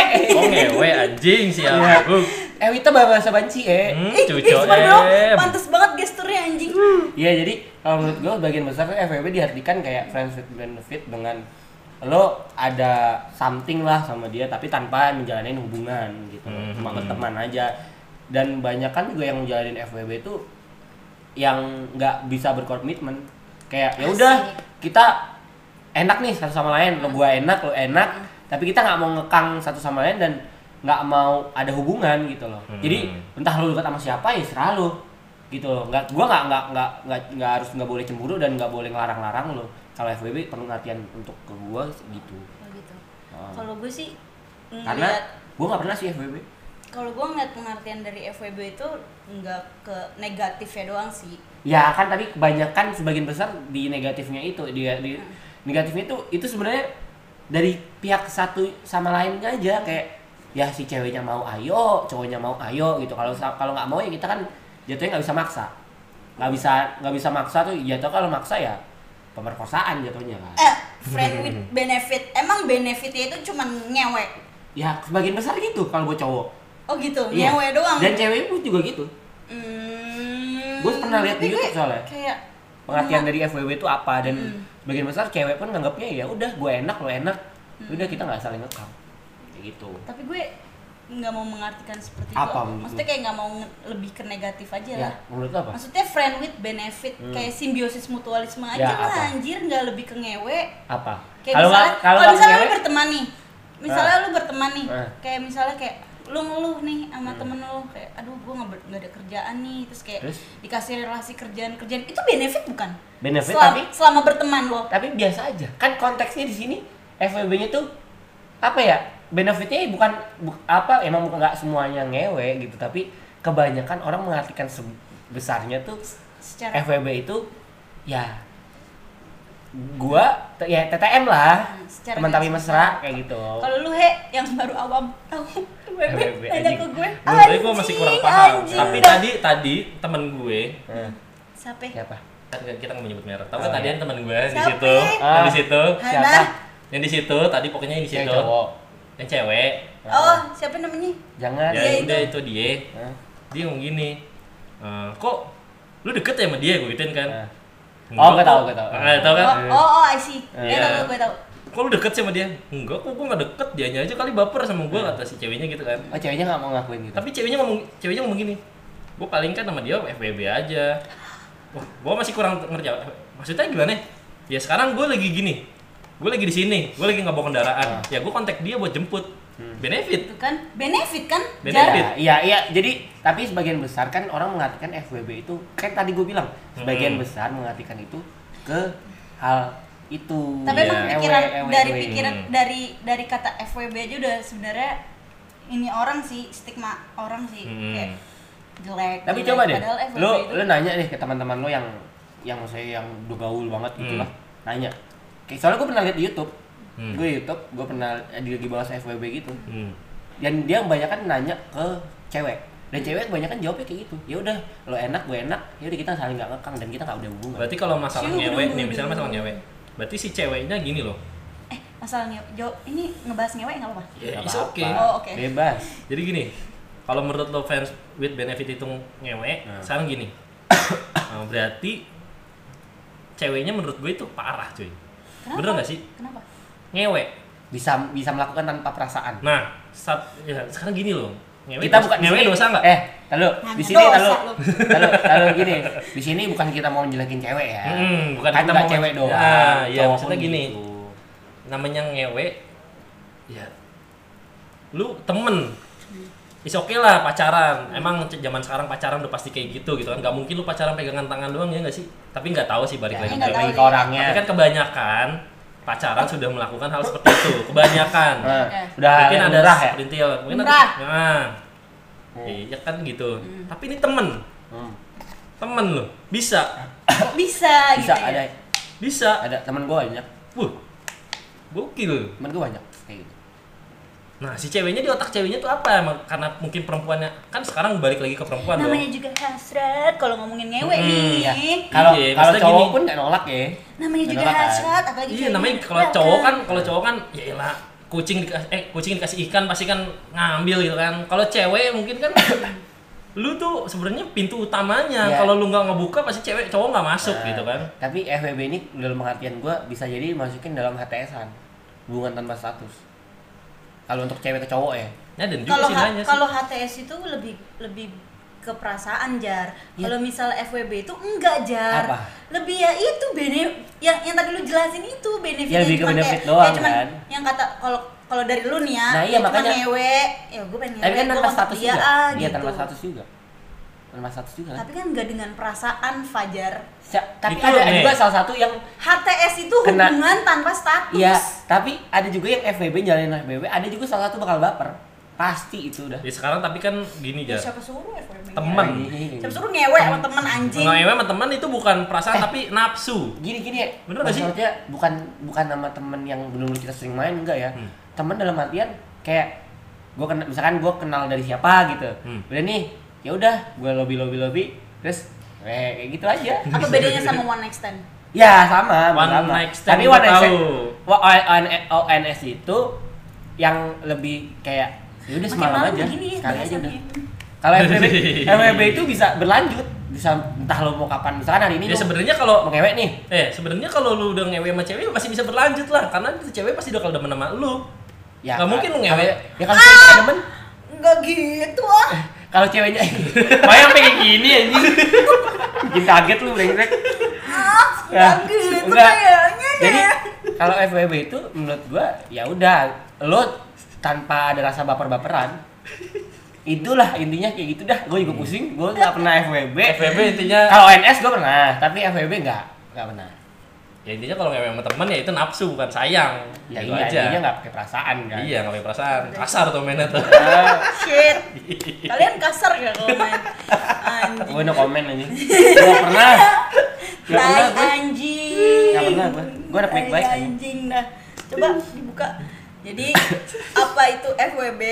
Oh ngewe anjing sih ya. Iya. Gua- Ewita bahasa banci eh Hmm, eh. Ih, ih, cucu sumpah dong, em. pantes banget gesturnya anjing. Iya jadi kalau menurut gue bagian besar tuh FWB diartikan kayak friends with benefit dengan lo ada something lah sama dia tapi tanpa menjalani hubungan gitu Hmm. cuma berteman aja dan banyak kan juga yang menjalani FWB itu yang nggak bisa berkomitmen kayak ya udah kita enak nih satu sama lain lo gua enak lo enak tapi kita nggak mau ngekang satu sama lain dan nggak mau ada hubungan gitu loh Hmm. jadi entah lo dekat sama siapa ya serah lo gitu loh nggak gua nggak nggak nggak nggak nggak harus nggak boleh cemburu dan nggak boleh ngelarang-larang lo kalau FWB perlu latihan untuk ke gua gitu Oh, gitu. Oh. Kalau gue sih karena ngeliat gua nggak pernah sih FWB kalau gue ngeliat pengertian dari FWB itu nggak ke negatifnya doang sih. ya kan tadi kebanyakan sebagian besar di negatifnya itu di, di negatifnya itu itu sebenarnya dari pihak satu sama lainnya aja kayak ya si ceweknya mau ayo cowoknya mau ayo gitu kalau sa- kalau nggak mau ya kita kan jatuhnya nggak bisa maksa nggak bisa nggak bisa maksa tuh jatuh kalau maksa ya pemerkosaan jatuhnya kan Eh, friend with benefit. Emang benefitnya itu cuma nyewe. ya sebagian besar gitu kalau buat cowok Oh gitu, Iya. nyewe doang. dan cewek pun juga gitu Hmm, Gue pernah lihat di tapi gue YouTube soalnya. Kayak pengertian dari FWB itu apa dan Hmm. sebagian besar cewek pun nganggapnya ya udah gue enak lo enak Hmm. udah kita nggak saling ngekang kayak gitu tapi gue nggak mau mengartikan seperti Apa itu. menurut Maksudnya lu? kayak nggak mau nge- lebih ke negatif aja ya lah. menurut lo apa Maksudnya friend with benefit kayak simbiosis mutualisme aja Ya, lah apa? anjir nggak lebih ke ngewe. apa Kayak misalnya nggak- kalau nggak misalnya lu cewek, berteman nih. Misalnya lu berteman nih. Ah. Kayak misalnya kayak lu ngeluh nih sama temen lu kayak aduh gua nggak ber- nggak ada kerjaan nih terus kayak Terus? dikasih relasi kerjaan-kerjaan itu benefit bukan? Benefit, selama, tapi- selama berteman lo. tapi biasa aja kan konteksnya di sini FWB-nya tuh apa ya benefitnya bukan bu- apa emang bukan nggak semuanya ngewe gitu tapi kebanyakan orang mengartikan sebesarnya tuh Secara FWB itu ya gua t- ya TTM lah Hmm, secara teman tapi garis mesra kayak gitu Kalau lu he yang baru awam tahu FWB, bebek tanya anjing. ke gue. Menurut gue gue masih anjing, kurang paham. anjing, Tapi dah. tadi tadi temen gue Hmm, siapa? siapa Kan kita nggak menyebut merek. Tapi Oh, tadi iya. Ah. kan temen gue di Siapa? situ, yang di situ, Hana. yang di situ, tadi pokoknya yang di Cewek situ. cowok Yang cewek. Oh, siapa namanya? jangan Eh, Ya Dia udah itu. itu dia. Hah? Dia ngomong gini. "Eh, kok lu deket ya sama dia gue gituin kan? Hah. "Enggak Oh, gue kok." tahu, gue tahu. Ah, tahu kan? Oh, oh, oh, I see. Iya. Ya, tahu gue tahu. Kok lu deket sih sama dia? Enggak kok gue gak deket, dianya aja kali baper sama Iya. gue kata si ceweknya gitu kan. oh ceweknya nggak mau ngakuin gitu Tapi ceweknya ngomong ceweknya ngomong gini. Gue paling kan sama dia FBB aja. Wah, gue masih kurang ngerti apa- maksudnya gimana? ya? Ya sekarang gue lagi gini. Gue lagi di sini, gue lagi nggak bawa kendaraan. Ya gue kontak dia buat jemput. Benefit. Itu kan benefit kan? Benefit. Jar? Ya, iya iya jadi tapi sebagian besar kan orang mengartikan FWB itu kan tadi gue bilang sebagian Hmm. besar mengartikan itu ke hal itu Tapi Iya. emang Ewe, pikiran ewe, dari ewe. pikiran Hmm. dari dari kata FWB aja udah sebenarnya ini orang sih stigma orang sih Hmm. kayak jelek. tapi jelek. coba deh Padahal FWB lu itu- lu nanya deh ke teman-teman lu yang yang saya yang udah gaul banget gitu Hmm. lah nanya kayak soalnya gue pernah lihat di YouTube Hmm. gue YouTube gue pernah eh, di lagi bahas FWB gitu Hmm. dan dia kebanyakan nanya ke cewek dan cewek kebanyakan jawabnya kayak gitu ya udah lo enak gue enak ya udah kita saling gak ngekang dan kita gak udah hubungan Berarti kalau masalah Siu, ngewe nih, bener-bener. misalnya masalah ngewe. Berarti si ceweknya gini loh. Eh, masalah ngewe. Jo- ini ngebahas ngewe enggak apa-apa. Ya, Gak it's apa-apa. okay. Oh, oke. bebas Jadi gini, kalau menurut lo fans with benefit itu ngewe, Nah. sekarang gini. Nah, berarti ceweknya menurut gue itu parah, cuy. Kenapa? Bener gak sih? Kenapa? Ngewe. bisa bisa melakukan tanpa perasaan Nah, saat, ya, sekarang gini loh. Ngewe kita dosa- bukan di ngewe sini- dosa nggak? Eh, lalu Nanya di sini Nah, dosa lalu lu. lalu lalu gini. Di sini bukan kita mau menjelekin cewek ya. Hmm, bukan kan kita nggak mau- cewek doang. Ya, ya, cowok maksudnya pun gini. gitu. namanya ngewe ya lu temen is oke lah pacaran emang c- zaman sekarang pacaran udah pasti kayak gitu gitu kan nggak mungkin lu pacaran pegangan tangan doang ya nggak sih tapi nggak tahu sih balik Ya, lagi Ini ke- Iya, nggak tahu balik ke nih. orangnya. tapi kan kebanyakan pacaran sudah melakukan hal seperti itu kebanyakan Nah, Oke. udah mungkin yang ada murah ya. perintil mungkin ada Murah. nah Hmm. iya kan gitu tapi ini temen Hmm. temen lo bisa Kok bisa, gitu Bisa ada ya? bisa ada teman gue banyak. wuh gokil Teman gue banyak kayak gitu. Nah, si ceweknya di otak ceweknya tuh apa emang? Karena mungkin perempuannya kan sekarang balik lagi ke perempuan dong. Namanya juga hasrat kalau ngomongin ngewe Hmm, nih. Iya. Kalau Iya, kalau maksudnya cowok gini. pun nggak nolak ya. Namanya juga Kenapa kan? hasrat apalagi Iya, cewek. namanya kalau cowok kan kalau cowok kan ya elah kucing dikasih eh kucing dikasih ikan pasti kan ngambil gitu kan. Kalau cewek mungkin kan lu tuh sebenarnya pintu utamanya. Iya. Kalau lu nggak ngebuka pasti cewek cowok nggak masuk gitu kan. Nah, Tapi FWB ini dalam pengertian gue bisa jadi masukin dalam HTS-an. Hubungan tanpa status. Kalau untuk cewek ke cowok ya. Ya dan juga kalau sih ha- nanya sih. kalau HTS itu lebih lebih ke perasaan jar. Kalau misal FWB itu enggak jar. Iya. Apa? Lebih ya itu bene yang yang tadi lu jelasin itu benefitnya Ya, lebih ke cuman benefit kayak- doang, kayak cuman kan? Yang kata kalau kalau dari lu nih ya, Nah, iya, ya cuman makanya. ngewe, ya gue pengen ngewe. Tapi kan gua tanpa kontak status dia, juga. ah, Iya, gitu. tanpa status juga. Tanpa status juga kan. Tapi kan enggak dengan perasaan Fajar. Sa- Tapi Itu, ada, ada Nek. juga salah satu yang HTS itu Kena- hubungan tanpa status. Iya, tapi ada juga yang FBB jalanin FBB, ada juga salah satu bakal baper. Pasti itu udah. Iya, Ya sekarang tapi kan gini ya. Ya, siapa suruh FWB? Temen. Siapa suruh ngewe sama temen anjing? Ngewe sama teman itu bukan Eh. perasaan tapi nafsu. Gini gini ya. Bener gak sih? Maksudnya bukan bukan nama temen yang belum kita sering main enggak ya. Hmm. Temen dalam artian kayak gua kena, misalkan gua kenal dari siapa gitu. Hmm. Udah nih, ya udah gua lobby lobby lobby terus eh, kayak gitu aja. Apa bedanya sama one next time? Ya sama, One sama. night stand Tapi gua one night stand, tahu. wa- O- ON- ONS itu yang lebih kayak ya udah Makin semalam malam aja, begini ya, sekali aja biasanya. udah. Kalau FWB, FWB itu bisa berlanjut, bisa entah lo mau kapan. Misalkan hari ini Ya lo sebenarnya kalau mau ngewek nih, Eh, sebenarnya kalau lu udah ngewe sama cewek masih bisa berlanjut lah, karena itu cewek pasti udah kalau demen sama lu. ya Nggak mungkin lo kalau- ngewek. Ya kalau cewek nggak demen, Enggak gitu Eh, ah. kalau ceweknya bayang pengen gini anjing. Bikin kaget lu brengsek. Enggak Ah, gitu enggak. kayaknya ya, Jadi deh. kalau FWB itu menurut gua ya udah lo tanpa ada rasa baper-baperan itulah intinya kayak gitu dah gue Iya. juga pusing gue nggak pernah FWB FWB intinya kalau NS gue pernah tapi FWB nggak nggak pernah ya intinya kalau ngewe sama temen ya itu nafsu bukan sayang. ya Gitu iya aja. intinya nggak pakai perasaan kan Iya, nggak punya perasaan. Kasar tuh mainnya tuh. Nah, Shit. Kalian kasar gak kalau main? Anjing. gue no comment aja gue pernah nggak pernah Tai gue anjing. Nggak pernah gua. Gua anak Tai baik-baik aja. Anjing dah. Coba dibuka. Jadi apa itu FWB?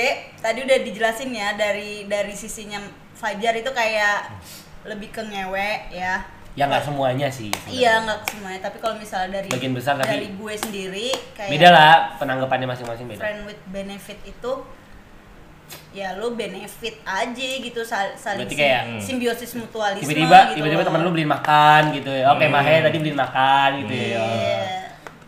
Tadi udah dijelasin ya dari dari sisinya Fajar itu kayak lebih ke ngewe ya. ya nggak semuanya sih sebenarnya. Iya nggak semuanya, tapi kalau misalnya dari Bagian besar tapi- dari gue sendiri kayak beda lah penanggapannya masing-masing beda friend with benefit itu ya lo benefit aja gitu sal- saling Berarti sim- kayak, hmm. simbiosis mutualisme tiba-tiba gitu tiba-tiba loh. teman lu beliin makan gitu ya oke Hmm. mahe tadi beliin makan gitu Iya. ya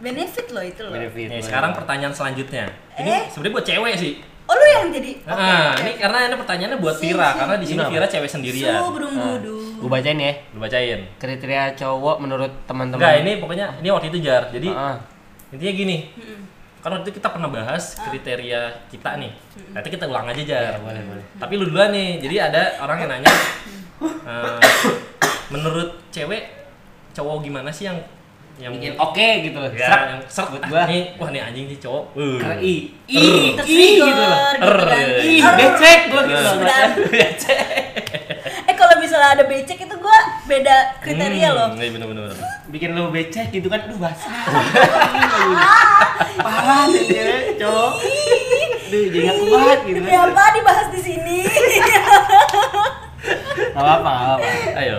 benefit lo itu lo Benefit. Nih, sekarang pertanyaan selanjutnya. Ini Eh? sebenarnya buat cewek sih. oh lo yang jadi Ah, oke, Nah, oke. ini karena ini pertanyaannya buat Sini, Vira sini. karena di sini Gimana? Vira cewek sendirian. Su, Hmm. burung gudu. Gue bacain ya. Lu bacain. Kriteria cowok menurut teman-teman. Enggak, ini pokoknya ini waktu itu jar. Jadi Heeh. intinya gini, Mm-mm. kan waktu itu kita pernah bahas Ah. kriteria kita nih. Nanti kita ulang aja jar. Ya, boleh, boleh. Tapi lu duluan nih. Jadi ada orang yang nanya eh, menurut cewek cowok gimana sih yang yang Bikin oke gitu loh. ya, Serak. yang serak Buat ah, gua. nih, wah nih anjing nih cowok. Uh. Karena I. I. I Tertrigger, gitu loh. iya. gitu kan. Er. I. Er. Hmm. Becek gue gitu loh. Sudah. eh kalau misalnya ada becek itu gue beda kriteria Hmm, loh. Iya bener-bener. bikin lu becek gitu kan aduh basah parah deh cewek, cowok Duh, jadi aku banget gitu Demi kan. apa dibahas di sini? Gak apa-apa, gak apa-apa Ayo.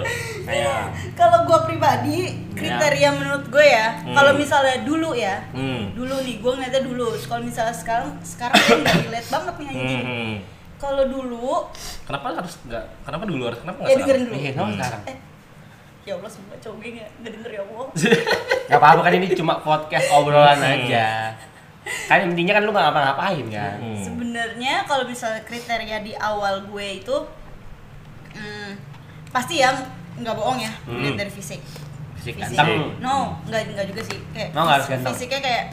Ayo Kalau gua Ya. pribadi kriteria menurut gue ya, Hmm. kalau misalnya dulu ya, Hmm. dulu nih gue ngeliatnya dulu. Kalau misalnya sekarang sekarang gue nggak relate banget nih anjing. Hmm. Kalau dulu Kenapa harus enggak? Kenapa dulu harus? Kenapa ya enggak? dengerin dulu. Iya, kenapa sekarang? Ya Allah semoga cowok gue nggak nggak denger ya Allah. Gak apa-apa kan ini cuma podcast obrolan Hmm. aja Kan intinya kan lu gak ngapa-ngapain kan Hmm. Hmm. Sebenarnya kalau misalnya kriteria di awal gue itu hmm, pasti ya nggak bohong ya Hmm. dilihat dari fisik. Fisik Fisik. ganteng No, nggak nggak juga sih. Kayak Oh, nggak harus fis- ganteng. fisiknya kayak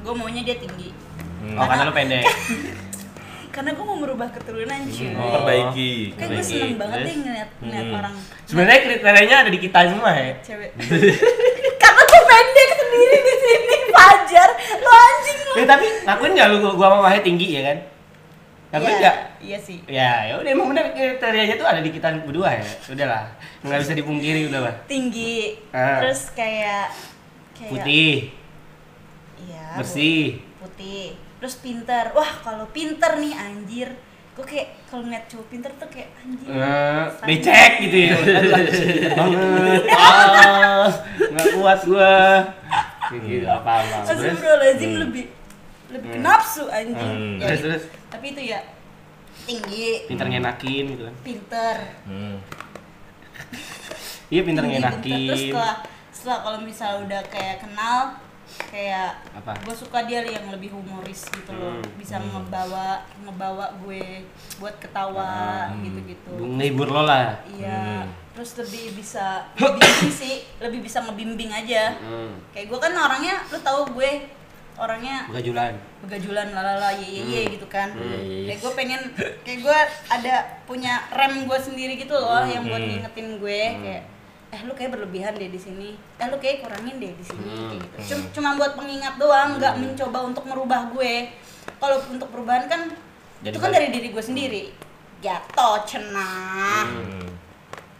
gue maunya dia tinggi. Hmm. Oh karena lu pendek Karena gue mau merubah keturunan cuy. Oh. Perbaiki. Kayak gue Kan seneng banget ya, deh ngeliat ngeliat Iya. Hmm. orang Sebenarnya kriterianya ada di kita semua ya cewek. Karena gue pendek sendiri di sini Fajar, lo anjing lo. Eh tapi ngakuin gak lu gua, gua sama Mahe tinggi ya kan? Ngakuin Iya, gak? Iya sih. Ya, ya udah emang bener kriterianya tuh ada di kita berdua ya. Udahlah, nggak bisa dipungkiri udah lah. Tinggi. Ah. Terus kayak kayak Putih, Iya. bu- bersih. Putih. Terus pinter. Wah, kalau pinter nih anjir. Gue kayak kalau ngeliat cowok pinter tuh kayak anjir. eh, becek gitu ya. Aduh, aduh, sedikit banget. Ah, nggak kuat gua. Gitu, apa apa. Terus, Astagfirullahaladzim lebih lebih ke nafsu anjing. Hmm. Ya, terus, terus. Tapi itu ya tinggi, Pinter ngenakin gitu kan. pinter. Hmm. Iya, pinter tinggi, Terus ngenakin. setelah setelah kalau misal udah kayak kenal kayak Apa? gue suka dia yang lebih humoris gitu loh Hmm. bisa ngebawa ngebawa gue buat ketawa Hmm. gitu-gitu Ngehibur lo lah. Iya, Hmm. terus lebih bisa ngebimbing sih, lebih bisa ngebimbing aja. Hmm, Kayak gue kan orangnya, lu tahu gue orangnya begajulan. begajulan lalala ye ye ye gitu kan. Hmm. Kayak gue pengen, kayak gue ada punya rem gue sendiri gitu loh yang buat ngingetin gue kayak eh lu kayak berlebihan deh di sini, eh lu kayak kurangin deh di sini, kayak gitu. Cum- Cuma, buat pengingat doang, nggak mencoba untuk merubah gue. Kalau untuk perubahan kan Jadi itu kan balik. dari diri gue sendiri. Jatuh cenah. Hmm.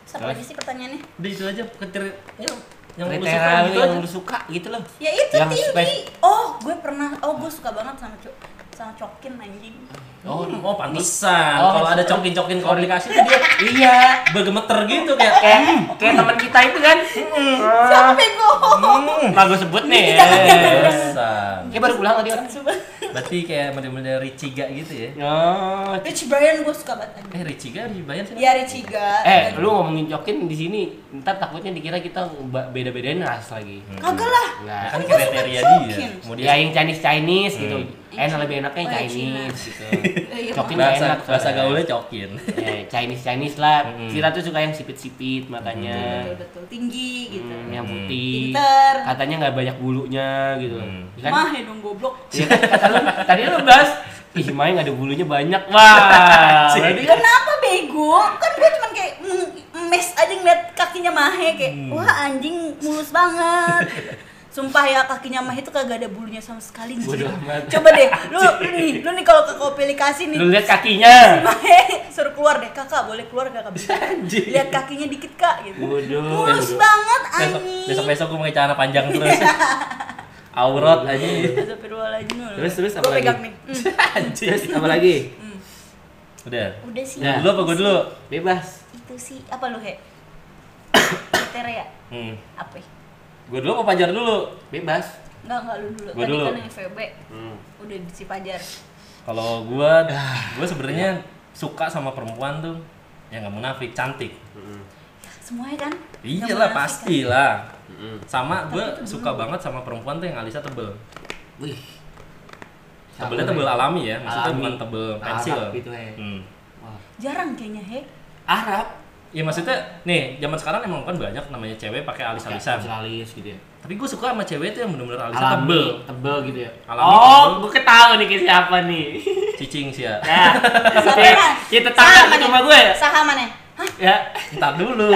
Terus apa lagi sih pertanyaannya? Udah itu aja kriteria yang yang lu suka Kriteria lu gitu yang aja. lu suka gitu loh. Ya itu Yang tinggi. spek- Oh, gue pernah. Oh, gue suka banget sama cok sama cokin anjing. Oh, oh pantesan. Hmm. Oh, Kalau ada cokin-cokin komunikasi tuh dia Iya, bergemeter gitu kayak kayak kayak teman kita itu kan Hmm. Siapa bego? nggak gue sebut nih ya. "Eh, Iya. Pantesan. kayak baru pulang tadi orang Coba. Berarti kayak model-model Richiga gitu ya. oh Rich Brian gue suka banget Iya, anjing. Eh Richiga dibayar sih. Dia Richiga. eh lu ngomongin jokin di sini ntar takutnya dikira kita beda bedain ras lagi Hmm. Kagak lah. nah Kan Kan gua suka kriteria dia. cokin. Mau dia dia yang Chinese Chinese gitu Hmm. enak lebih enaknya Oh, ya, Chinese gitu Iya, Cokin nggak bahasa enak bahasa soalnya. gaulnya cokin. Ya, Chinese Chinese lah Mm-mm. kita tuh suka yang sipit sipit matanya Hmm. Betul betul tinggi gitu. Mm, yang putih Pinter. katanya nggak banyak bulunya gitu Hmm. Ya kan? Mah ya dong goblok. Iya kan, kata lu, tadi lu bahas, ih Maya nggak ada bulunya banyak, wah. Berarti kan, Kenapa bego? Kan gue cuman kayak mes aja ngeliat kakinya Mahe kayak wah anjing mulus banget. Sumpah ya kakinya Mahe tuh kagak ada bulunya sama sekali. anjing. Bodoh amat. Coba deh, lu, lu nih, lu nih kalau ke kopilikasi nih. lu lihat kakinya. Mahe suruh keluar deh kakak boleh keluar kakak bisa lihat kakinya dikit kak gitu Bodoh. mulus Bodoh. banget Besok besok anjing besok gue pakai celana panjang terus. Aurat aja. Astagfirullahaladzim lu. Terus, terus, apa Gua lagi? pegang nih Hmm. Terus apa lagi? Udah. udah sih Nah. Lu apa gue dulu? Bebas. itu sih apa lu he kriteria Hmm. apa ya? Gue dulu apa Pajar dulu? Bebas. Enggak, enggak lu dulu. Gua Tadi dulu. kan yang VB Hmm, udah di Cipajar. Kalau gua gua sebenarnya suka sama perempuan tuh yang nggak munafik, cantik. Semuanya kan? Iya Yang lah munafik pasti lah. Sama gue suka banget sama perempuan tuh yang alisnya tebel. Wih. Tebelnya tebel alami ya, maksudnya Alami. bukan tebel pensil. Arab gitu ya. Hmm. Wah. kan. Jarang kayaknya, he. Arab. Ya maksudnya nih zaman sekarang emang kan banyak namanya cewek pakai alis-alisan. Selalis gitu ya. Tapi gue suka sama cewek tuh yang bener-bener alisnya Alami, tebel. Tebel gitu ya. Alami, oh, tebel. gue ketahu nih kayak siapa nih. Cicing sih ya. Nah, Siapa? kita tangkap Sama di nih. rumah gue ya. Saha mana? Hah? Ya. Ntar dulu.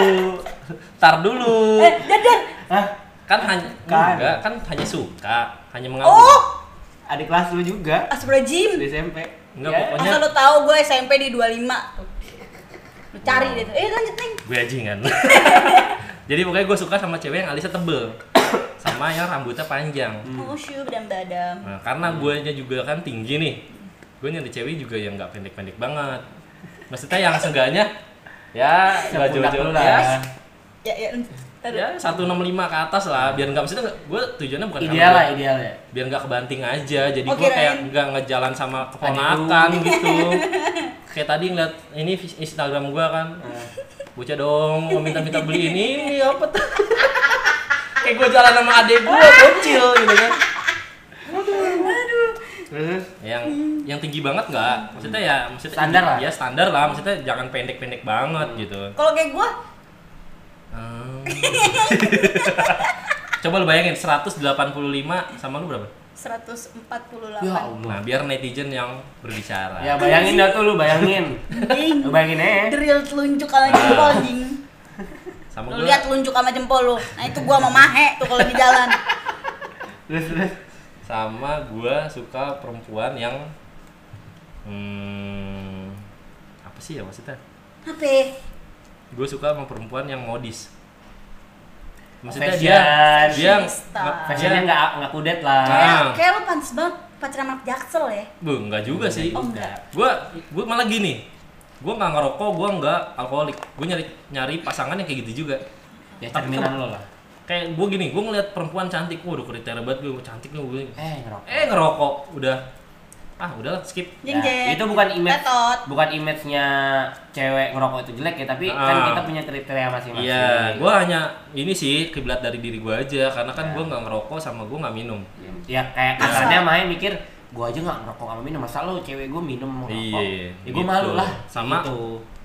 Ntar dulu. Eh, dadar. Hah? Kan hanya Kan. enggak, kan hanya suka, hanya mengagumi. Oh, Adik kelas lu juga Astagfirullahaladzim. di SMP. Enggak, Ya. pokoknya- Masa lu tahu gue SMP di 25 tuh. Lu cari deh tuh. Eh lanjut neng. gue ajingan jadi pokoknya gue suka sama cewek yang alisnya tebel sama yang rambutnya panjang Oh syub dan badam. Nah, karena Hmm. guenya juga kan tinggi nih. Gue nyari cewek juga yang nggak pendek-pendek banget. Maksudnya yang seenggaknya ya nggak Sepundak jauh-jauh dulu lah. Ya ya. lanjut. Taruh. Ya 165 ke atas lah, biar nggak maksudnya gue tujuannya bukan Ideal lah, karena gua- ideal ya. biar nggak kebanting aja. Jadi Oh, gue kayak kirain. nggak ngejalan sama keponakan Aduh. gitu. kayak tadi ngeliat ini Instagram gue kan, bocah dong mau minta-minta beli ini, ini Iya, apa tuh? kayak gue jalan sama adek gue bocil gitu kan. Terus yang yang tinggi banget nggak maksudnya ya maksudnya Standar lah. ya standar lah maksudnya jangan pendek-pendek banget gitu Kalau kayak gua Hmm. coba lu bayangin 185 sama lu berapa 148. ya nah Allah. biar netizen yang berbicara Ya bayangin dah tuh lu bayangin. Ding. Lu bayangin aja. Drill telunjuk sama jempol ding. sama Lu gue lihat telunjuk sama jempol lu. Nah itu gua sama Mahe tuh kalau di jalan. Terus terus. sama gue suka perempuan yang hmm, apa sih ya maksudnya Apa? gue suka sama perempuan yang modis maksudnya Fashion. dia Fashionista. dia Fashionnya nggak nggak kudet lah. Ah. Kayak kayak lu pantes banget pacaran sama Jaksel ya. Bu, enggak juga sih. Oh, enggak. Gua gua malah gini. Gua nggak ngerokok, gua nggak alkoholik. Gua nyari nyari pasangan yang kayak gitu juga. Ya cerminan lo lah. Kayak gua gini, gua ngeliat perempuan cantik, waduh kriteria banget gua cantik nih gua. Eh ngerokok. Eh ngerokok, udah. Ah, udahlah skip. Jeng jeng. Ya, itu bukan image Tetot. bukan image-nya cewek ngerokok itu jelek ya, tapi kan Ah. kita punya kriteria masing-masing. Iya, gua hanya ini sih kiblat dari diri gua aja karena kan gua nggak ngerokok sama gua nggak minum. Ya kayak Masa? kesannya main mikir gua aja nggak ngerokok sama minum, masa lo cewek gua minum sama ngerokok. Iya, Ya gua gitu. malu lah. Sama- gitu.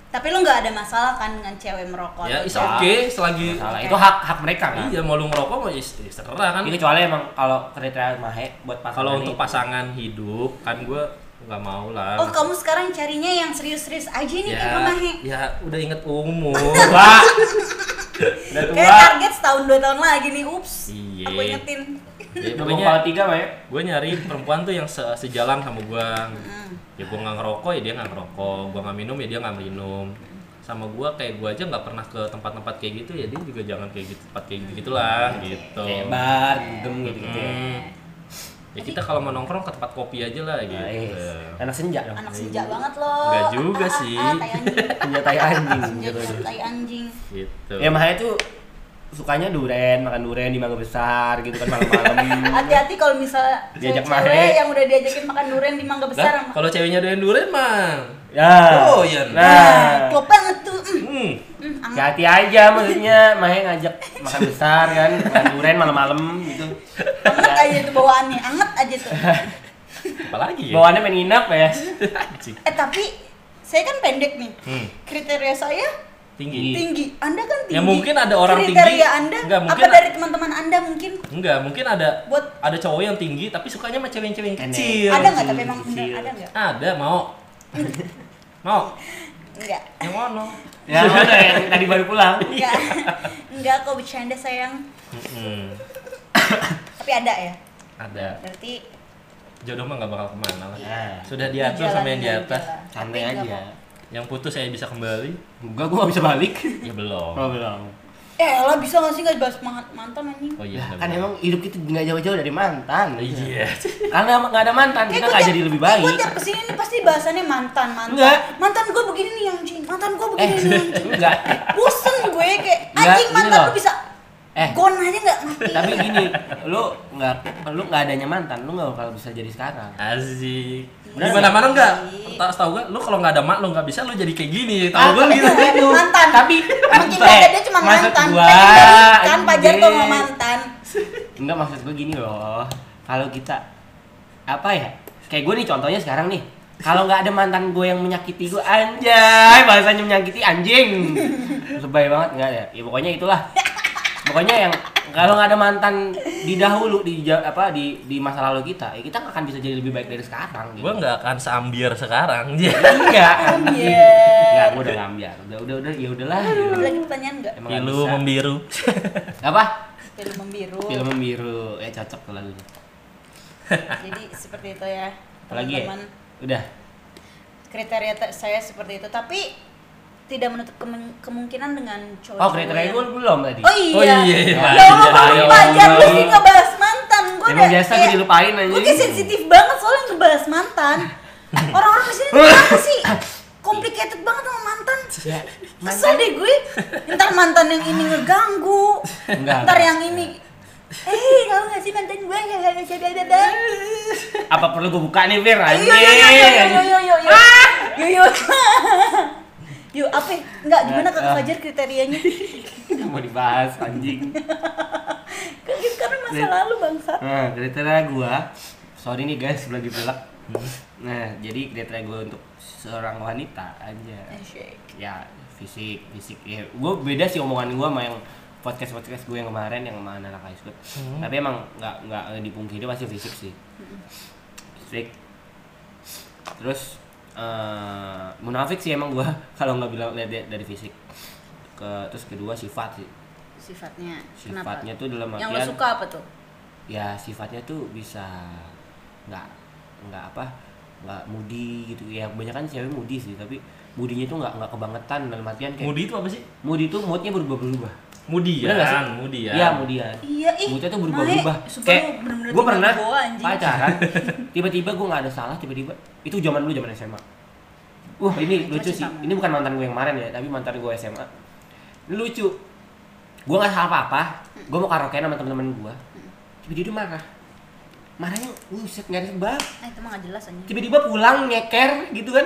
Tapi lu nggak ada masalah kan dengan cewek merokok? Ya, is Ah. oke selagi Salah itu hak hak mereka kan. Iya, mau lu ngerokok mau is, is terserah kan. Ini kecuali emang kalau kriteria mahe buat pasangan. Kalau untuk itu. pasangan hidup kan gua nggak mau lah. Oh kamu sekarang carinya yang serius-serius aja nih kayak gue Mahe. ya udah inget umur tua. Udah tua. Kayak target setahun dua tahun lagi nih, ups. Iya. Aku ingetin. ya, Udah pokoknya kepala tiga Mahe. gue nyari perempuan tuh yang se- sejalan sama gue Hmm, ya gue nggak ngerokok ya dia nggak ngerokok gue nggak minum ya dia nggak minum sama gue kayak gue aja nggak pernah ke tempat-tempat kayak gitu ya dia juga jangan kayak gitu tempat kayak gitu gitulah gitu Kayak bar, gem gitu-gitu ya. Hmm. ya kita kalau mau nongkrong ke tempat kopi aja lah gitu Nice. Nah, eh, Anak senja dong. Anak senja banget loh. Nggak juga Ah, ah, sih. ah, tai anjing. Senja tai anjing Senja gitu. tai anjing. gitu Ya Mahe tuh sukanya duren, makan duren di Mangga Besar gitu kan malam-malam. Hati-hati kalau misalnya Diajak cewek Mahe. yang udah diajakin makan durian di Mangga Lah, Besar. kalau ceweknya doyan durian mah ya. Oh, iya. Nah, Nah, klop banget tuh. Mm, hmm. mm, ang- hati aja maksudnya Mahe ngajak makan besar kan, makan duren malam-malam gitu. Anget aja tuh bawaannya, anget aja tuh. apalagi ya Bawaannya pengen nginep ya. Anjing. Eh tapi saya kan pendek nih. Hmm. Kriteria saya tinggi tinggi. Anda kan tinggi. Iya. Ya, mungkin ada orang Kriteria tinggi. Anda Nggak, apa mungkin- dari teman-teman Anda mungkin Enggak, mungkin ada Buat- ada cowok yang tinggi tapi sukanya sama cewek-cewek yang Pendek. Iya, kecil. ada nggak tapi emang kecil. bener, ada nggak? Ada, mau. mau. Enggak. Yang mana? Ya, mana yang tadi baru pulang. Enggak. Enggak kok bercanda sayang. Mm-mm. Tapi ada ya. Ada. Berarti Jodoh mah nggak bakal kemana lah. Ya, Sudah diatur sama yang di dijalani atas. aja lah. Tapi santai nggak aja. mau. Yang putus saya bisa kembali? Enggak, gua gak bisa balik. Ya belum. Oh, belum. Eh, lah bisa nggak sih nggak bahas mantan mantan anjing? Oh iya. Ya, nggak kan bisa. emang hidup kita nggak jauh-jauh dari mantan. Iya. Karena emang nggak ada mantan, kita gua nggak tiap- jadi lebih kayak Gua baik. tiap kesini nih pasti bahasannya mantan mantan. Nggak. Mantan gue begini nih anjing. Mantan gue Eh, begini nih anjing. enggak. Bosen gue kayak Nggak, anjing ini mantan loh. lu bisa Eh, gon aja nggak Nah, iya. mati. tapi gini, lu nggak, lu nggak adanya mantan, lu nggak bakal bisa jadi sekarang. Asik. Di Bener mana-mana sih. enggak? Tahu tahu gua, lu kalau nggak ada mak lu nggak bisa lu jadi kayak gini. Tahu Ah, gua tapi gitu. nggak ada mantan. Tapi Makin eh, gak ada dia cuma maksud mantan. gua, Kan, kan pajar tuh sama anjing. mantan. Enggak maksud gue gini loh. Kalau kita apa ya? Kayak gue nih contohnya sekarang nih. Kalau nggak ada mantan gue yang menyakiti gue anjay, bahasanya menyakiti anjing. Lebay banget nggak ya? Ya pokoknya itulah. Pokoknya yang kalau nggak ada mantan di dahulu di ja- apa di di masa lalu kita, ya kita nggak akan bisa jadi lebih baik dari sekarang. Gitu. Gua nggak akan seambiar sekarang. Iya. enggak. Enggak, Iya. gue udah ngambil. Udah udah udah ya udahlah. Ada Gitu. lagi pertanyaan nggak? Emang nggak Pilu bisa. membiru. apa? Film membiru. Pilu membiru. Ya cocok tuh lagunya. Jadi seperti itu ya. Apalagi ya? teman-teman. Udah. kriteria te- saya seperti itu tapi tidak menutup kemen- kemungkinan dengan cowok Oh, kriteria gue belum tadi. Oh iya. Oh, iya, iya. Ya Allah, Ayo, baru dipajar lu ayo. sih ngebahas mantan. Gua Emang biasa gue dilupain aja. Gue kayak sensitif banget soalnya ngebahas mantan. Orang-orang di sini kenapa sih? Complicated banget sama mantan. Ya, Kesel deh gue. Ntar mantan yang ini ngeganggu. Enggak, Ntar enggak. yang ini Hei, tahu gak sih mantan Ya, gue yang gak bisa dadadang? Apa perlu gue buka nih, Fir? Ayo, yo, yo, yo, yo, yo, yo, yo, yo, yo, apa? Enggak, gimana kakak Ah. Fajar kriterianya? Anjing. Mau dibahas, anjing. Kan gitu karena masa lalu bangsa. Nah, kriteria gua, sorry nih guys, gua lagi belak. Nah, jadi kriteria gua untuk seorang wanita aja. Ya, fisik, fisik. Ya, gua beda sih omongan gua sama yang podcast podcast gue yang kemarin yang sama anak high school. Tapi emang nggak nggak dipungkiri pasti fisik sih. Fisik. Terus eh munafik sih emang gua kalau nggak bilang lihat dia dari fisik. Ke, terus kedua sifat sih. Sifatnya, kenapa? Sifatnya tuh dalam Yang lo artian- suka apa tuh? ya sifatnya tuh bisa nggak nggak apa nggak mudi gitu ya kebanyakan cewek mudi sih tapi mudinya tuh nggak nggak kebangetan dalam artian kayak Mudi itu apa sih? mudi tuh moodnya berubah-berubah Bener nggak sih? Mudian, mudian. iya mudian Iya, ih. moodnya tuh Mae, berubah-berubah sumpah kayak lu bener-bener gue tinggal pernah di bawah, anjing. pacaran tiba-tiba gue nggak ada salah tiba-tiba itu zaman dulu zaman SMA wah ini Itu lucu cinta sih monyet. ini bukan mantan gue yang kemarin ya tapi mantan gue SMA Ini lucu gue nggak salah apa-apa gue mau karaokean sama teman-teman gue Hmm. tiba-tiba dia marah marahnya buset nggak ada sebab Ah, itu mah gak jelas anjing. tiba-tiba pulang nyeker gitu kan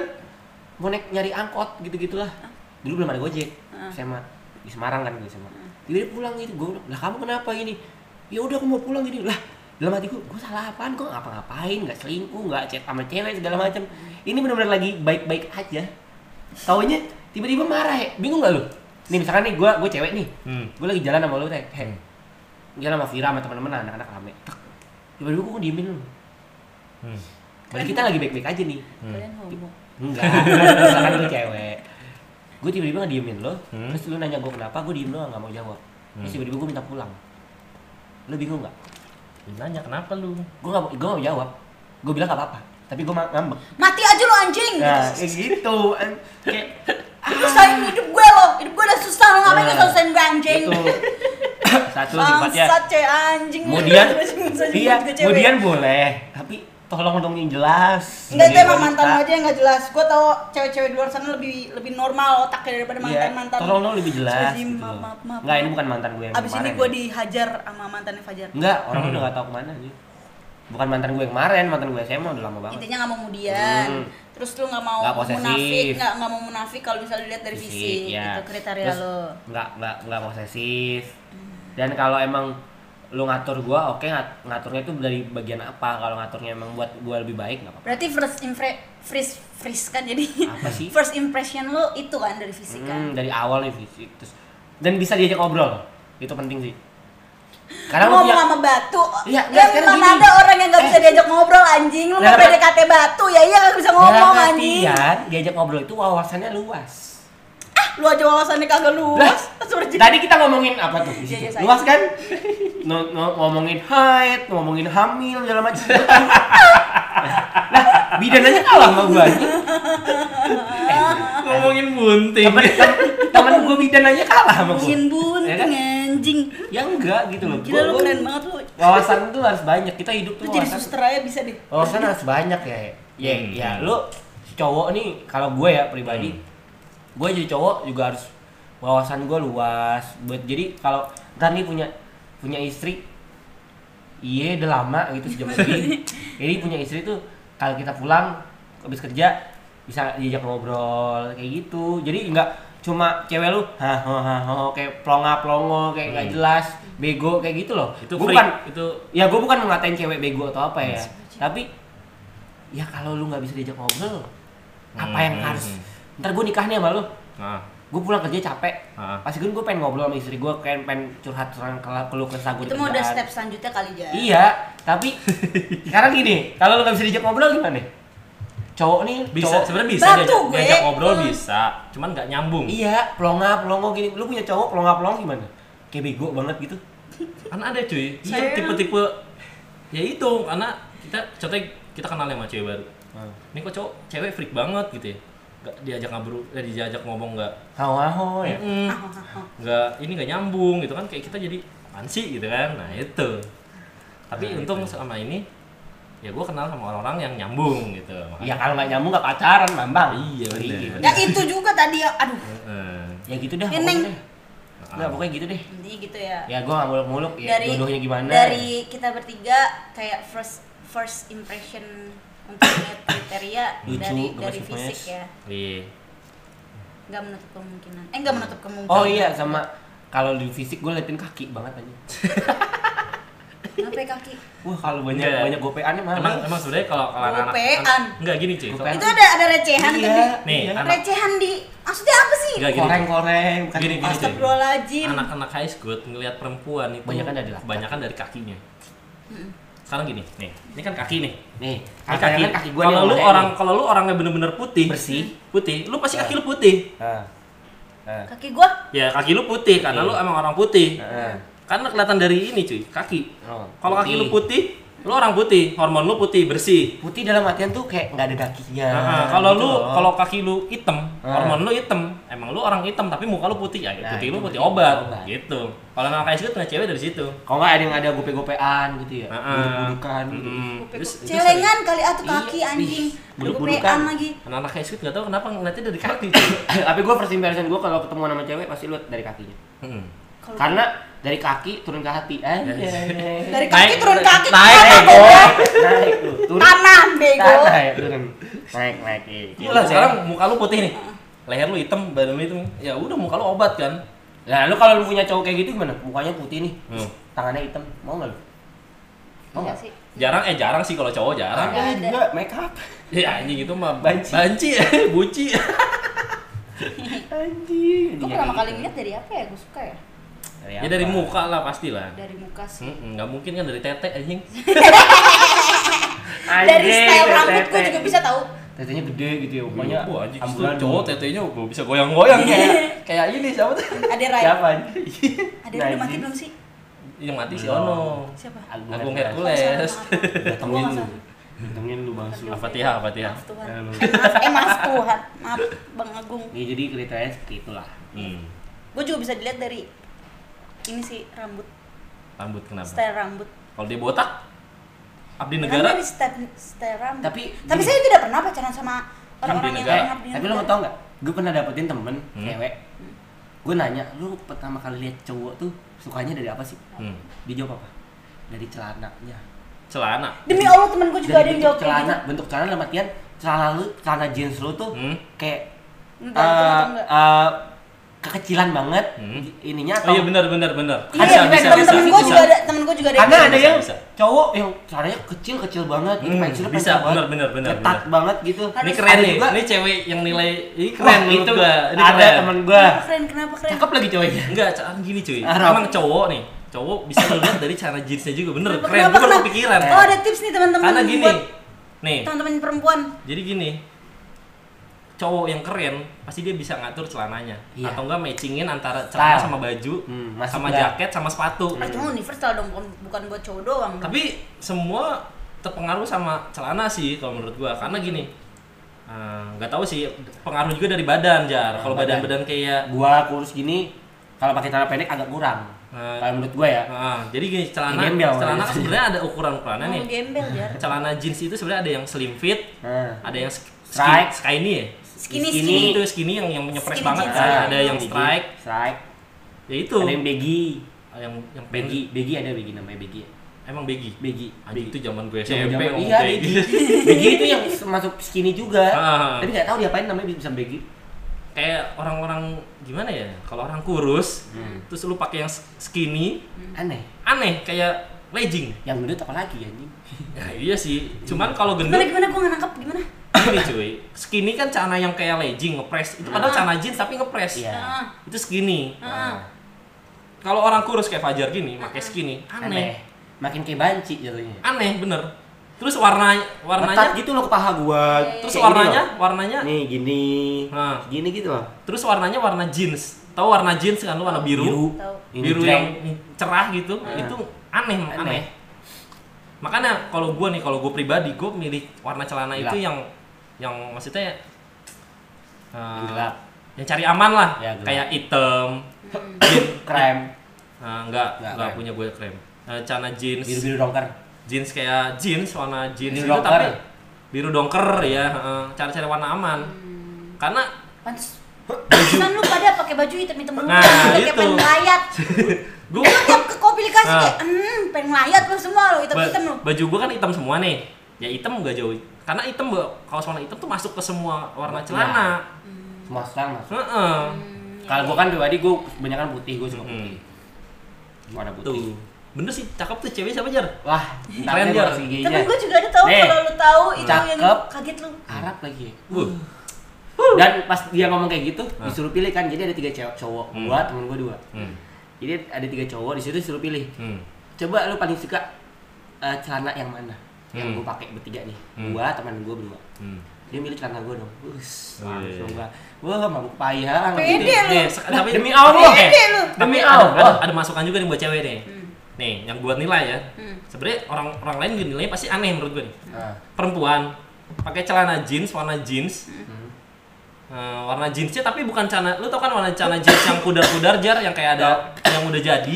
mau naik nyari angkot gitu gitulah dulu belum ada gojek SMA di Semarang kan gue SMA tiba-tiba pulang gitu gue bilang, lah kamu kenapa ini ya udah aku mau pulang gini lah dalam hati gue gue salah apaan gue ngapa ngapain nggak selingkuh nggak chat sama cewek segala macam ini benar-benar lagi baik-baik aja taunya tiba-tiba marah ya bingung gak lu nih misalkan nih gue gue cewek nih Hmm. gue lagi jalan sama lu teh Heh. jalan sama Vira sama teman-teman anak-anak rame Tek. tiba-tiba gue diemin lu Hmm. Padahal kita lagi baik-baik aja nih Kalian homo. Enggak, misalkan gue cewek Gue tiba-tiba ngediemin lo, Hmm. terus lu nanya gue kenapa, gue diem doang gak mau jawab Terus tiba-tiba gue minta pulang Lu bingung gak? Lu Nanya kenapa lu? Gue gak, gue gak mau jawab Gue bilang gak apa-apa, tapi gue ma- ngambek Mati aja lo anjing. ah, Nah, kayak gitu An- Kayak Lu sayang hidup gue lo. Hidup gue udah susah lo ngapain Nah, lu selesain gue anjing. gitu Satu sifatnya Bangsat cewek anjing. Kemudian, iya, kemudian. kemudian boleh Tapi tolong dong yang jelas Enggak itu Sebagai emang mantan lo wanita. aja yang gak jelas. Gue tau cewek-cewek di luar sana lebih lebih normal otaknya daripada Iya, mantan-mantan. tolong dong lebih jelas Sorry, gitu maaf, loh. maaf, maaf, Enggak, ini maaf. bukan mantan gue yang Abis ini kemarin gue ya. dihajar sama mantannya Fajar. Enggak, orang udah gak tahu kemana sih. Bukan mantan gue yang kemarin, mantan gue SMA udah lama banget. Intinya nggak mau mudian. Hmm. Terus lu nggak mau Nggak posesif. munafik, nggak nggak mau munafik kalau misalnya dilihat dari fisik, ya. gitu kriteria Hmm. Terus lo. Nggak nggak nggak posesif. Dan kalau emang lu ngatur gue, oke ngat- ngaturnya itu dari bagian apa? Kalau ngaturnya emang buat gue lebih baik nggak apa-apa. Berarti first impre first first kan jadi Apa sih? first impression lo itu kan dari fisik kan. Hmm, dari awal nih fisik terus dan bisa diajak ngobrol itu penting sih. Karena Lu ngomong lu punya sama batu. Iya, Ya, nggak, sekarang mana gini. Eh. ada orang yang nggak bisa diajak ngobrol anjing. Lu mau Dalam- PDKT batu ya iya nggak bisa ngomong dalam anjing. artian, kan? diajak ngobrol itu wawasannya luas. Lu aja wawasannya kagak Lah, luas. Seperti tadi kita ngomongin apa tuh? di Iya, situ? iya, saya. Luas kan? No- no- ngomongin haid, ngomongin hamil, segala macam. nah, bidan aja kalah sama gua. "Ah, Ngomongin bunting. Temen gua bidan aja kalah sama gua. Bikin bunting Ya kan? anjing. Ya enggak gitu loh. Gila Gua- lu gua- keren banget lu. Wawasan tuh harus banyak. Kita hidup Lu tuh jadi wawasan. suster aja bisa deh. Wawasan harus banyak ya. Ya, Hmm. ya lu cowok nih kalau gue ya pribadi gue jadi cowok juga harus wawasan gue luas buat jadi kalau ntar nih punya punya istri iya udah lama gitu sejam lebih jadi punya istri tuh kalau kita pulang habis kerja bisa diajak ngobrol kayak gitu jadi nggak cuma cewek lu hah hah, hah, hah, kayak plonga plongo kayak nggak jelas bego kayak gitu loh Itu Gua freak, bukan itu ya gue bukan mengatain cewek bego atau apa ya tapi ya kalau lu nggak bisa diajak ngobrol apa yang Hmm. harus ntar gue nikah nih sama lu nah, gue pulang kerja capek Ah. pasti kan gue pengen ngobrol sama istri gue pengen pengen curhat tentang kela- keluh kesah gue Itu mau udah step selanjutnya kali aja. iya tapi sekarang gini kalau lu nggak bisa diajak ngobrol gimana cowok nih bisa cowok, sebenarnya bisa Batu diajak, gue. diajak ngobrol Hmm. bisa, cuman nggak nyambung. iya pelonga pelongo gini lu punya cowok pelonga pelongo gimana kayak bego banget gitu Kan ada cuy. Itu Saya- tipe-tipe ya itu karena kita contohnya kita kenal sama cewek baru. Ini kok cowok cewek freak banget gitu ya. nggak diajak ngobrol eh, diajak ngomong nggak Hawa-hawa ya. "Mm, nggak ini nggak nyambung gitu kan kayak kita jadi apaan sih gitu kan nah itu tapi Nah, untung selama ini ya gue kenal sama orang-orang yang nyambung gitu Ya kalau nggak nyambung nggak pacaran, Bambang. Iya, bener. gitu. ya itu juga tadi ya aduh Heeh. Ya gitu dah. Neneng. pokoknya deh. Nggak pokoknya gitu deh. intinya gitu ya Ya gua nggak muluk-muluk. Ya jodohnya gimana? dari kita bertiga kayak first first impression untuk lihat kriteria Lucu, dari gemes dari gemes. fisik ya Iya. nggak menutup kemungkinan eh nggak menutup kemungkinan Oh iya sama kalau di fisik gue liatin kaki banget aja. kenapa ya kaki Wah kalau banyak Iya. banyak gopeannya mah. Emang emang sebenarnya kalau kalau anak-anak Gopean. enggak gini cuy. Kalau- Gopean. itu ada ada recehan Iya. gitu tadi Nih, anu. Iya. anak- recehan di maksudnya apa sih Enggak gini. koreng koreng bukan Gini, gini, plastik. gini. Astagfirullahaladzim Anak-anak high school ngelihat perempuan itu Kebanyakan dari laki. kebanyakan dari kakinya. Sekarang gini, nih. Ini kan kaki nih. Nih, Ini kaki, Ah, kaki. kaki gua nih Kalau yang lu warnanya orang kalau lu orangnya bener-bener putih, Bersih. Nah. putih, lu pasti kaki lu putih. nih. Ah. Ah. kaki gua Ya, kaki lu putih karena Iya. lu emang orang putih. Ah. Karena kelihatan dari ini cuy, kaki. Oh, Kalau kaki lu putih, lu orang putih, hormon lu putih, bersih. putih dalam artian tuh kayak nggak ada kakinya. Nah, kalau gitu lu loh. kalau kaki lu hitam, Ah. hormon lu hitam, emang lu orang hitam tapi muka lu putih ya, ya Nah, putih itu lu putih putih obat, obat. gitu. Kalau anak high school punya cewek dari situ. kalau nggak ada yang ada gope-gopean gitu ya, Heeh. buruk-burukan gitu. Ah, Mm-mm. Hmm. Terus itu celengan kali ah tuh Iya, kaki ih, kan? anjing buluk-bulukan. Gopean lagi sering. Anak-anak high school nggak tahu kenapa ngeliatnya dari kaki. cuy. Tapi gue first impression gue kalau ketemu sama cewek pasti lihat dari kakinya. Mm. Kalau- Karena dari kaki turun ke hati. Anjay. dari Naik- kaki turun naik, kaki tanah bego. goblok. naik tuh, turun tanah bego tanah ya, turun. Naik, naik. iya. Gila, sekarang muka lu putih nih. Leher lu hitam, badan lu hitam. Ya udah muka lu obat kan. Nah, lu kalau lu punya cowok kayak gitu gimana? Mukanya putih nih, Hmm. tangannya hitam, mau nggak lu? Mau Iya nggak? sih. Jarang eh jarang sih kalau cowok jarang. Nggak Tangannya ada. Iya. juga make up. Ya anjing itu mah Iya. Banci. Ya, banci, buci. Anjing. Iya, gitu. Gua pertama kali ngeliat dari apa ya? Gua suka ya? Ya dari muka lah pastilah. Dari muka sih. Mm-mm, Nggak mungkin kan dari tete anjing. Dari style rambut gua juga bisa tahu. Tetenya gede gitu ya, mukanya. Pokoknya Iya, anjing itu ambulan. cowok tetenya gua bisa goyang-goyang ya. kayak ini siapa tuh? Ada Rai. Siapa? anjing? Ada yang udah mati Najis. belum sih? Yang mati si Belum. Ono. Siapa? Agung Hercules. Hercules. Nah, Datengin lu. Datengin lu bang Su. Al-Fatihah, Al-Fatihah. Maaf Tuhan. Ya, lu. Eh, maaf, eh maaf Tuhan. Maaf Bang Agung. Ya jadi kriterianya seperti itulah. Hmm. Gua juga bisa dilihat dari ini sih rambut, Rambut kenapa? style rambut. Kalau dia botak Abdi Karena Negara di style, style rambut. Tapi- tapi gini. saya tidak pernah pacaran sama orang-orang yang negara. orang abdi Tapi lo mau negara. tau nggak? Gue pernah dapetin temen Hmm. cewek. Gue nanya, lu pertama kali lihat cowok tuh sukanya dari apa sih? Hmm. Dia jawab apa? Dari celananya. celana. Demi Allah temen gue juga ada Dari yang jawab bentuk kayak celana, gitu. bentuk celana dalam artian celana lu, celana jeans lu tuh Hmm. kayak Entah itu eh, atau enggak. eh, kekecilan banget Hmm. ininya Oh atau iya benar benar benar. Iya, Bisa, temen- bisa, temen-temen bisa, gue bisa. juga ada, temen gue juga ada. yang karena kayak ada bisa, yang bisa. cowok yang celananya kecil kecil banget gitu Hmm, pensilnya bisa, pencil banget, benar, benar, benar, ketat benar. banget gitu Ini Harus keren ada nih. juga- Ini cewek yang nilai ini Wah, keren menurut itu gua. Ini ada keren. temen gua Kenapa keren? Kenapa keren? cakep lagi cowoknya Enggak, ca- gini cuy. Arab. Emang cowok nih, cowok bisa ngeliat dari cara jeansnya juga bener Kenapa- keren. kenapa- Gua baru kenapa? kepikiran. Oh ada tips nih teman-teman. Karena gini. buat Nih, Teman-teman perempuan. jadi gini. Cowok yang keren pasti dia bisa ngatur celananya Iya. atau enggak matchingin antara celana Style. sama baju, Hmm, masuk Hmm. sama enggak? jaket, sama sepatu. Nah, Ah, cuma universal dong, bukan- bukan buat cowok doang. dong. Tapi semua terpengaruh sama celana sih kalau menurut gua. Karena gini, eh, nggak tahu sih pengaruh juga dari badan jar. Kalau Badan. badan-badan kayak gua kurus gini kalau pakai celana pendek agak kurang Nah. kalau menurut gua ya Ah, jadi gini celana, Ini gembel, celana gitu. kan sebenarnya ada ukuran ukurannya Mau nih. gembel jar. Celana jeans itu sebenarnya ada yang slim fit, nah. ada yang sk- Strike. ski- skinny ya. Skinny Skinny. skinny. Itu skinny yang yang nyepres Skinny banget, jeans. kan. Ah, ada yang strike, strike ya itu. ada yang baggy Ah, yang yang baggy. baggy baggy ada baggy namanya baggy ya? Emang baggy. baggy Anjing itu zaman gue SMP Jaman-jaman- ngomong iya baggy. baggy baggy itu yang masuk skinny juga Ah. tapi nggak tahu diapain namanya bisa baggy Kayak orang-orang gimana ya? Kalau orang kurus, Hmm. terus lu pakai yang s- skinny, aneh aneh kayak legging. yang gendut apalagi anjing Ya, iya sih. Cuman kalau gendut Gimana gimana gue nggak nangkep gimana? gini cuy skinny kan celana yang kayak legging ngepres itu padahal Ah. celana jeans tapi ngepres Iya. Ah, itu skinny ah. kalau orang kurus kayak Fajar gini pakai skinny Ah. aneh aneh makin kayak banci jadinya aneh bener terus warna Ketat warnanya gitu loh ke paha gua terus Kayak warnanya gini warnanya loh. nih gini Nah. gini gitu loh terus warnanya warna jeans tahu warna jeans kan lu warna biru Tahu. Ini biru jreng. yang cerah gitu Ah. itu aneh aneh, aneh makanya kalau gua nih kalau gue pribadi gue milih warna celana Gelap. itu yang yang maksudnya eh, Gelap. yang cari aman lah Ya, gelap. kayak item Krem, eh, enggak Enggak, enggak krem. punya gue krem Eh, celana jeans biru-biru dongker. jeans kayak jeans warna jeans Biru gitu dongker tapi ya? biru dongker ya eh, cari-cari warna aman karena Pantes. Pantesan lu pada pakai baju hitam-hitam mulu. Nah, Udah kayak itu. pengen ngelayat. gue Lu tiap ke komplikasi Nah. kayak, hmm, pengen ngelayat lu semua lu hitam-hitam lu. Ba- baju gue kan hitam semua nih ya hitam gak jauh karena hitam gua- kaos warna hitam tuh masuk ke semua warna Iya. celana Semua sekarang masuk. Heeh. Hmm. Kalau gua kan pribadi gua kebanyakan putih, gua suka putih. Warna putih. tuh bener sih cakep tuh cewek siapa jar Wah, ntar Keren, deh Jar. gua kasih IG-nya. Temen gue juga ada tahu Nih. kalau lu tahu itu yang Cakep. kaget lu. Arab lagi. ya. Wuh. Dan pas dia ngomong kayak gitu, disuruh pilih kan. Jadi ada tiga cewek cowok, gua temen gua dua. Hmm. Jadi ada tiga cowok di situ disuruh pilih. Hmm. Coba lu paling suka eh, celana yang mana? Hmm. Yang gua pakai bertiga nih. Hmm. Gua teman gua berdua. Hmm. Dia milih celana gua dong. Bus, Oh, iya, langsung iya. gua. Wah, mabuk payah. Pede Nih, lu. nih, sek- Lah, tapi- demi Allah. Eh, Pede lu. tapi Demi ada, ada, Allah. ada masukan juga nih buat cewek nih Hmm. nih yang buat nilai ya Hmm. sebenarnya orang orang lain juga nilainya pasti aneh menurut gue nih Nah, perempuan pakai celana jeans warna jeans Hmm. Eh, warna jeansnya tapi bukan celana lu tau kan warna celana jeans yang pudar-pudar jar yang kayak ada Iya. yang udah jadi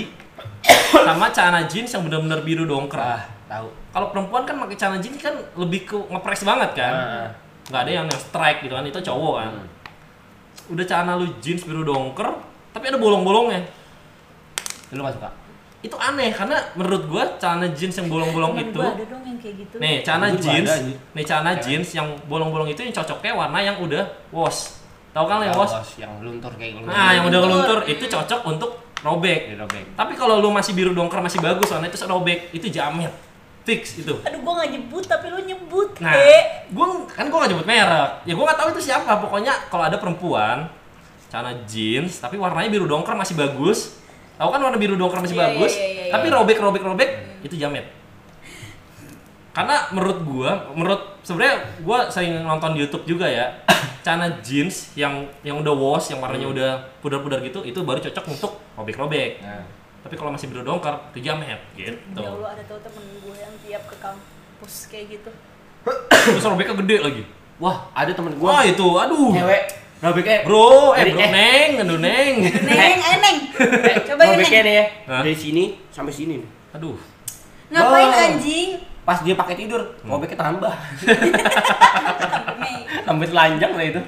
sama celana jeans yang bener-bener biru dongker ah, tahu. kalau perempuan kan pakai celana jeans kan lebih ke ngepres banget kan Ah. nggak ada yang yang strike gitu kan itu cowok kan Hmm. udah celana lu jeans biru dongker tapi ada bolong-bolongnya Lu gak suka? itu aneh karena menurut gua celana jeans yang bolong-bolong Temen itu gua ada dong yang kayak gitu. Nih, celana Gua juga jeans, ada, anjing. nih celana Ya. jeans yang bolong-bolong itu yang cocoknya warna yang udah wash. Tahu kan yang ya, wash? Kaos yang luntur kayak lu. Nah, yang udah Luntur. luntur itu cocok untuk robek. dirobek. Tapi kalau lu masih biru dongker masih bagus, soalnya itu robek, itu jamet. Fix itu. Aduh gua nggak nyebut tapi lu nyebut. Nah, Eh. gua kan gua gak nyebut merek. Ya gua gak tahu itu siapa. Pokoknya kalau ada perempuan celana jeans tapi warnanya biru dongker masih bagus. Tahu kan warna biru dongker masih Iya, iya, bagus, iya, Hmm. iya, tapi iya. robek robek robek itu jamet. Karena menurut gua, menurut sebenarnya gua sering nonton di YouTube juga ya. Celana jeans yang yang udah wash, yang warnanya Hmm. udah pudar-pudar gitu, itu baru cocok untuk robek-robek. Nah. Tapi kalau masih biru dongker, itu jamet gitu. Ya Allah ada tau temen gue yang tiap ke kampus kayak gitu. Terus robeknya gede lagi. Wah, ada temen Wah, gua itu aduh. cewek robeknya Bro, eh Jadi, bro, eh. neng, aduh neng. Neng, eh Neng. Coba yuk robeknya Neng. nih ya. Hah? Dari sini sampai sini nih. Aduh. Ngapain Wow. anjing? Pas dia pakai tidur, Hmm. robeknya tambah. Neng. Sampai telanjang lah itu.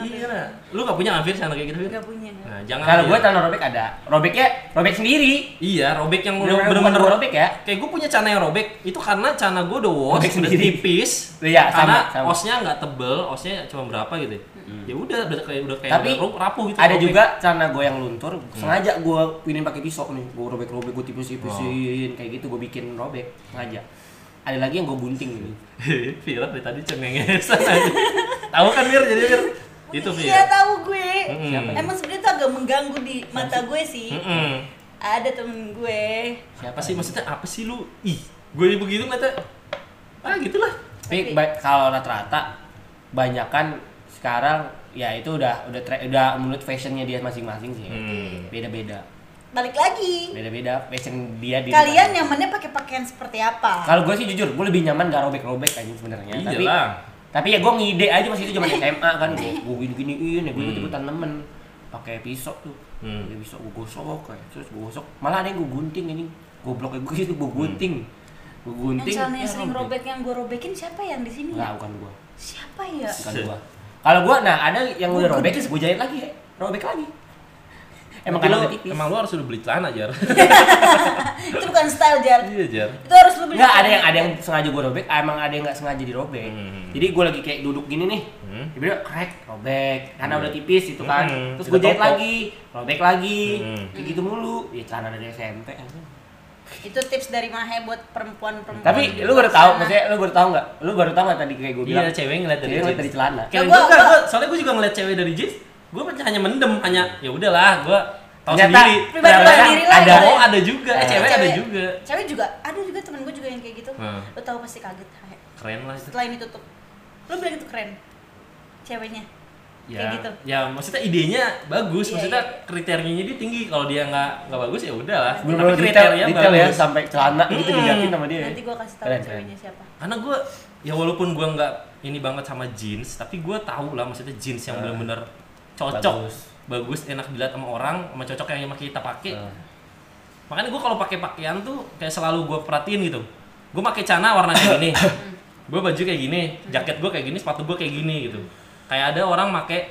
Iya. Ra. Lu gak punya Anfir sana kayak gitu, Fir? Gak punya. gak? Nah, jangan. ya. Kalau Fir. gua celana robek ada. Robeknya robek sendiri. Iya, robek yang Bener-bener bener-bener bukan robek ya. Kayak gue punya cana yang robek, itu karena cana gue udah wash, Robek udah sendiri. tipis. Iya, sama, karena sama. osnya nggak tebel, osnya cuma berapa gitu. ya. Ya udah, udah kayak udah kayak Tapi udah ru- rapuh gitu. ada robek. Hmm. juga celana gua yang luntur. Sengaja gua pinin pakai pisau nih. Gua robek-robek, gua Oh. tipis-tipisin kayak gitu, gua bikin robek sengaja. Ada lagi yang gua bunting nih. Fir dari tadi cengengesan aja. Tahu kan Fir jadi Fir? Itu Fir. Iya tahu gue. Mm-mm. Siapa Emang sebenarnya tuh agak mengganggu di mata gue sih. Mm-mm. Ada temen gue. Iya, Apa sih maksudnya apa sih lu? Ih, gue begitu ngata. Ah, gitulah. tapi ba- kalau rata-rata banyakan sekarang ya itu udah udah tre- udah menurut fashionnya dia masing-masing sih Hmm. beda-beda Balik lagi. beda-beda fashion dia di Kalian ya? nyamannya pakai pakaian seperti apa? kalau gue sih jujur gue lebih nyaman gak robek-robek aja Ya, sebenarnya tapi Iyalah. tapi ya gue ngide aja pas itu zaman SMA kan gue gue gini giniin ya gue ikut ikutan nemen pakai pisau tuh Hmm. pakai pisau gue gosok kayak terus gue gosok malah ada yang gue gunting ini goblok gue gitu Hmm. gue gunting gue Yang gunting celana yang ya sering robek yang gue robekin siapa yang di sini? nggak ya? bukan gue Siapa ya? Bukan gua. Kalau gua nah ada yang udah Gua robek, gede. gua jahit lagi, ya. robek lagi. Emang Tapi kalau lu, udah tipis. emang lu harus udah beli celana, Jar. Itu bukan style jar. iya, Jar. Itu harus lu beli. Enggak ada yang ada yang sengaja gua robek, emang ada yang nggak sengaja dirobek. Hmm. Jadi gua lagi kayak duduk gini nih. Hmm. Tiba-tiba krek, robek. Karena udah tipis itu kan. Hmm. Terus Kita gua jahit topok. lagi, robek lagi. Hmm. Kayak gitu mulu. Ya celana dari SMP. Itu tips dari Mahe buat perempuan-perempuan. Tapi lu baru tahu, maksudnya lu baru tahu nggak? Lu baru tahu nggak tadi kayak gua bilang? Iya, cewek ngeliat dari Cewek ngeliat jeans. dari celana. Kayak Ya, gua- juga, gua- gua- soalnya gue juga ngeliat cewek dari jeans, gue hanya mendem, hanya ya udahlah, gue tahu Ternyata- sendiri. pribadi Ternyata sendiri lah, ada gitu oh ya. ada juga, eh, Eh, cewek ada juga. Cewek juga. Ada juga temen gue juga yang kayak gitu. Hmm. Lu tahu pasti kaget. Mahe. Keren lah itu. Setelah ini tutup. Lu bilang itu keren. Ceweknya. Ya, Kayak gitu. ya maksudnya idenya bagus, Iya, maksudnya iya. kriterianya dia tinggi. Kalau dia nggak nggak bagus ya udahlah. Bener-bener detail, detail ya Hmm. Iya. sampai celana gitu dijatin sama dia. ya. Nanti gue kasih tahu Keren, ceweknya siapa. Karena gue ya walaupun gue nggak ini banget sama jeans tapi gue tahu lah maksudnya jeans yang bener-bener cocok Ah. Bagus. bagus. enak dilihat sama orang sama cocok yang emang kita pakai Eh, makanya gue kalau pakai pakaian tuh kayak selalu gue perhatiin gitu gue pakai cana warnanya gini gue baju kayak gini jaket gue kayak gini sepatu gue kayak gini gitu kayak ada orang make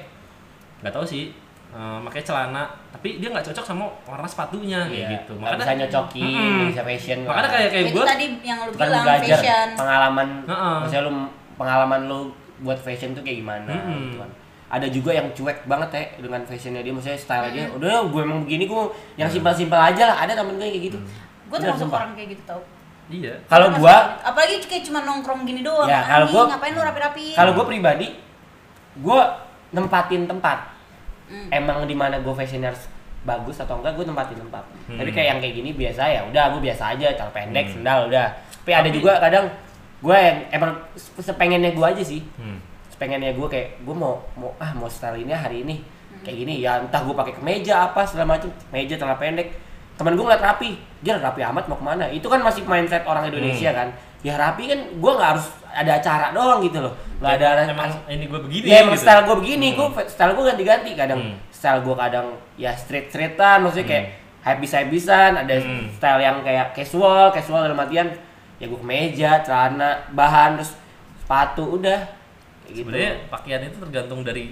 nggak tahu sih eh pakai celana tapi dia nggak cocok sama warna sepatunya kayak iya. gitu Nggak bisa makanya nyocokin, Mm-mm. nggak bisa fashion. makanya kayak kayak itu gue tadi yang lu Bukan lu bilang belajar fashion pengalaman, Heeh. misalnya lu pengalaman lu buat fashion tuh kayak gimana Mm-mm. gitu kan. Ada juga yang cuek banget ya dengan fashionnya dia, maksudnya style dia. Udah ya, gue emang begini, gue yang simpel-simpel aja lah. Ada temen gue yang kayak gitu. gue Bener, termasuk sumpah. orang kayak gitu tau iya Kalau gua, apalagi kayak cuma nongkrong gini doang Ya, anjing, kalau gua- ngapain lu rapi-rapi kalau gue pribadi, gue nempatin tempat. Emang di mana gue fashionnya harus bagus atau enggak gue tempatin tempat. Tapi kayak yang kayak gini biasa ya, udah gue biasa aja, celana pendek, Hmm. sendal udah. Tapi, ada Tapi- juga kadang gue yang emang se- sepengennya gue aja sih. Hmm. pengennya gue kayak gue mau mau ah mau style ini hari ini kayak gini ya entah gue pakai kemeja apa segala macam meja celana pendek temen gue ngeliat rapi dia rapi amat mau kemana itu kan masih mindset orang Indonesia kan ya rapi kan gue nggak harus ada acara doang gitu loh nggak ada emang ini gue begini ya emang gitu. style gue begini gue style gue ganti-ganti kadang Hmm. style gue kadang ya street streetan maksudnya kayak habis habisan ada Hmm. style yang kayak casual casual dalam artian ya gue kemeja celana bahan terus sepatu udah kayak gitu sebenarnya pakaian itu tergantung dari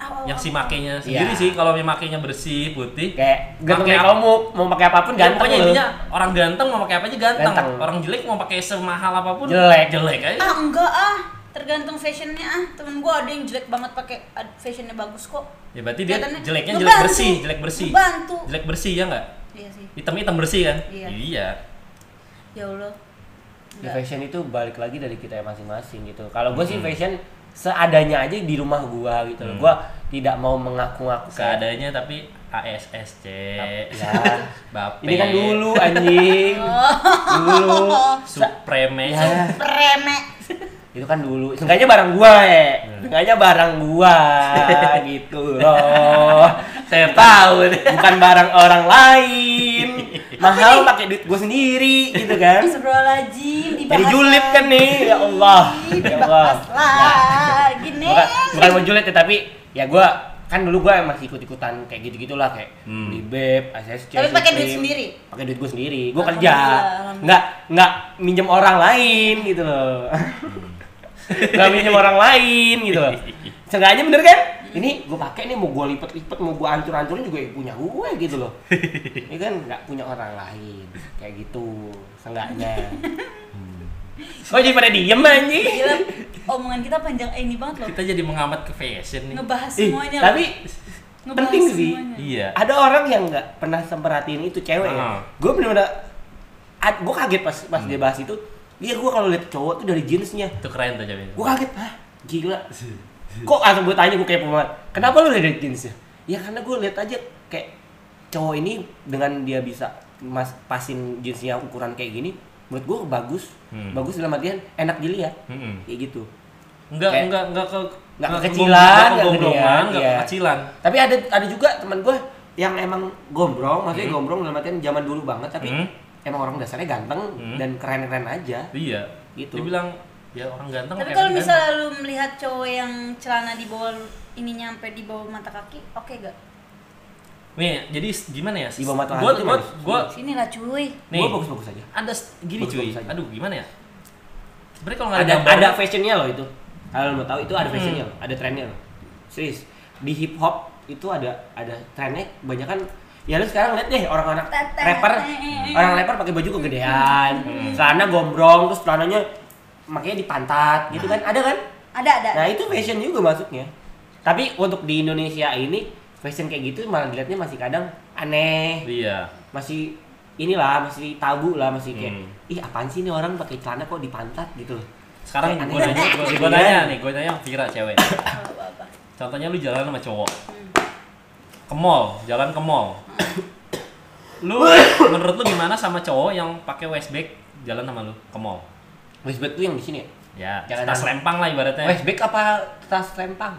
Awal-awal. yang si makainya sendiri Iya. sih kalau yang makainya bersih putih kayak gak Pakai- pakai kamu mau pakai apapun Ya, ganteng pokoknya lu. intinya orang ganteng mau pakai apa aja ganteng. Ganteng. Orang jelek mau pakai semahal apapun Jelek. jelek aja. ah enggak ah tergantung fashionnya ah temen gue ada yang jelek banget pakai ad- fashionnya bagus kok Ya berarti dia Kelihatannya jeleknya jelek ngebantu. bersih, jelek bersih. Ngebantu. Jelek bersih ya enggak? iya sih Hitam-hitam bersih kan? Iya. ya allah di Enggak. Ya, fashion itu balik lagi dari kita masing-masing gitu kalau gue sih Hmm. fashion seadanya aja di rumah gue gitu loh gue tidak mau mengaku-ngaku kayak- Seadanya tapi ASSC. ya. Bape. ini kan dulu anjing dulu Supreme. ya preme itu kan dulu sengaja barang gua ya sengaja barang gua gitu loh saya tahu deh. bukan barang orang lain mahal pakai duit gua sendiri gitu kan Astagfirullahaladzim dibahas jadi julid kan nih ya Allah lagi, ya Allah dibahas lagi nih bukan, bukan mau julid ya tapi ya gua kan dulu gua masih ikut-ikutan kayak gitu-gitulah kayak Hmm. di BEP, SSC, Tapi pakai duit Supreme. sendiri? Pakai duit gua sendiri. Gua Alhamdulillah, kerja. alhamdulillah. Nggak nggak minjem orang lain gitu loh. nggak minjem orang lain gitu loh. Sengaja bener kan? Ini gua pakai nih mau gua lipet-lipet, mau gua hancur-hancurin juga ya punya gue gitu loh. Ini kan nggak punya orang lain. Kayak gitu. Seenggaknya. Kok jadi pada diem anjing? Gila, omongan kita panjang eh, ini banget loh Kita jadi mengamat ke fashion nih. ngebahas Ih, semuanya loh. tapi Ngebahas penting sih. semuanya. Iya. ada orang yang nggak pernah semperhatiin itu cewek Ah. ya. Gue bener-bener, gue kaget pas pas dia bahas itu. Iya gue kalau lihat cowok tuh dari jeansnya, Itu keren tuh jamin. gue kaget, hah gila. Kok atau gue tanya gue kayak banget, kenapa lu lihat dari jeansnya? Ya karena gue lihat aja kayak cowok ini dengan dia bisa mas pasin jeansnya ukuran kayak gini, menurut gue bagus, Hmm. bagus dalam artian enak dilihat, Mm-mm. kayak gitu. Enggak, Kayak- enggak, enggak ke Nggak kekecilan, enggak nggak kegombrongan, gedean, enggak iya. kekecilan. Tapi ada ada juga teman gue yang emang gombrong, maksudnya gombrong dalam artian zaman dulu banget, tapi Hmm. emang orang dasarnya ganteng Hmm. dan keren-keren aja. Iya. Gitu. Dia bilang ya orang ganteng Tapi pakai kalau apa ganteng. misalnya lu melihat cowok yang celana di bawah ini nyampe di bawah mata kaki, oke gak? Nih, jadi s- gimana ya? Di bawah mata gua, hati gua, gimana? gua, Sini lah cuy. nih, Gue bagus-bagus aja. ada s- gini cuy. Bagus-bagus aja. Aduh, gimana ya? Sebenarnya kalau nggak ada, Hmm. Ada gambar, ada fashionnya loh itu. Kalau lo mau tahu itu ada fashionnya loh, ada trennya loh. Serius di hip hop itu ada ada trennya kebanyakan ya lu sekarang lihat deh orang anak Tete. rapper orang rapper pakai baju kegedean Hmm. celana gombrong terus celananya makanya di pantat gitu kan ada kan Ada ada. Nah itu fashion juga masuknya. Tapi untuk di Indonesia ini fashion kayak gitu malah dilihatnya masih kadang aneh, Iya. masih inilah masih tabu lah masih kayak Hmm. ih apaan sih ini orang pakai celana kok di pantat gitu loh. Sekarang Kayak gua aneh. nanya, gua, gua Iya. nanya nih, gua nanya sama Vira cewek. Kalau apa-apa. Contohnya lu jalan sama cowok. Hmm. Ke mall, jalan ke mall. lu menurut lu gimana sama cowok yang pakai waistbag jalan sama lu ke mall? Westback tuh yang di sini ya. Ya, Jalan tas sama- lempang lah ibaratnya. Westback apa tas lempang?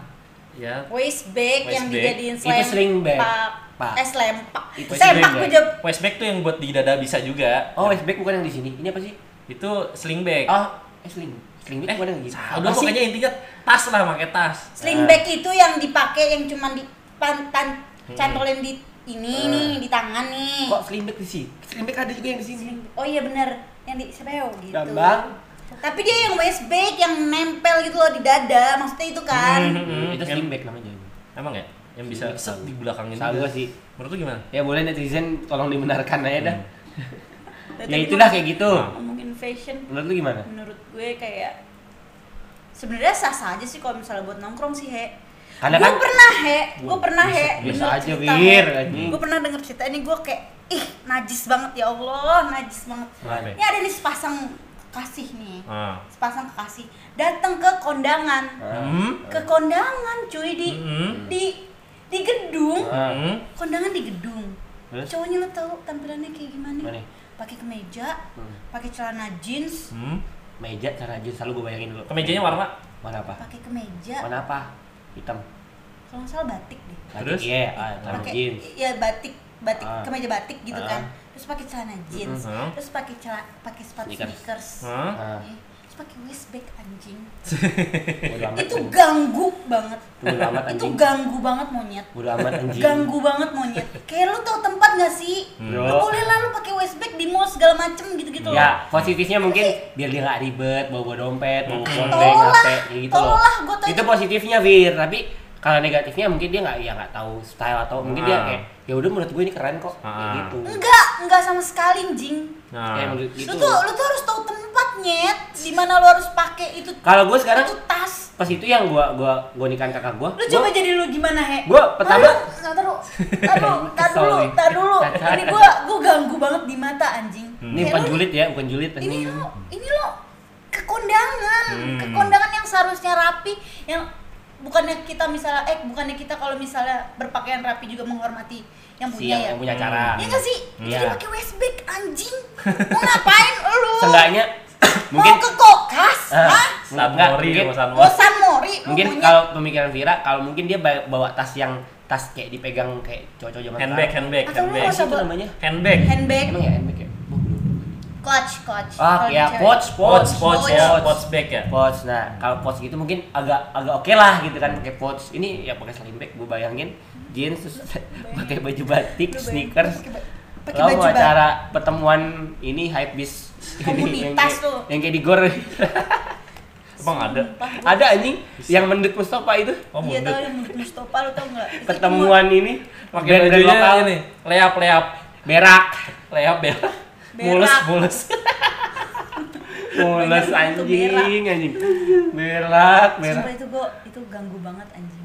Ya, Waist bag Waist yang bag. dijadiin Itu selem. sling bag. Pak. Pak. Eh selempak. Itu Selempak sling gue bag. jawab. waistbag tuh yang buat di dada bisa juga. Oh Westback bukan yang di sini. Ini apa sih? Itu sling bag. Oh eh, sling. Sling bag kemarin gitu. Udah Apa sih? pokoknya intinya tas lah, pakai tas. Eh. Sling bag itu yang dipakai yang cuman di pan, pan cantolin di ini Hmm. nih di tangan nih. Kok sling bag di sini? Sling bag ada juga yang di sini. Oh iya bener yang di sebeo gitu. Gambang. Tapi dia yang waist bag yang nempel gitu loh di dada, maksudnya itu kan. Hmm, Itu yang- sling bag namanya. Emang ya? Yang bisa Sling bag set tahu. di belakangin Salah juga. gua sih. Menurut lu gimana? Ya boleh netizen tolong dibenarkan aja dah. Ya Tadi itu gua dah kayak gitu. Ngomongin fashion Menurut lu gimana? menurut gue kayak sebenarnya sah sah aja sih kalau misalnya buat nongkrong sih he. Karena gue kan- pernah he, gue pernah he. biasa denger aja, cerita, Wir, He. anjing. Gue pernah denger cerita ini gue kayak ih najis banget ya Allah, najis banget. Kenapa? Ini ada nih sepasang kasih nih. ya? Ah. Sepasang kasih datang ke kondangan. Hmm. Ke kondangan cuy di Mm-hmm. Hmm. di di gedung. Ah. Hmm. kondangan di gedung Terus? cowoknya lo tau tampilannya kayak gimana Gimana? pakai kemeja Hmm. pakai celana jeans Hmm. Meja cara aja selalu gue bayangin dulu. Kemejanya warna? Warna apa? pakai kemeja Warna apa? Hitam. kalau nggak salah batik deh Terus? Terus? Iya, ah, celana pakai jeans. ya batik batik Ah. kemeja batik gitu Ah. Hmm. kan terus pakai celana jeans Mhm. terus pakai celana pakai sepatu Sneakers. sneakers, Hah? Ah, Eh, terus pakai waist bag anjing bodo amat. itu ganggu banget Bodo amat itu anjing. ganggu banget monyet Bodo amat anjing. ganggu banget monyet kayak lu tau tempat gak sih Hmm. Nggak boleh lah lu pakai waist bag di mall segala macem gitu gitu Ya, positifnya mungkin biar dia nggak ribet, bawa bawa dompet, bawa bawa gorden, Tolol lah, HP, kayak gitu tolol loh. lah, gua tuh- Itu positifnya Vir, tapi kalau negatifnya mungkin dia nggak ya nggak tahu style atau mungkin dia Ah. kayak ya udah menurut gue ini keren kok kayak Ah. gitu. Enggak, enggak sama sekali, Jing. Kayak Nah. menurut gitu. Lu tuh lu tuh harus tahu tempat, Nyet. Di mana lu harus pakai itu Kalau gue sekarang itu tas. pas itu yang gua gua gua nikahin kakak gua. Lu gua- coba jadi lu gimana, He? Gua pertama- Enggak taruh. Taruh, taruh dulu, Kesel nih. taruh dulu. Ini gua gua ganggu banget di mata anjing. ini Kayak bukan Iya, lu- julid ya, bukan julid Ini anjing. lo, ini lo kekondangan, Hmm. kekondangan yang seharusnya rapi, yang bukannya kita misalnya eh bukannya kita kalau misalnya berpakaian rapi juga menghormati yang punya Si yang, ya. yang punya acara. Iya gak sih? Iya. Jadi pakai waist bag anjing. Mau ngapain lu? Seenggaknya Mungkin mungkin mau ke kokas? Ah, Oh, Hah? San enggak, Mori, mungkin- sama San Mori. Bosan mori lu mungkin monyet. kalau pemikiran Vira kalau mungkin dia ba- bawa tas yang tas kayak dipegang kayak cowok-cowok zaman Handbag, sekarang. handbag, Atau lu handbag. nggak Apa sih usah itu bawa- namanya Handbag. handbag, emang ya handbag ya Gua belum. coach, coach. ah Kalau ya di cewek. pouch pouch Pouch, pouch ya, pouch bag ya. pouch nah kalau pouch gitu mungkin agak agak oke lah gitu kan pakai pouch ini ya pakai sling bag gue bayangin jeans terus pakai baju batik Lu bayangin, sneakers pakai ba- Pakai Lo baju mau batik. acara pertemuan ini hype bis yang Komunitas kayak, tuh. yang kayak di gor Emang ada? Sumpah, gua- ada anjing yang mendut Mustafa itu Oh, Iya mundur. tau yang menurut Mustafa lu tau gak? Itu pertemuan ini Pakai band-band bajunya lokal. ini, leap, leap, berak leap, ya. Berak. Mulus, mulus. mulus Berak itu anjing anjing berak cuma- berak Sumpah itu gua, itu ganggu banget anjing.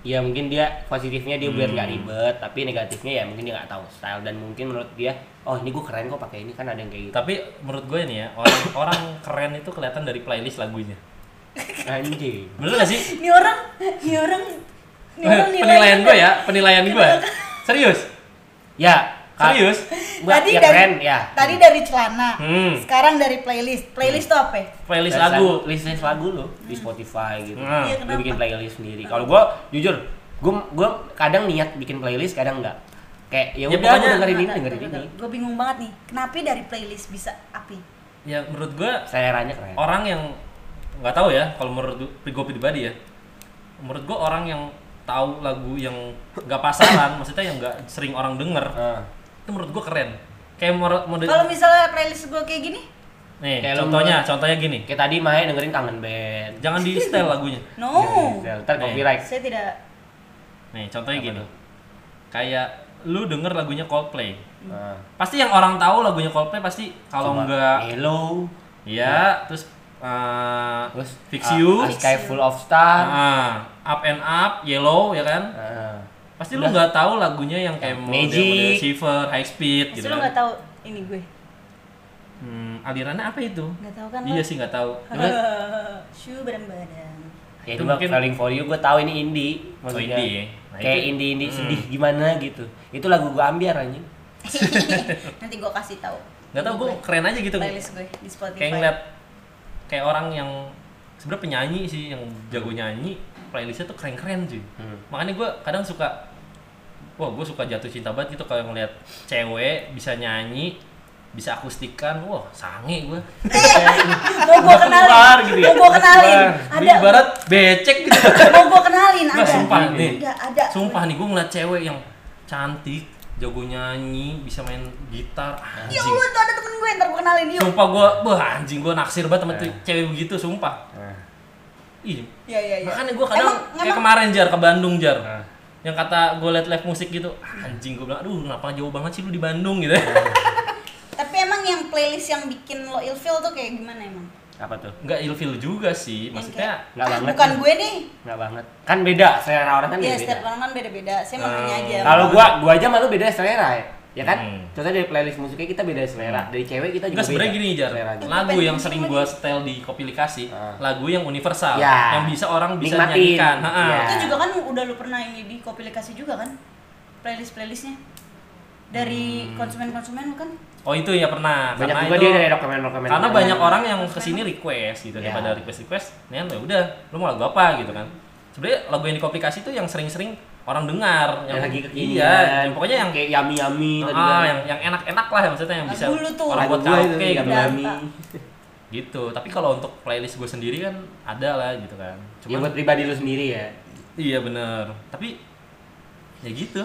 ya mungkin dia positifnya dia biar Hmm. nggak ribet tapi negatifnya ya mungkin dia nggak tahu style dan mungkin menurut dia oh ini gue keren kok pakai ini kan ada yang kayak gitu Tapi menurut gue nih ya, orang orang keren itu kelihatan dari playlist lagunya. anjing Bener gak sih? Ini orang, ini orang, ini orang nilai- penilaian gue ya, penilaian gue. Serius? ya Kak, Serius? Gua- Tadi ya dari- keren ya Tadi dari celana, Hmm. sekarang dari playlist. Playlist tuh apa? ya? Playlist lagu. list list lagu lo di Spotify gitu Hmm. Iya, gue bikin kenapa? playlist sendiri kalau gue jujur gue gue kadang niat bikin playlist kadang nggak kayak Ya, ya udah gue pokoknya- dengerin ini dengerin ini Gue bingung banget nih, kenapa dari playlist bisa api? Ya menurut gue seleranya keren orang yang nggak tahu ya, kalau menurut gue pribadi ya. Menurut gue orang yang tahu lagu yang nggak pasaran, maksudnya yang nggak sering orang denger, Ah. itu menurut gue keren. Kayak mor- mode Kalau misalnya playlist gue kayak gini, Nih, Kayak lu contohnya, contohnya gini. kayak tadi Maya dengerin kangen band Jangan Oh. di style lagunya. no. Iya, Jangan, ntar copyright Saya tidak. Nih, contohnya Apa gini. tuh? Kayak lu denger lagunya Coldplay. Ah. Pasti yang orang tahu lagunya Coldplay pasti Hmm. kalau Coba, nggak Hello ya, terus eh, Iya. terus Fix ah, You, A Sky Fix You. Full of Stars ah, Up and Up, Yellow ya kan? Ah. Pasti lu nggak tahu lagunya yang kayak Magic. model-model Shiver, High Speed Pasti gitu kan. lo nggak tahu ini gue, Hmm, alirannya apa itu? nggak tahu kan? Iya sih nggak tahu. Cuman- Shu bareng bareng. ya Itu itu mungkin mungkin- Falling For You gue tahu ini indie maksudnya indie ya. Nah, kayak itu- indie indie Hmm. sedih gimana gitu itu lagu gue ambiar anjing Nanti gue kasih tahu. Nggak tahu gue keren aja gitu. Playlist gue di Spotify. kayak ngeliat kayak orang yang sebenarnya penyanyi sih yang jago nyanyi playlistnya tuh keren-keren cuy Hmm. makanya gue kadang suka wah gue suka jatuh cinta banget gitu kalau ngeliat cewek bisa nyanyi bisa akustikan wah sange gue mau gua kenalin keluar gitu ya? mau gua kenalin Ada ada ibarat becek gitu mau gua kenalin Nah, ada sumpah nih. Enggak, ada Sumpah nih gue ngeliat cewek yang cantik, jago nyanyi, bisa main gitar, ya anjing. Allah ya tuh ada temen gue ntar gua kenalin yuk Sumpah gue, bah anjing gue naksir banget sama tuh cewek begitu, sumpah. Nah, Ih, ya ya ya makanya gue kadang Emang- kayak emang- kemarin jar ke Bandung jar. nah. Yang kata gue liat live musik gitu, anjing gue bilang, aduh kenapa jauh banget sih lu di Bandung gitu. tapi emang yang playlist yang bikin lo ilfeel tuh kayak gimana emang Apa tuh? Nggak ilfeel juga sih, Yang maksudnya. kayak, nggak "Ah, banget bukan nih." gue nih Nggak banget. Kan beda selera orang kan ya beda. setiap orang kan beda-beda saya mau nanya Hmm. aja Kalau gua gua aja malu beda selera ya. Ya kan? Hmm. Contohnya dari playlist musiknya kita beda selera, dari cewek kita juga Enggak sebenarnya gini Jar, Seleranya. lagu Pengen yang sering lagi. gua setel di Kopilikasi, Ah. lagu yang universal, Ya. yang bisa orang bisa Nikmatin. nyanyikan. Ha-ha. Ya. itu juga kan udah lu pernah ini di kopilikasi juga kan playlist playlistnya Hmm. dari konsumen-konsumen lu kan Oh itu ya pernah. Banyak karena juga itu, dia dari rekomen-rekomen. Karena rekomen. banyak orang yang kesini request gitu Ya. daripada request request, nih ya udah, lu mau lagu apa gitu kan? Sebenarnya lagu yang dikoplikasi itu yang sering-sering orang dengar, yang lagi kekinian. iya, yang pokoknya yang kayak yami-yami tadi ah, kan. yang yang enak-enak lah maksudnya yang bisa Lagu lu tuh. orang Lagu buat gua itu karaoke gitu. Iya. yami-yami. gitu. Tapi kalau untuk playlist gue sendiri kan ada lah gitu kan. Ya Cuma buat pribadi lu sendiri ya. iya bener. Tapi ya gitu.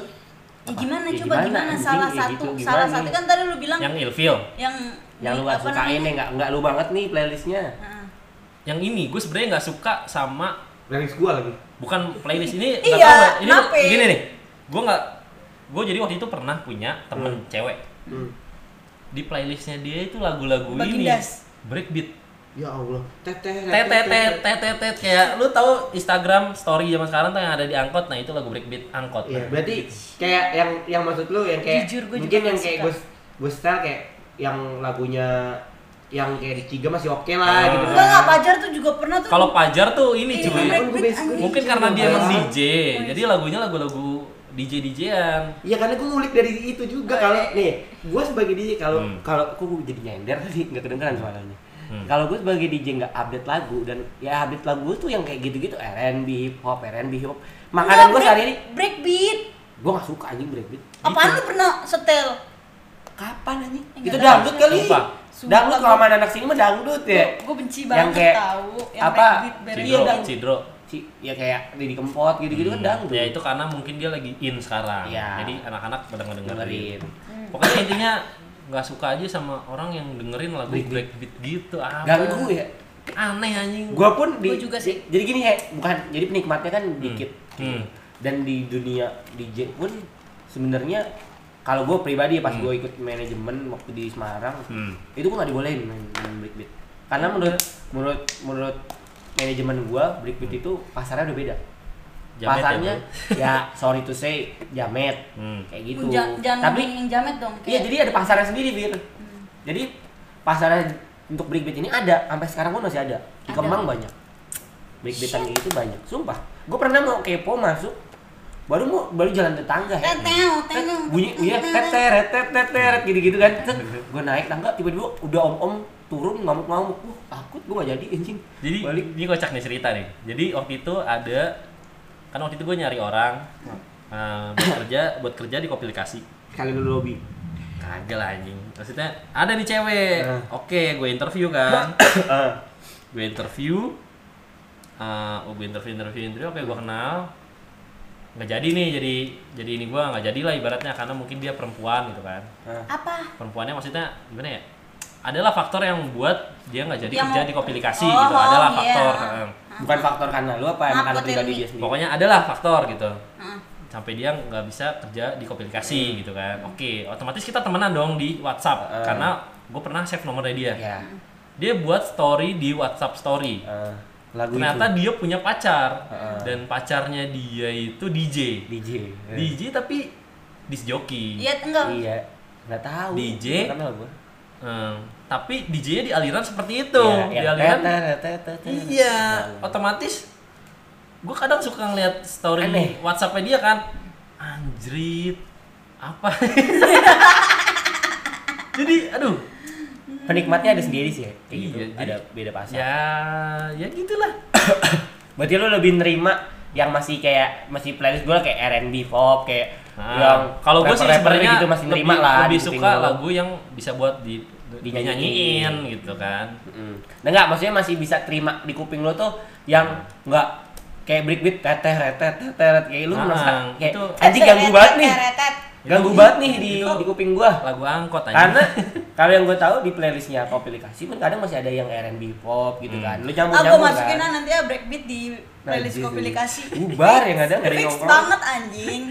ya gimana Ya coba gimana, gimana, anjing? salah Ya satu gitu, salah gimana? satu kan tadi lu bilang yang Yang ilfeel, yang, Yang lu gak apa sukain namanya? ya nggak nggak lu banget nih playlistnya. Heeh. yang ini gue sebenarnya nggak suka sama Playlist gua lagi. bukan playlist ini Iya, nggak tahu ya. ini kenapa? gini nih gue nggak gue jadi waktu itu pernah punya temen cewek Hmm. di playlistnya dia itu lagu-lagu ini Bagindas. breakbeat Ya Allah. Teteh. tetetet tetetet kayak lu tahu Instagram story zaman sekarang tuh yang ada di angkot nah itu lagu breakbeat angkot Iya, berarti gitu. kayak yang yang maksud lu yang kayak Jujur, gua juga mungkin yang nggak kayak suka. gue gue style kayak yang lagunya yang kayak di tiga masih oke lah Ah. gitu. Enggak enggak pajar tuh juga pernah tuh. kalau pajar tuh ini Ini cuy breakbeat, Gua basic- anjing. mungkin karena Iya. dia emang Ah. DJ jadi lagunya lagu-lagu DJ DJan Iya karena gue ngulik dari itu juga kalau nih gue sebagai DJ kalau Hmm. Kalau kok gue jadi nyender tadi nggak kedengeran suaranya. Hmm. Kalau gue sebagai DJ nggak update lagu dan ya update lagu tuh yang kayak gitu-gitu R&B, hip hop, R&B, hip hop. Makanan gue sehari ini Gitu. breakbeat. gue nggak suka anjing breakbeat. Apaan lu pernah setel? Kapan anjing? Enggak Itu tahu. dangdut kali. Sumpah. Dangdut Sumpah, kalau gua- sama anak sini mah dangdut ya. Gue benci Yang banget kayak tahu apa? Iya, Cidro breakbeat. Cidro Si- Ya kayak Didi Kempot gitu-gitu kan dangdut. ya itu karena mungkin dia lagi in sekarang Iya. jadi anak-anak pada ngedengerin dengerin. Pokoknya intinya nggak suka aja sama orang yang dengerin lagu breakbeat gitu apa. Ganggu ya. Aneh anjing. Gua pun di, Iya. Gua juga sih. di- jadi gini ya, bukan jadi penikmatnya kan dikit. Hmm. Dan di dunia DJ pun sebenarnya kalau gue pribadi ya pas gue ikut manajemen waktu di Semarang, Hmm. itu gue nggak dibolehin main, main breakbeat. Karena menurut menurut menurut manajemen gue breakbeat itu pasarnya udah beda. Hmm. Jamet ya, pasarnya ya, sorry to say jamet Hmm. kayak gitu. Jangan Tapi ngomongin yang jamet dong. Iya, kayak- jadi ada pasarnya sendiri, Fir. Jadi pasarnya untuk breakbeat ini ada, sampai sekarang pun masih ada. Di Ada. Kemang banyak. Breakbeatan kayak gitu banyak. Sumpah. Gue pernah mau kepo masuk, baru mau baru jalan tetangga ya. Teteo, Tet, teteo. bunyi iya, bunyi teteret teteret gitu-gitu kan. Gue naik tangga tiba-tiba udah om-om turun ngamuk-ngamuk. Wah, takut gue gak jadi anjing. Jadi balik ini kocak nih cerita nih. Jadi waktu itu ada kan waktu itu gue nyari orang eh, buat kerja buat kerja di kopilikasi. Kali lu lobby. Kagak lah anjing. Maksudnya ada nih cewek. Eh. Oke, gue interview kan. Eh, gue interview eh oh, gue interview interview interview oke gue kenal nggak jadi nih jadi jadi ini gue nggak jadi lah ibaratnya karena mungkin dia perempuan gitu kan eh. apa? perempuannya maksudnya gimana ya adalah faktor yang membuat dia nggak jadi Yang kerja mau- di kopilikasi Oh, gitu adalah iya. faktor eh. Bukan faktor karena lu apa emang Maaf, karena gua pribadi Tilmi. dia sendiri. pokoknya adalah faktor gitu Heeh. sampai dia nggak bisa kerja di Iya. kopilikasi gitu kan oke otomatis kita temenan dong di WhatsApp Eh. karena gue pernah save nomornya dia Iya. Ya. dia buat story di WhatsApp story eh, lagu ternyata itu dia punya pacar Gitu. Heeh. dan pacarnya dia itu DJ DJ. eh. DJ tapi disc jockey Iya, enggak. Iya, nggak tahu. DJ. Kenal gua. Hmm, tapi DJ-nya di aliran seperti itu Iya, di iya. aliran Tetet, tetet, tetet. iya Nah, otomatis gue kadang suka ngeliat story Aneh. WhatsAppnya dia kan anjrit apa jadi aduh Penikmatnya ada sendiri sih ya. Kayak Iya, gitu. jadi- ada beda pasar. ya ya gitulah Berarti lu lebih nerima yang masih kayak masih playlist gua kayak R&B pop kayak Nah, yang kalau gue sih rapper-rapper sebenarnya gitu masih lebih, nerima lah lebih di kuping suka lu. lagu yang bisa buat di, Dinyanyiin. dinyanyiin gitu kan. Mm. Nah, enggak, maksudnya masih bisa terima di kuping lo tuh yang enggak kayak breakbeat teteh retet teteh kayak lu Ah, merasa kayak itu. anjing ganggu banget nih. Teretet. Ganggu banget nih di Itu. di kuping gua. Lagu angkot aja. Karena kalau yang gue tahu di playlistnya Kopilikasi pun kadang masih ada yang R&B pop gitu Hmm. kan. Ah, Lu gua campur-campur masukin ah kan. nanti ya breakbeat di playlist Najis, kopilikasi. Bubar yang ada nggak ada yang Fix nongkrong. banget anjing.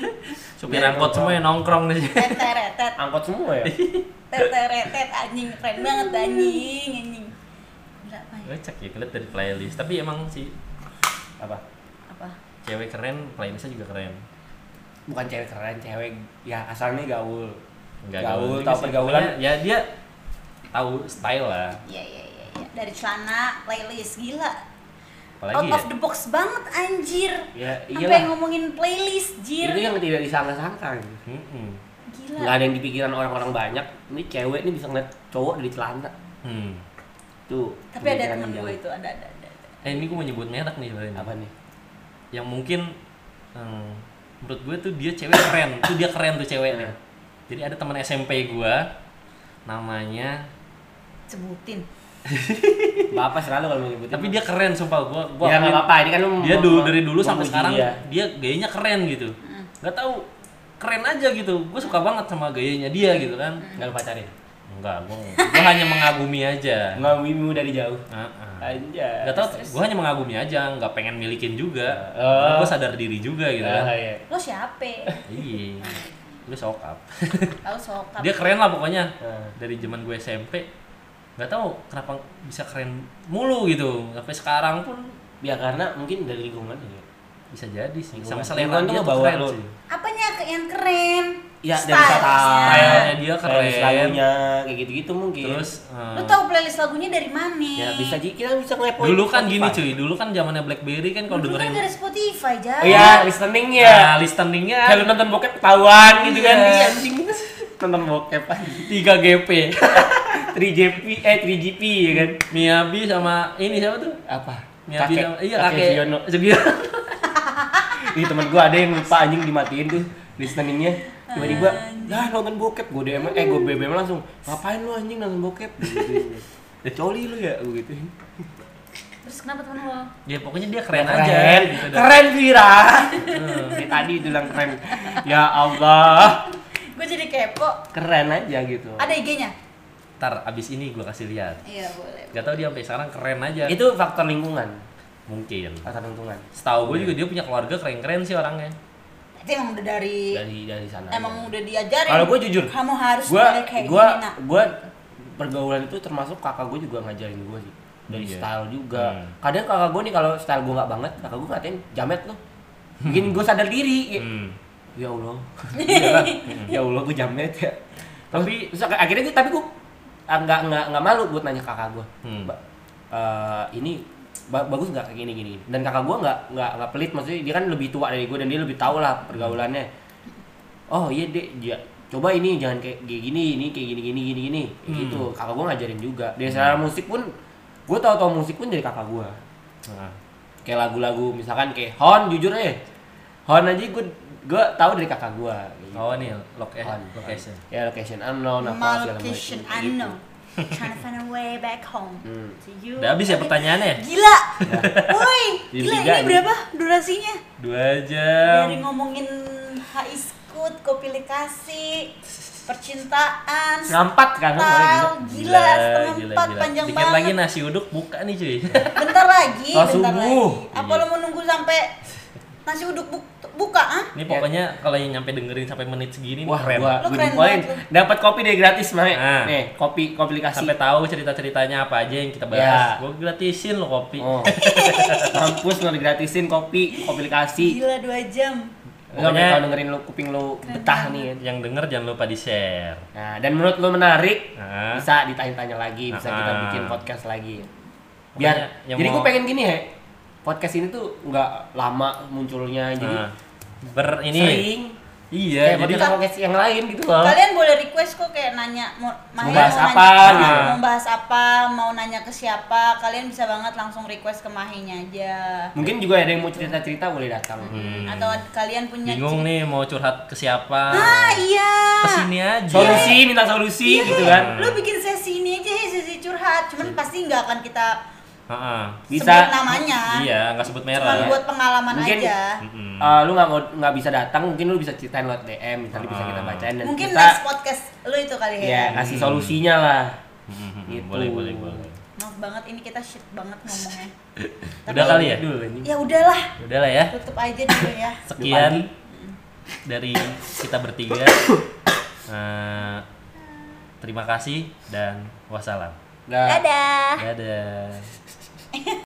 supir Iya, angkot semua yang nongkrong di sini. Teteretet, Angkot semua ya. teteretet anjing keren banget anjing anjing. Gila apa ya? Gue cek ya ngeliat dari playlist, tapi emang si Apa? Apa? cewek keren, playlistnya juga keren. Bukan cewek keren, cewek ya asalnya gaul. Enggak gaul, juga tahu sih. pergaulan. Pokoknya Ya dia tahu style lah. Iya iya iya iya. Dari celana playlist gila. Apalagi Out ya. of the box banget anjir. Ya, Apa yang iyalah. ngomongin playlist jir? Itu yang tidak disangka-sangka. gitu. Mm-mm. Gila. nggak ada yang di pikiran orang-orang banyak ini cewek ini bisa ngeliat cowok dari celana Hmm. tuh Tapi ada pemikiran temen yang gue jauh. itu ada ada ada. ada. Eh ini gue mau nyebut merek nih sebenarnya. apa nih Yang mungkin hmm, menurut gue tuh dia cewek keren, tuh dia keren tuh ceweknya. Hmm. Jadi ada teman SMP gue namanya Sebutin. bapak selalu kalau nyebutin tapi dia keren sumpah gua gua ya akuin. nggak apa-apa ini kan lu dia mau- dulu mau- dari dulu mau sampai puji sekarang dia. dia. gayanya keren gitu nggak tahu keren aja gitu gue suka banget sama gayanya dia gitu kan nggak lu pacarin enggak gue gue hanya mengagumi aja nggak mimimu dari jauh Heeh. aja Ah. nggak tahu gue hanya mengagumi aja nggak pengen milikin juga Ah. gue sadar diri juga gitu kan ya. Lo siapa? iya lu sokap Lo sokap. dia keren lah pokoknya Ah. dari zaman gue SMP nggak tahu kenapa bisa keren mulu gitu sampai sekarang pun ya karena mungkin dari lingkungan ya bisa jadi sih Lingkungan. sama selera Lingkungan Iya, tuh dia tuh ngebawa keren lu. sih Apanya ke- yang keren? ya dari Stylenya. style Stylenya dia keren. dari lagunya kayak gitu-gitu mungkin terus eh, Lo tau playlist lagunya dari mana? ya bisa jadi kita bisa ngelepoin dulu kan gini oh, Spotify. cuy dulu kan zamannya BlackBerry kan kalau Dulu kan dengerin dari Spotify, Jar. oh ya listening ya nah, listeningnya kalau nonton bokep ketahuan gitu kan Iya. iya anjing nonton bokep aja 3 GP 3JP eh 3GP ya kan Miyabi sama ini siapa tuh apa Miyabi sama iya kakek, Siono Sugiono. ih temen gua ada yang lupa anjing dimatiin tuh listeningnya tiba-tiba ya nonton bokep gue DM eh gue BBM langsung ngapain lu anjing nonton bokep gitu. coli lu ya gue gitu Terus kenapa temen lo? ya pokoknya dia keren, aja keren gitu dah. keren Vira Kayak tadi bilang keren ya Allah Gue jadi kepo. keren aja gitu Ada IG-nya? ntar abis ini gua kasih lihat Iya, boleh. gak tau dia sampai sekarang keren aja itu faktor lingkungan mungkin faktor lingkungan setahu gue juga dia punya keluarga keren-keren sih orangnya Itu emang udah dari, dari dari sana emang udah diajarin. Kalau gue jujur, kamu harus gue mulai kayak gue gini, Nak. gue pergaulan itu termasuk kakak gue juga ngajarin gue sih dari Iya. style juga Hmm. kadang kakak gue nih kalau style gue nggak banget kakak gue ngatain jamet lo bikin gue sadar diri Iya. ya, hmm. ya allah Iya kan? ya allah gue jamet ya Tapi- tapi akhirnya gue tapi gue ah, nggak nggak nggak malu buat nanya kakak gue Hmm. "Ba- eh, ini ba- bagus nggak kayak gini gini gini?" dan kakak gue nggak nggak nggak pelit maksudnya dia kan lebih tua dari gue dan dia lebih tahu lah pergaulannya oh iya dek dia coba ini jangan kayak kayak gini ini kayak gini gini gini gini Kayak Hmm. gitu kakak gue ngajarin juga dari selera musik pun gue tau tau musik pun dari kakak gue Nah, kayak lagu-lagu misalkan kayak Hon jujur aja Hon aja gue gue tahu dari kakak gue oh nih lock eh Hon, location ya location unknown apa segala macam, Malcation kayak gitu. unknown. Trying to find a way back home. Hmm. To you. udah habis ya pertanyaannya Gila. Woi, Jadi gila tiga Ya. ini nih. berapa durasinya? dua Dari jam ngomongin haiskut, kopilikasi, percintaan, ngampat kan lu boleh style, gitu. gila, setengah empat panjang Dikit banget. lagi nasi uduk buka nih cuy Bentar lagi, Oh, bentar subuh. lagi. Apa lo mau nunggu sampai nasi uduk bu- buka, ah? Ini pokoknya kalau yang nyampe dengerin sampai menit segini nih Wah, keren. gua Lu gua keren dipoin. banget Dapat kopi dari gratis, Mae. Ah. Nih, kopi kopi dikasih. Sampai tahu cerita-ceritanya apa aja yang kita Ya. bahas. Gua gratisin lo kopi. Oh. Kampus nggak gratisin kopi, kopi dikasih. Gila dua jam. Pokoknya- Pokoknya kalau dengerin lu kuping lu betah nih. ya. Yang denger jangan lupa di-share. Nah, dan menurut lu menarik, Nah. bisa ditanya-tanya lagi, bisa kita Ah. bikin podcast lagi. Biar Pokoknya yang jadi mau- gua pengen gini ya. Podcast ini tuh nggak lama munculnya, jadi Nah, ber ini sering Iya, kayak jadi podcast podcast yang lain gitu loh Kalian boleh request kok kayak nanya mau Mahe Mau bahas nanya- apa, Nah. gitu. mau bahas apa, mau nanya ke siapa, kalian bisa banget langsung request ke Mahenya aja. mungkin juga ada yang mau cerita cerita boleh datang Mm-hmm. Atau kalian punya bingung nih cerita- mau curhat ke Nah. siapa. Ah, iya. Kesini aja. solusi minta solusi Iya, gitu kan Lu bikin sesi ini aja, hei, sesi curhat. Cuman pasti nggak akan kita Heeh. Iya. bisa sebut namanya. Iya, nggak sebut Cuman merah. buat pengalaman Mungkin- aja. Mm-mm. eh, lu nggak mau nggak bisa datang mungkin lu bisa ceritain lewat DM nanti bisa Ah. kita bacain dan Mungkin kita next podcast lu itu kali ya. ya kasih solusinya lah Mm-mm. gitu. Hmm, Mm-hmm. Boleh, boleh, boleh. Maaf banget ini kita shit banget ngomongnya. Udah kali ya? Dulu, anjing. Ya udahlah, Udah lah ya. tutup aja dulu ya. Iya. Sekian dari kita bertiga. Eh, terima kasih dan wassalam. Dah. Dadah. Dadah.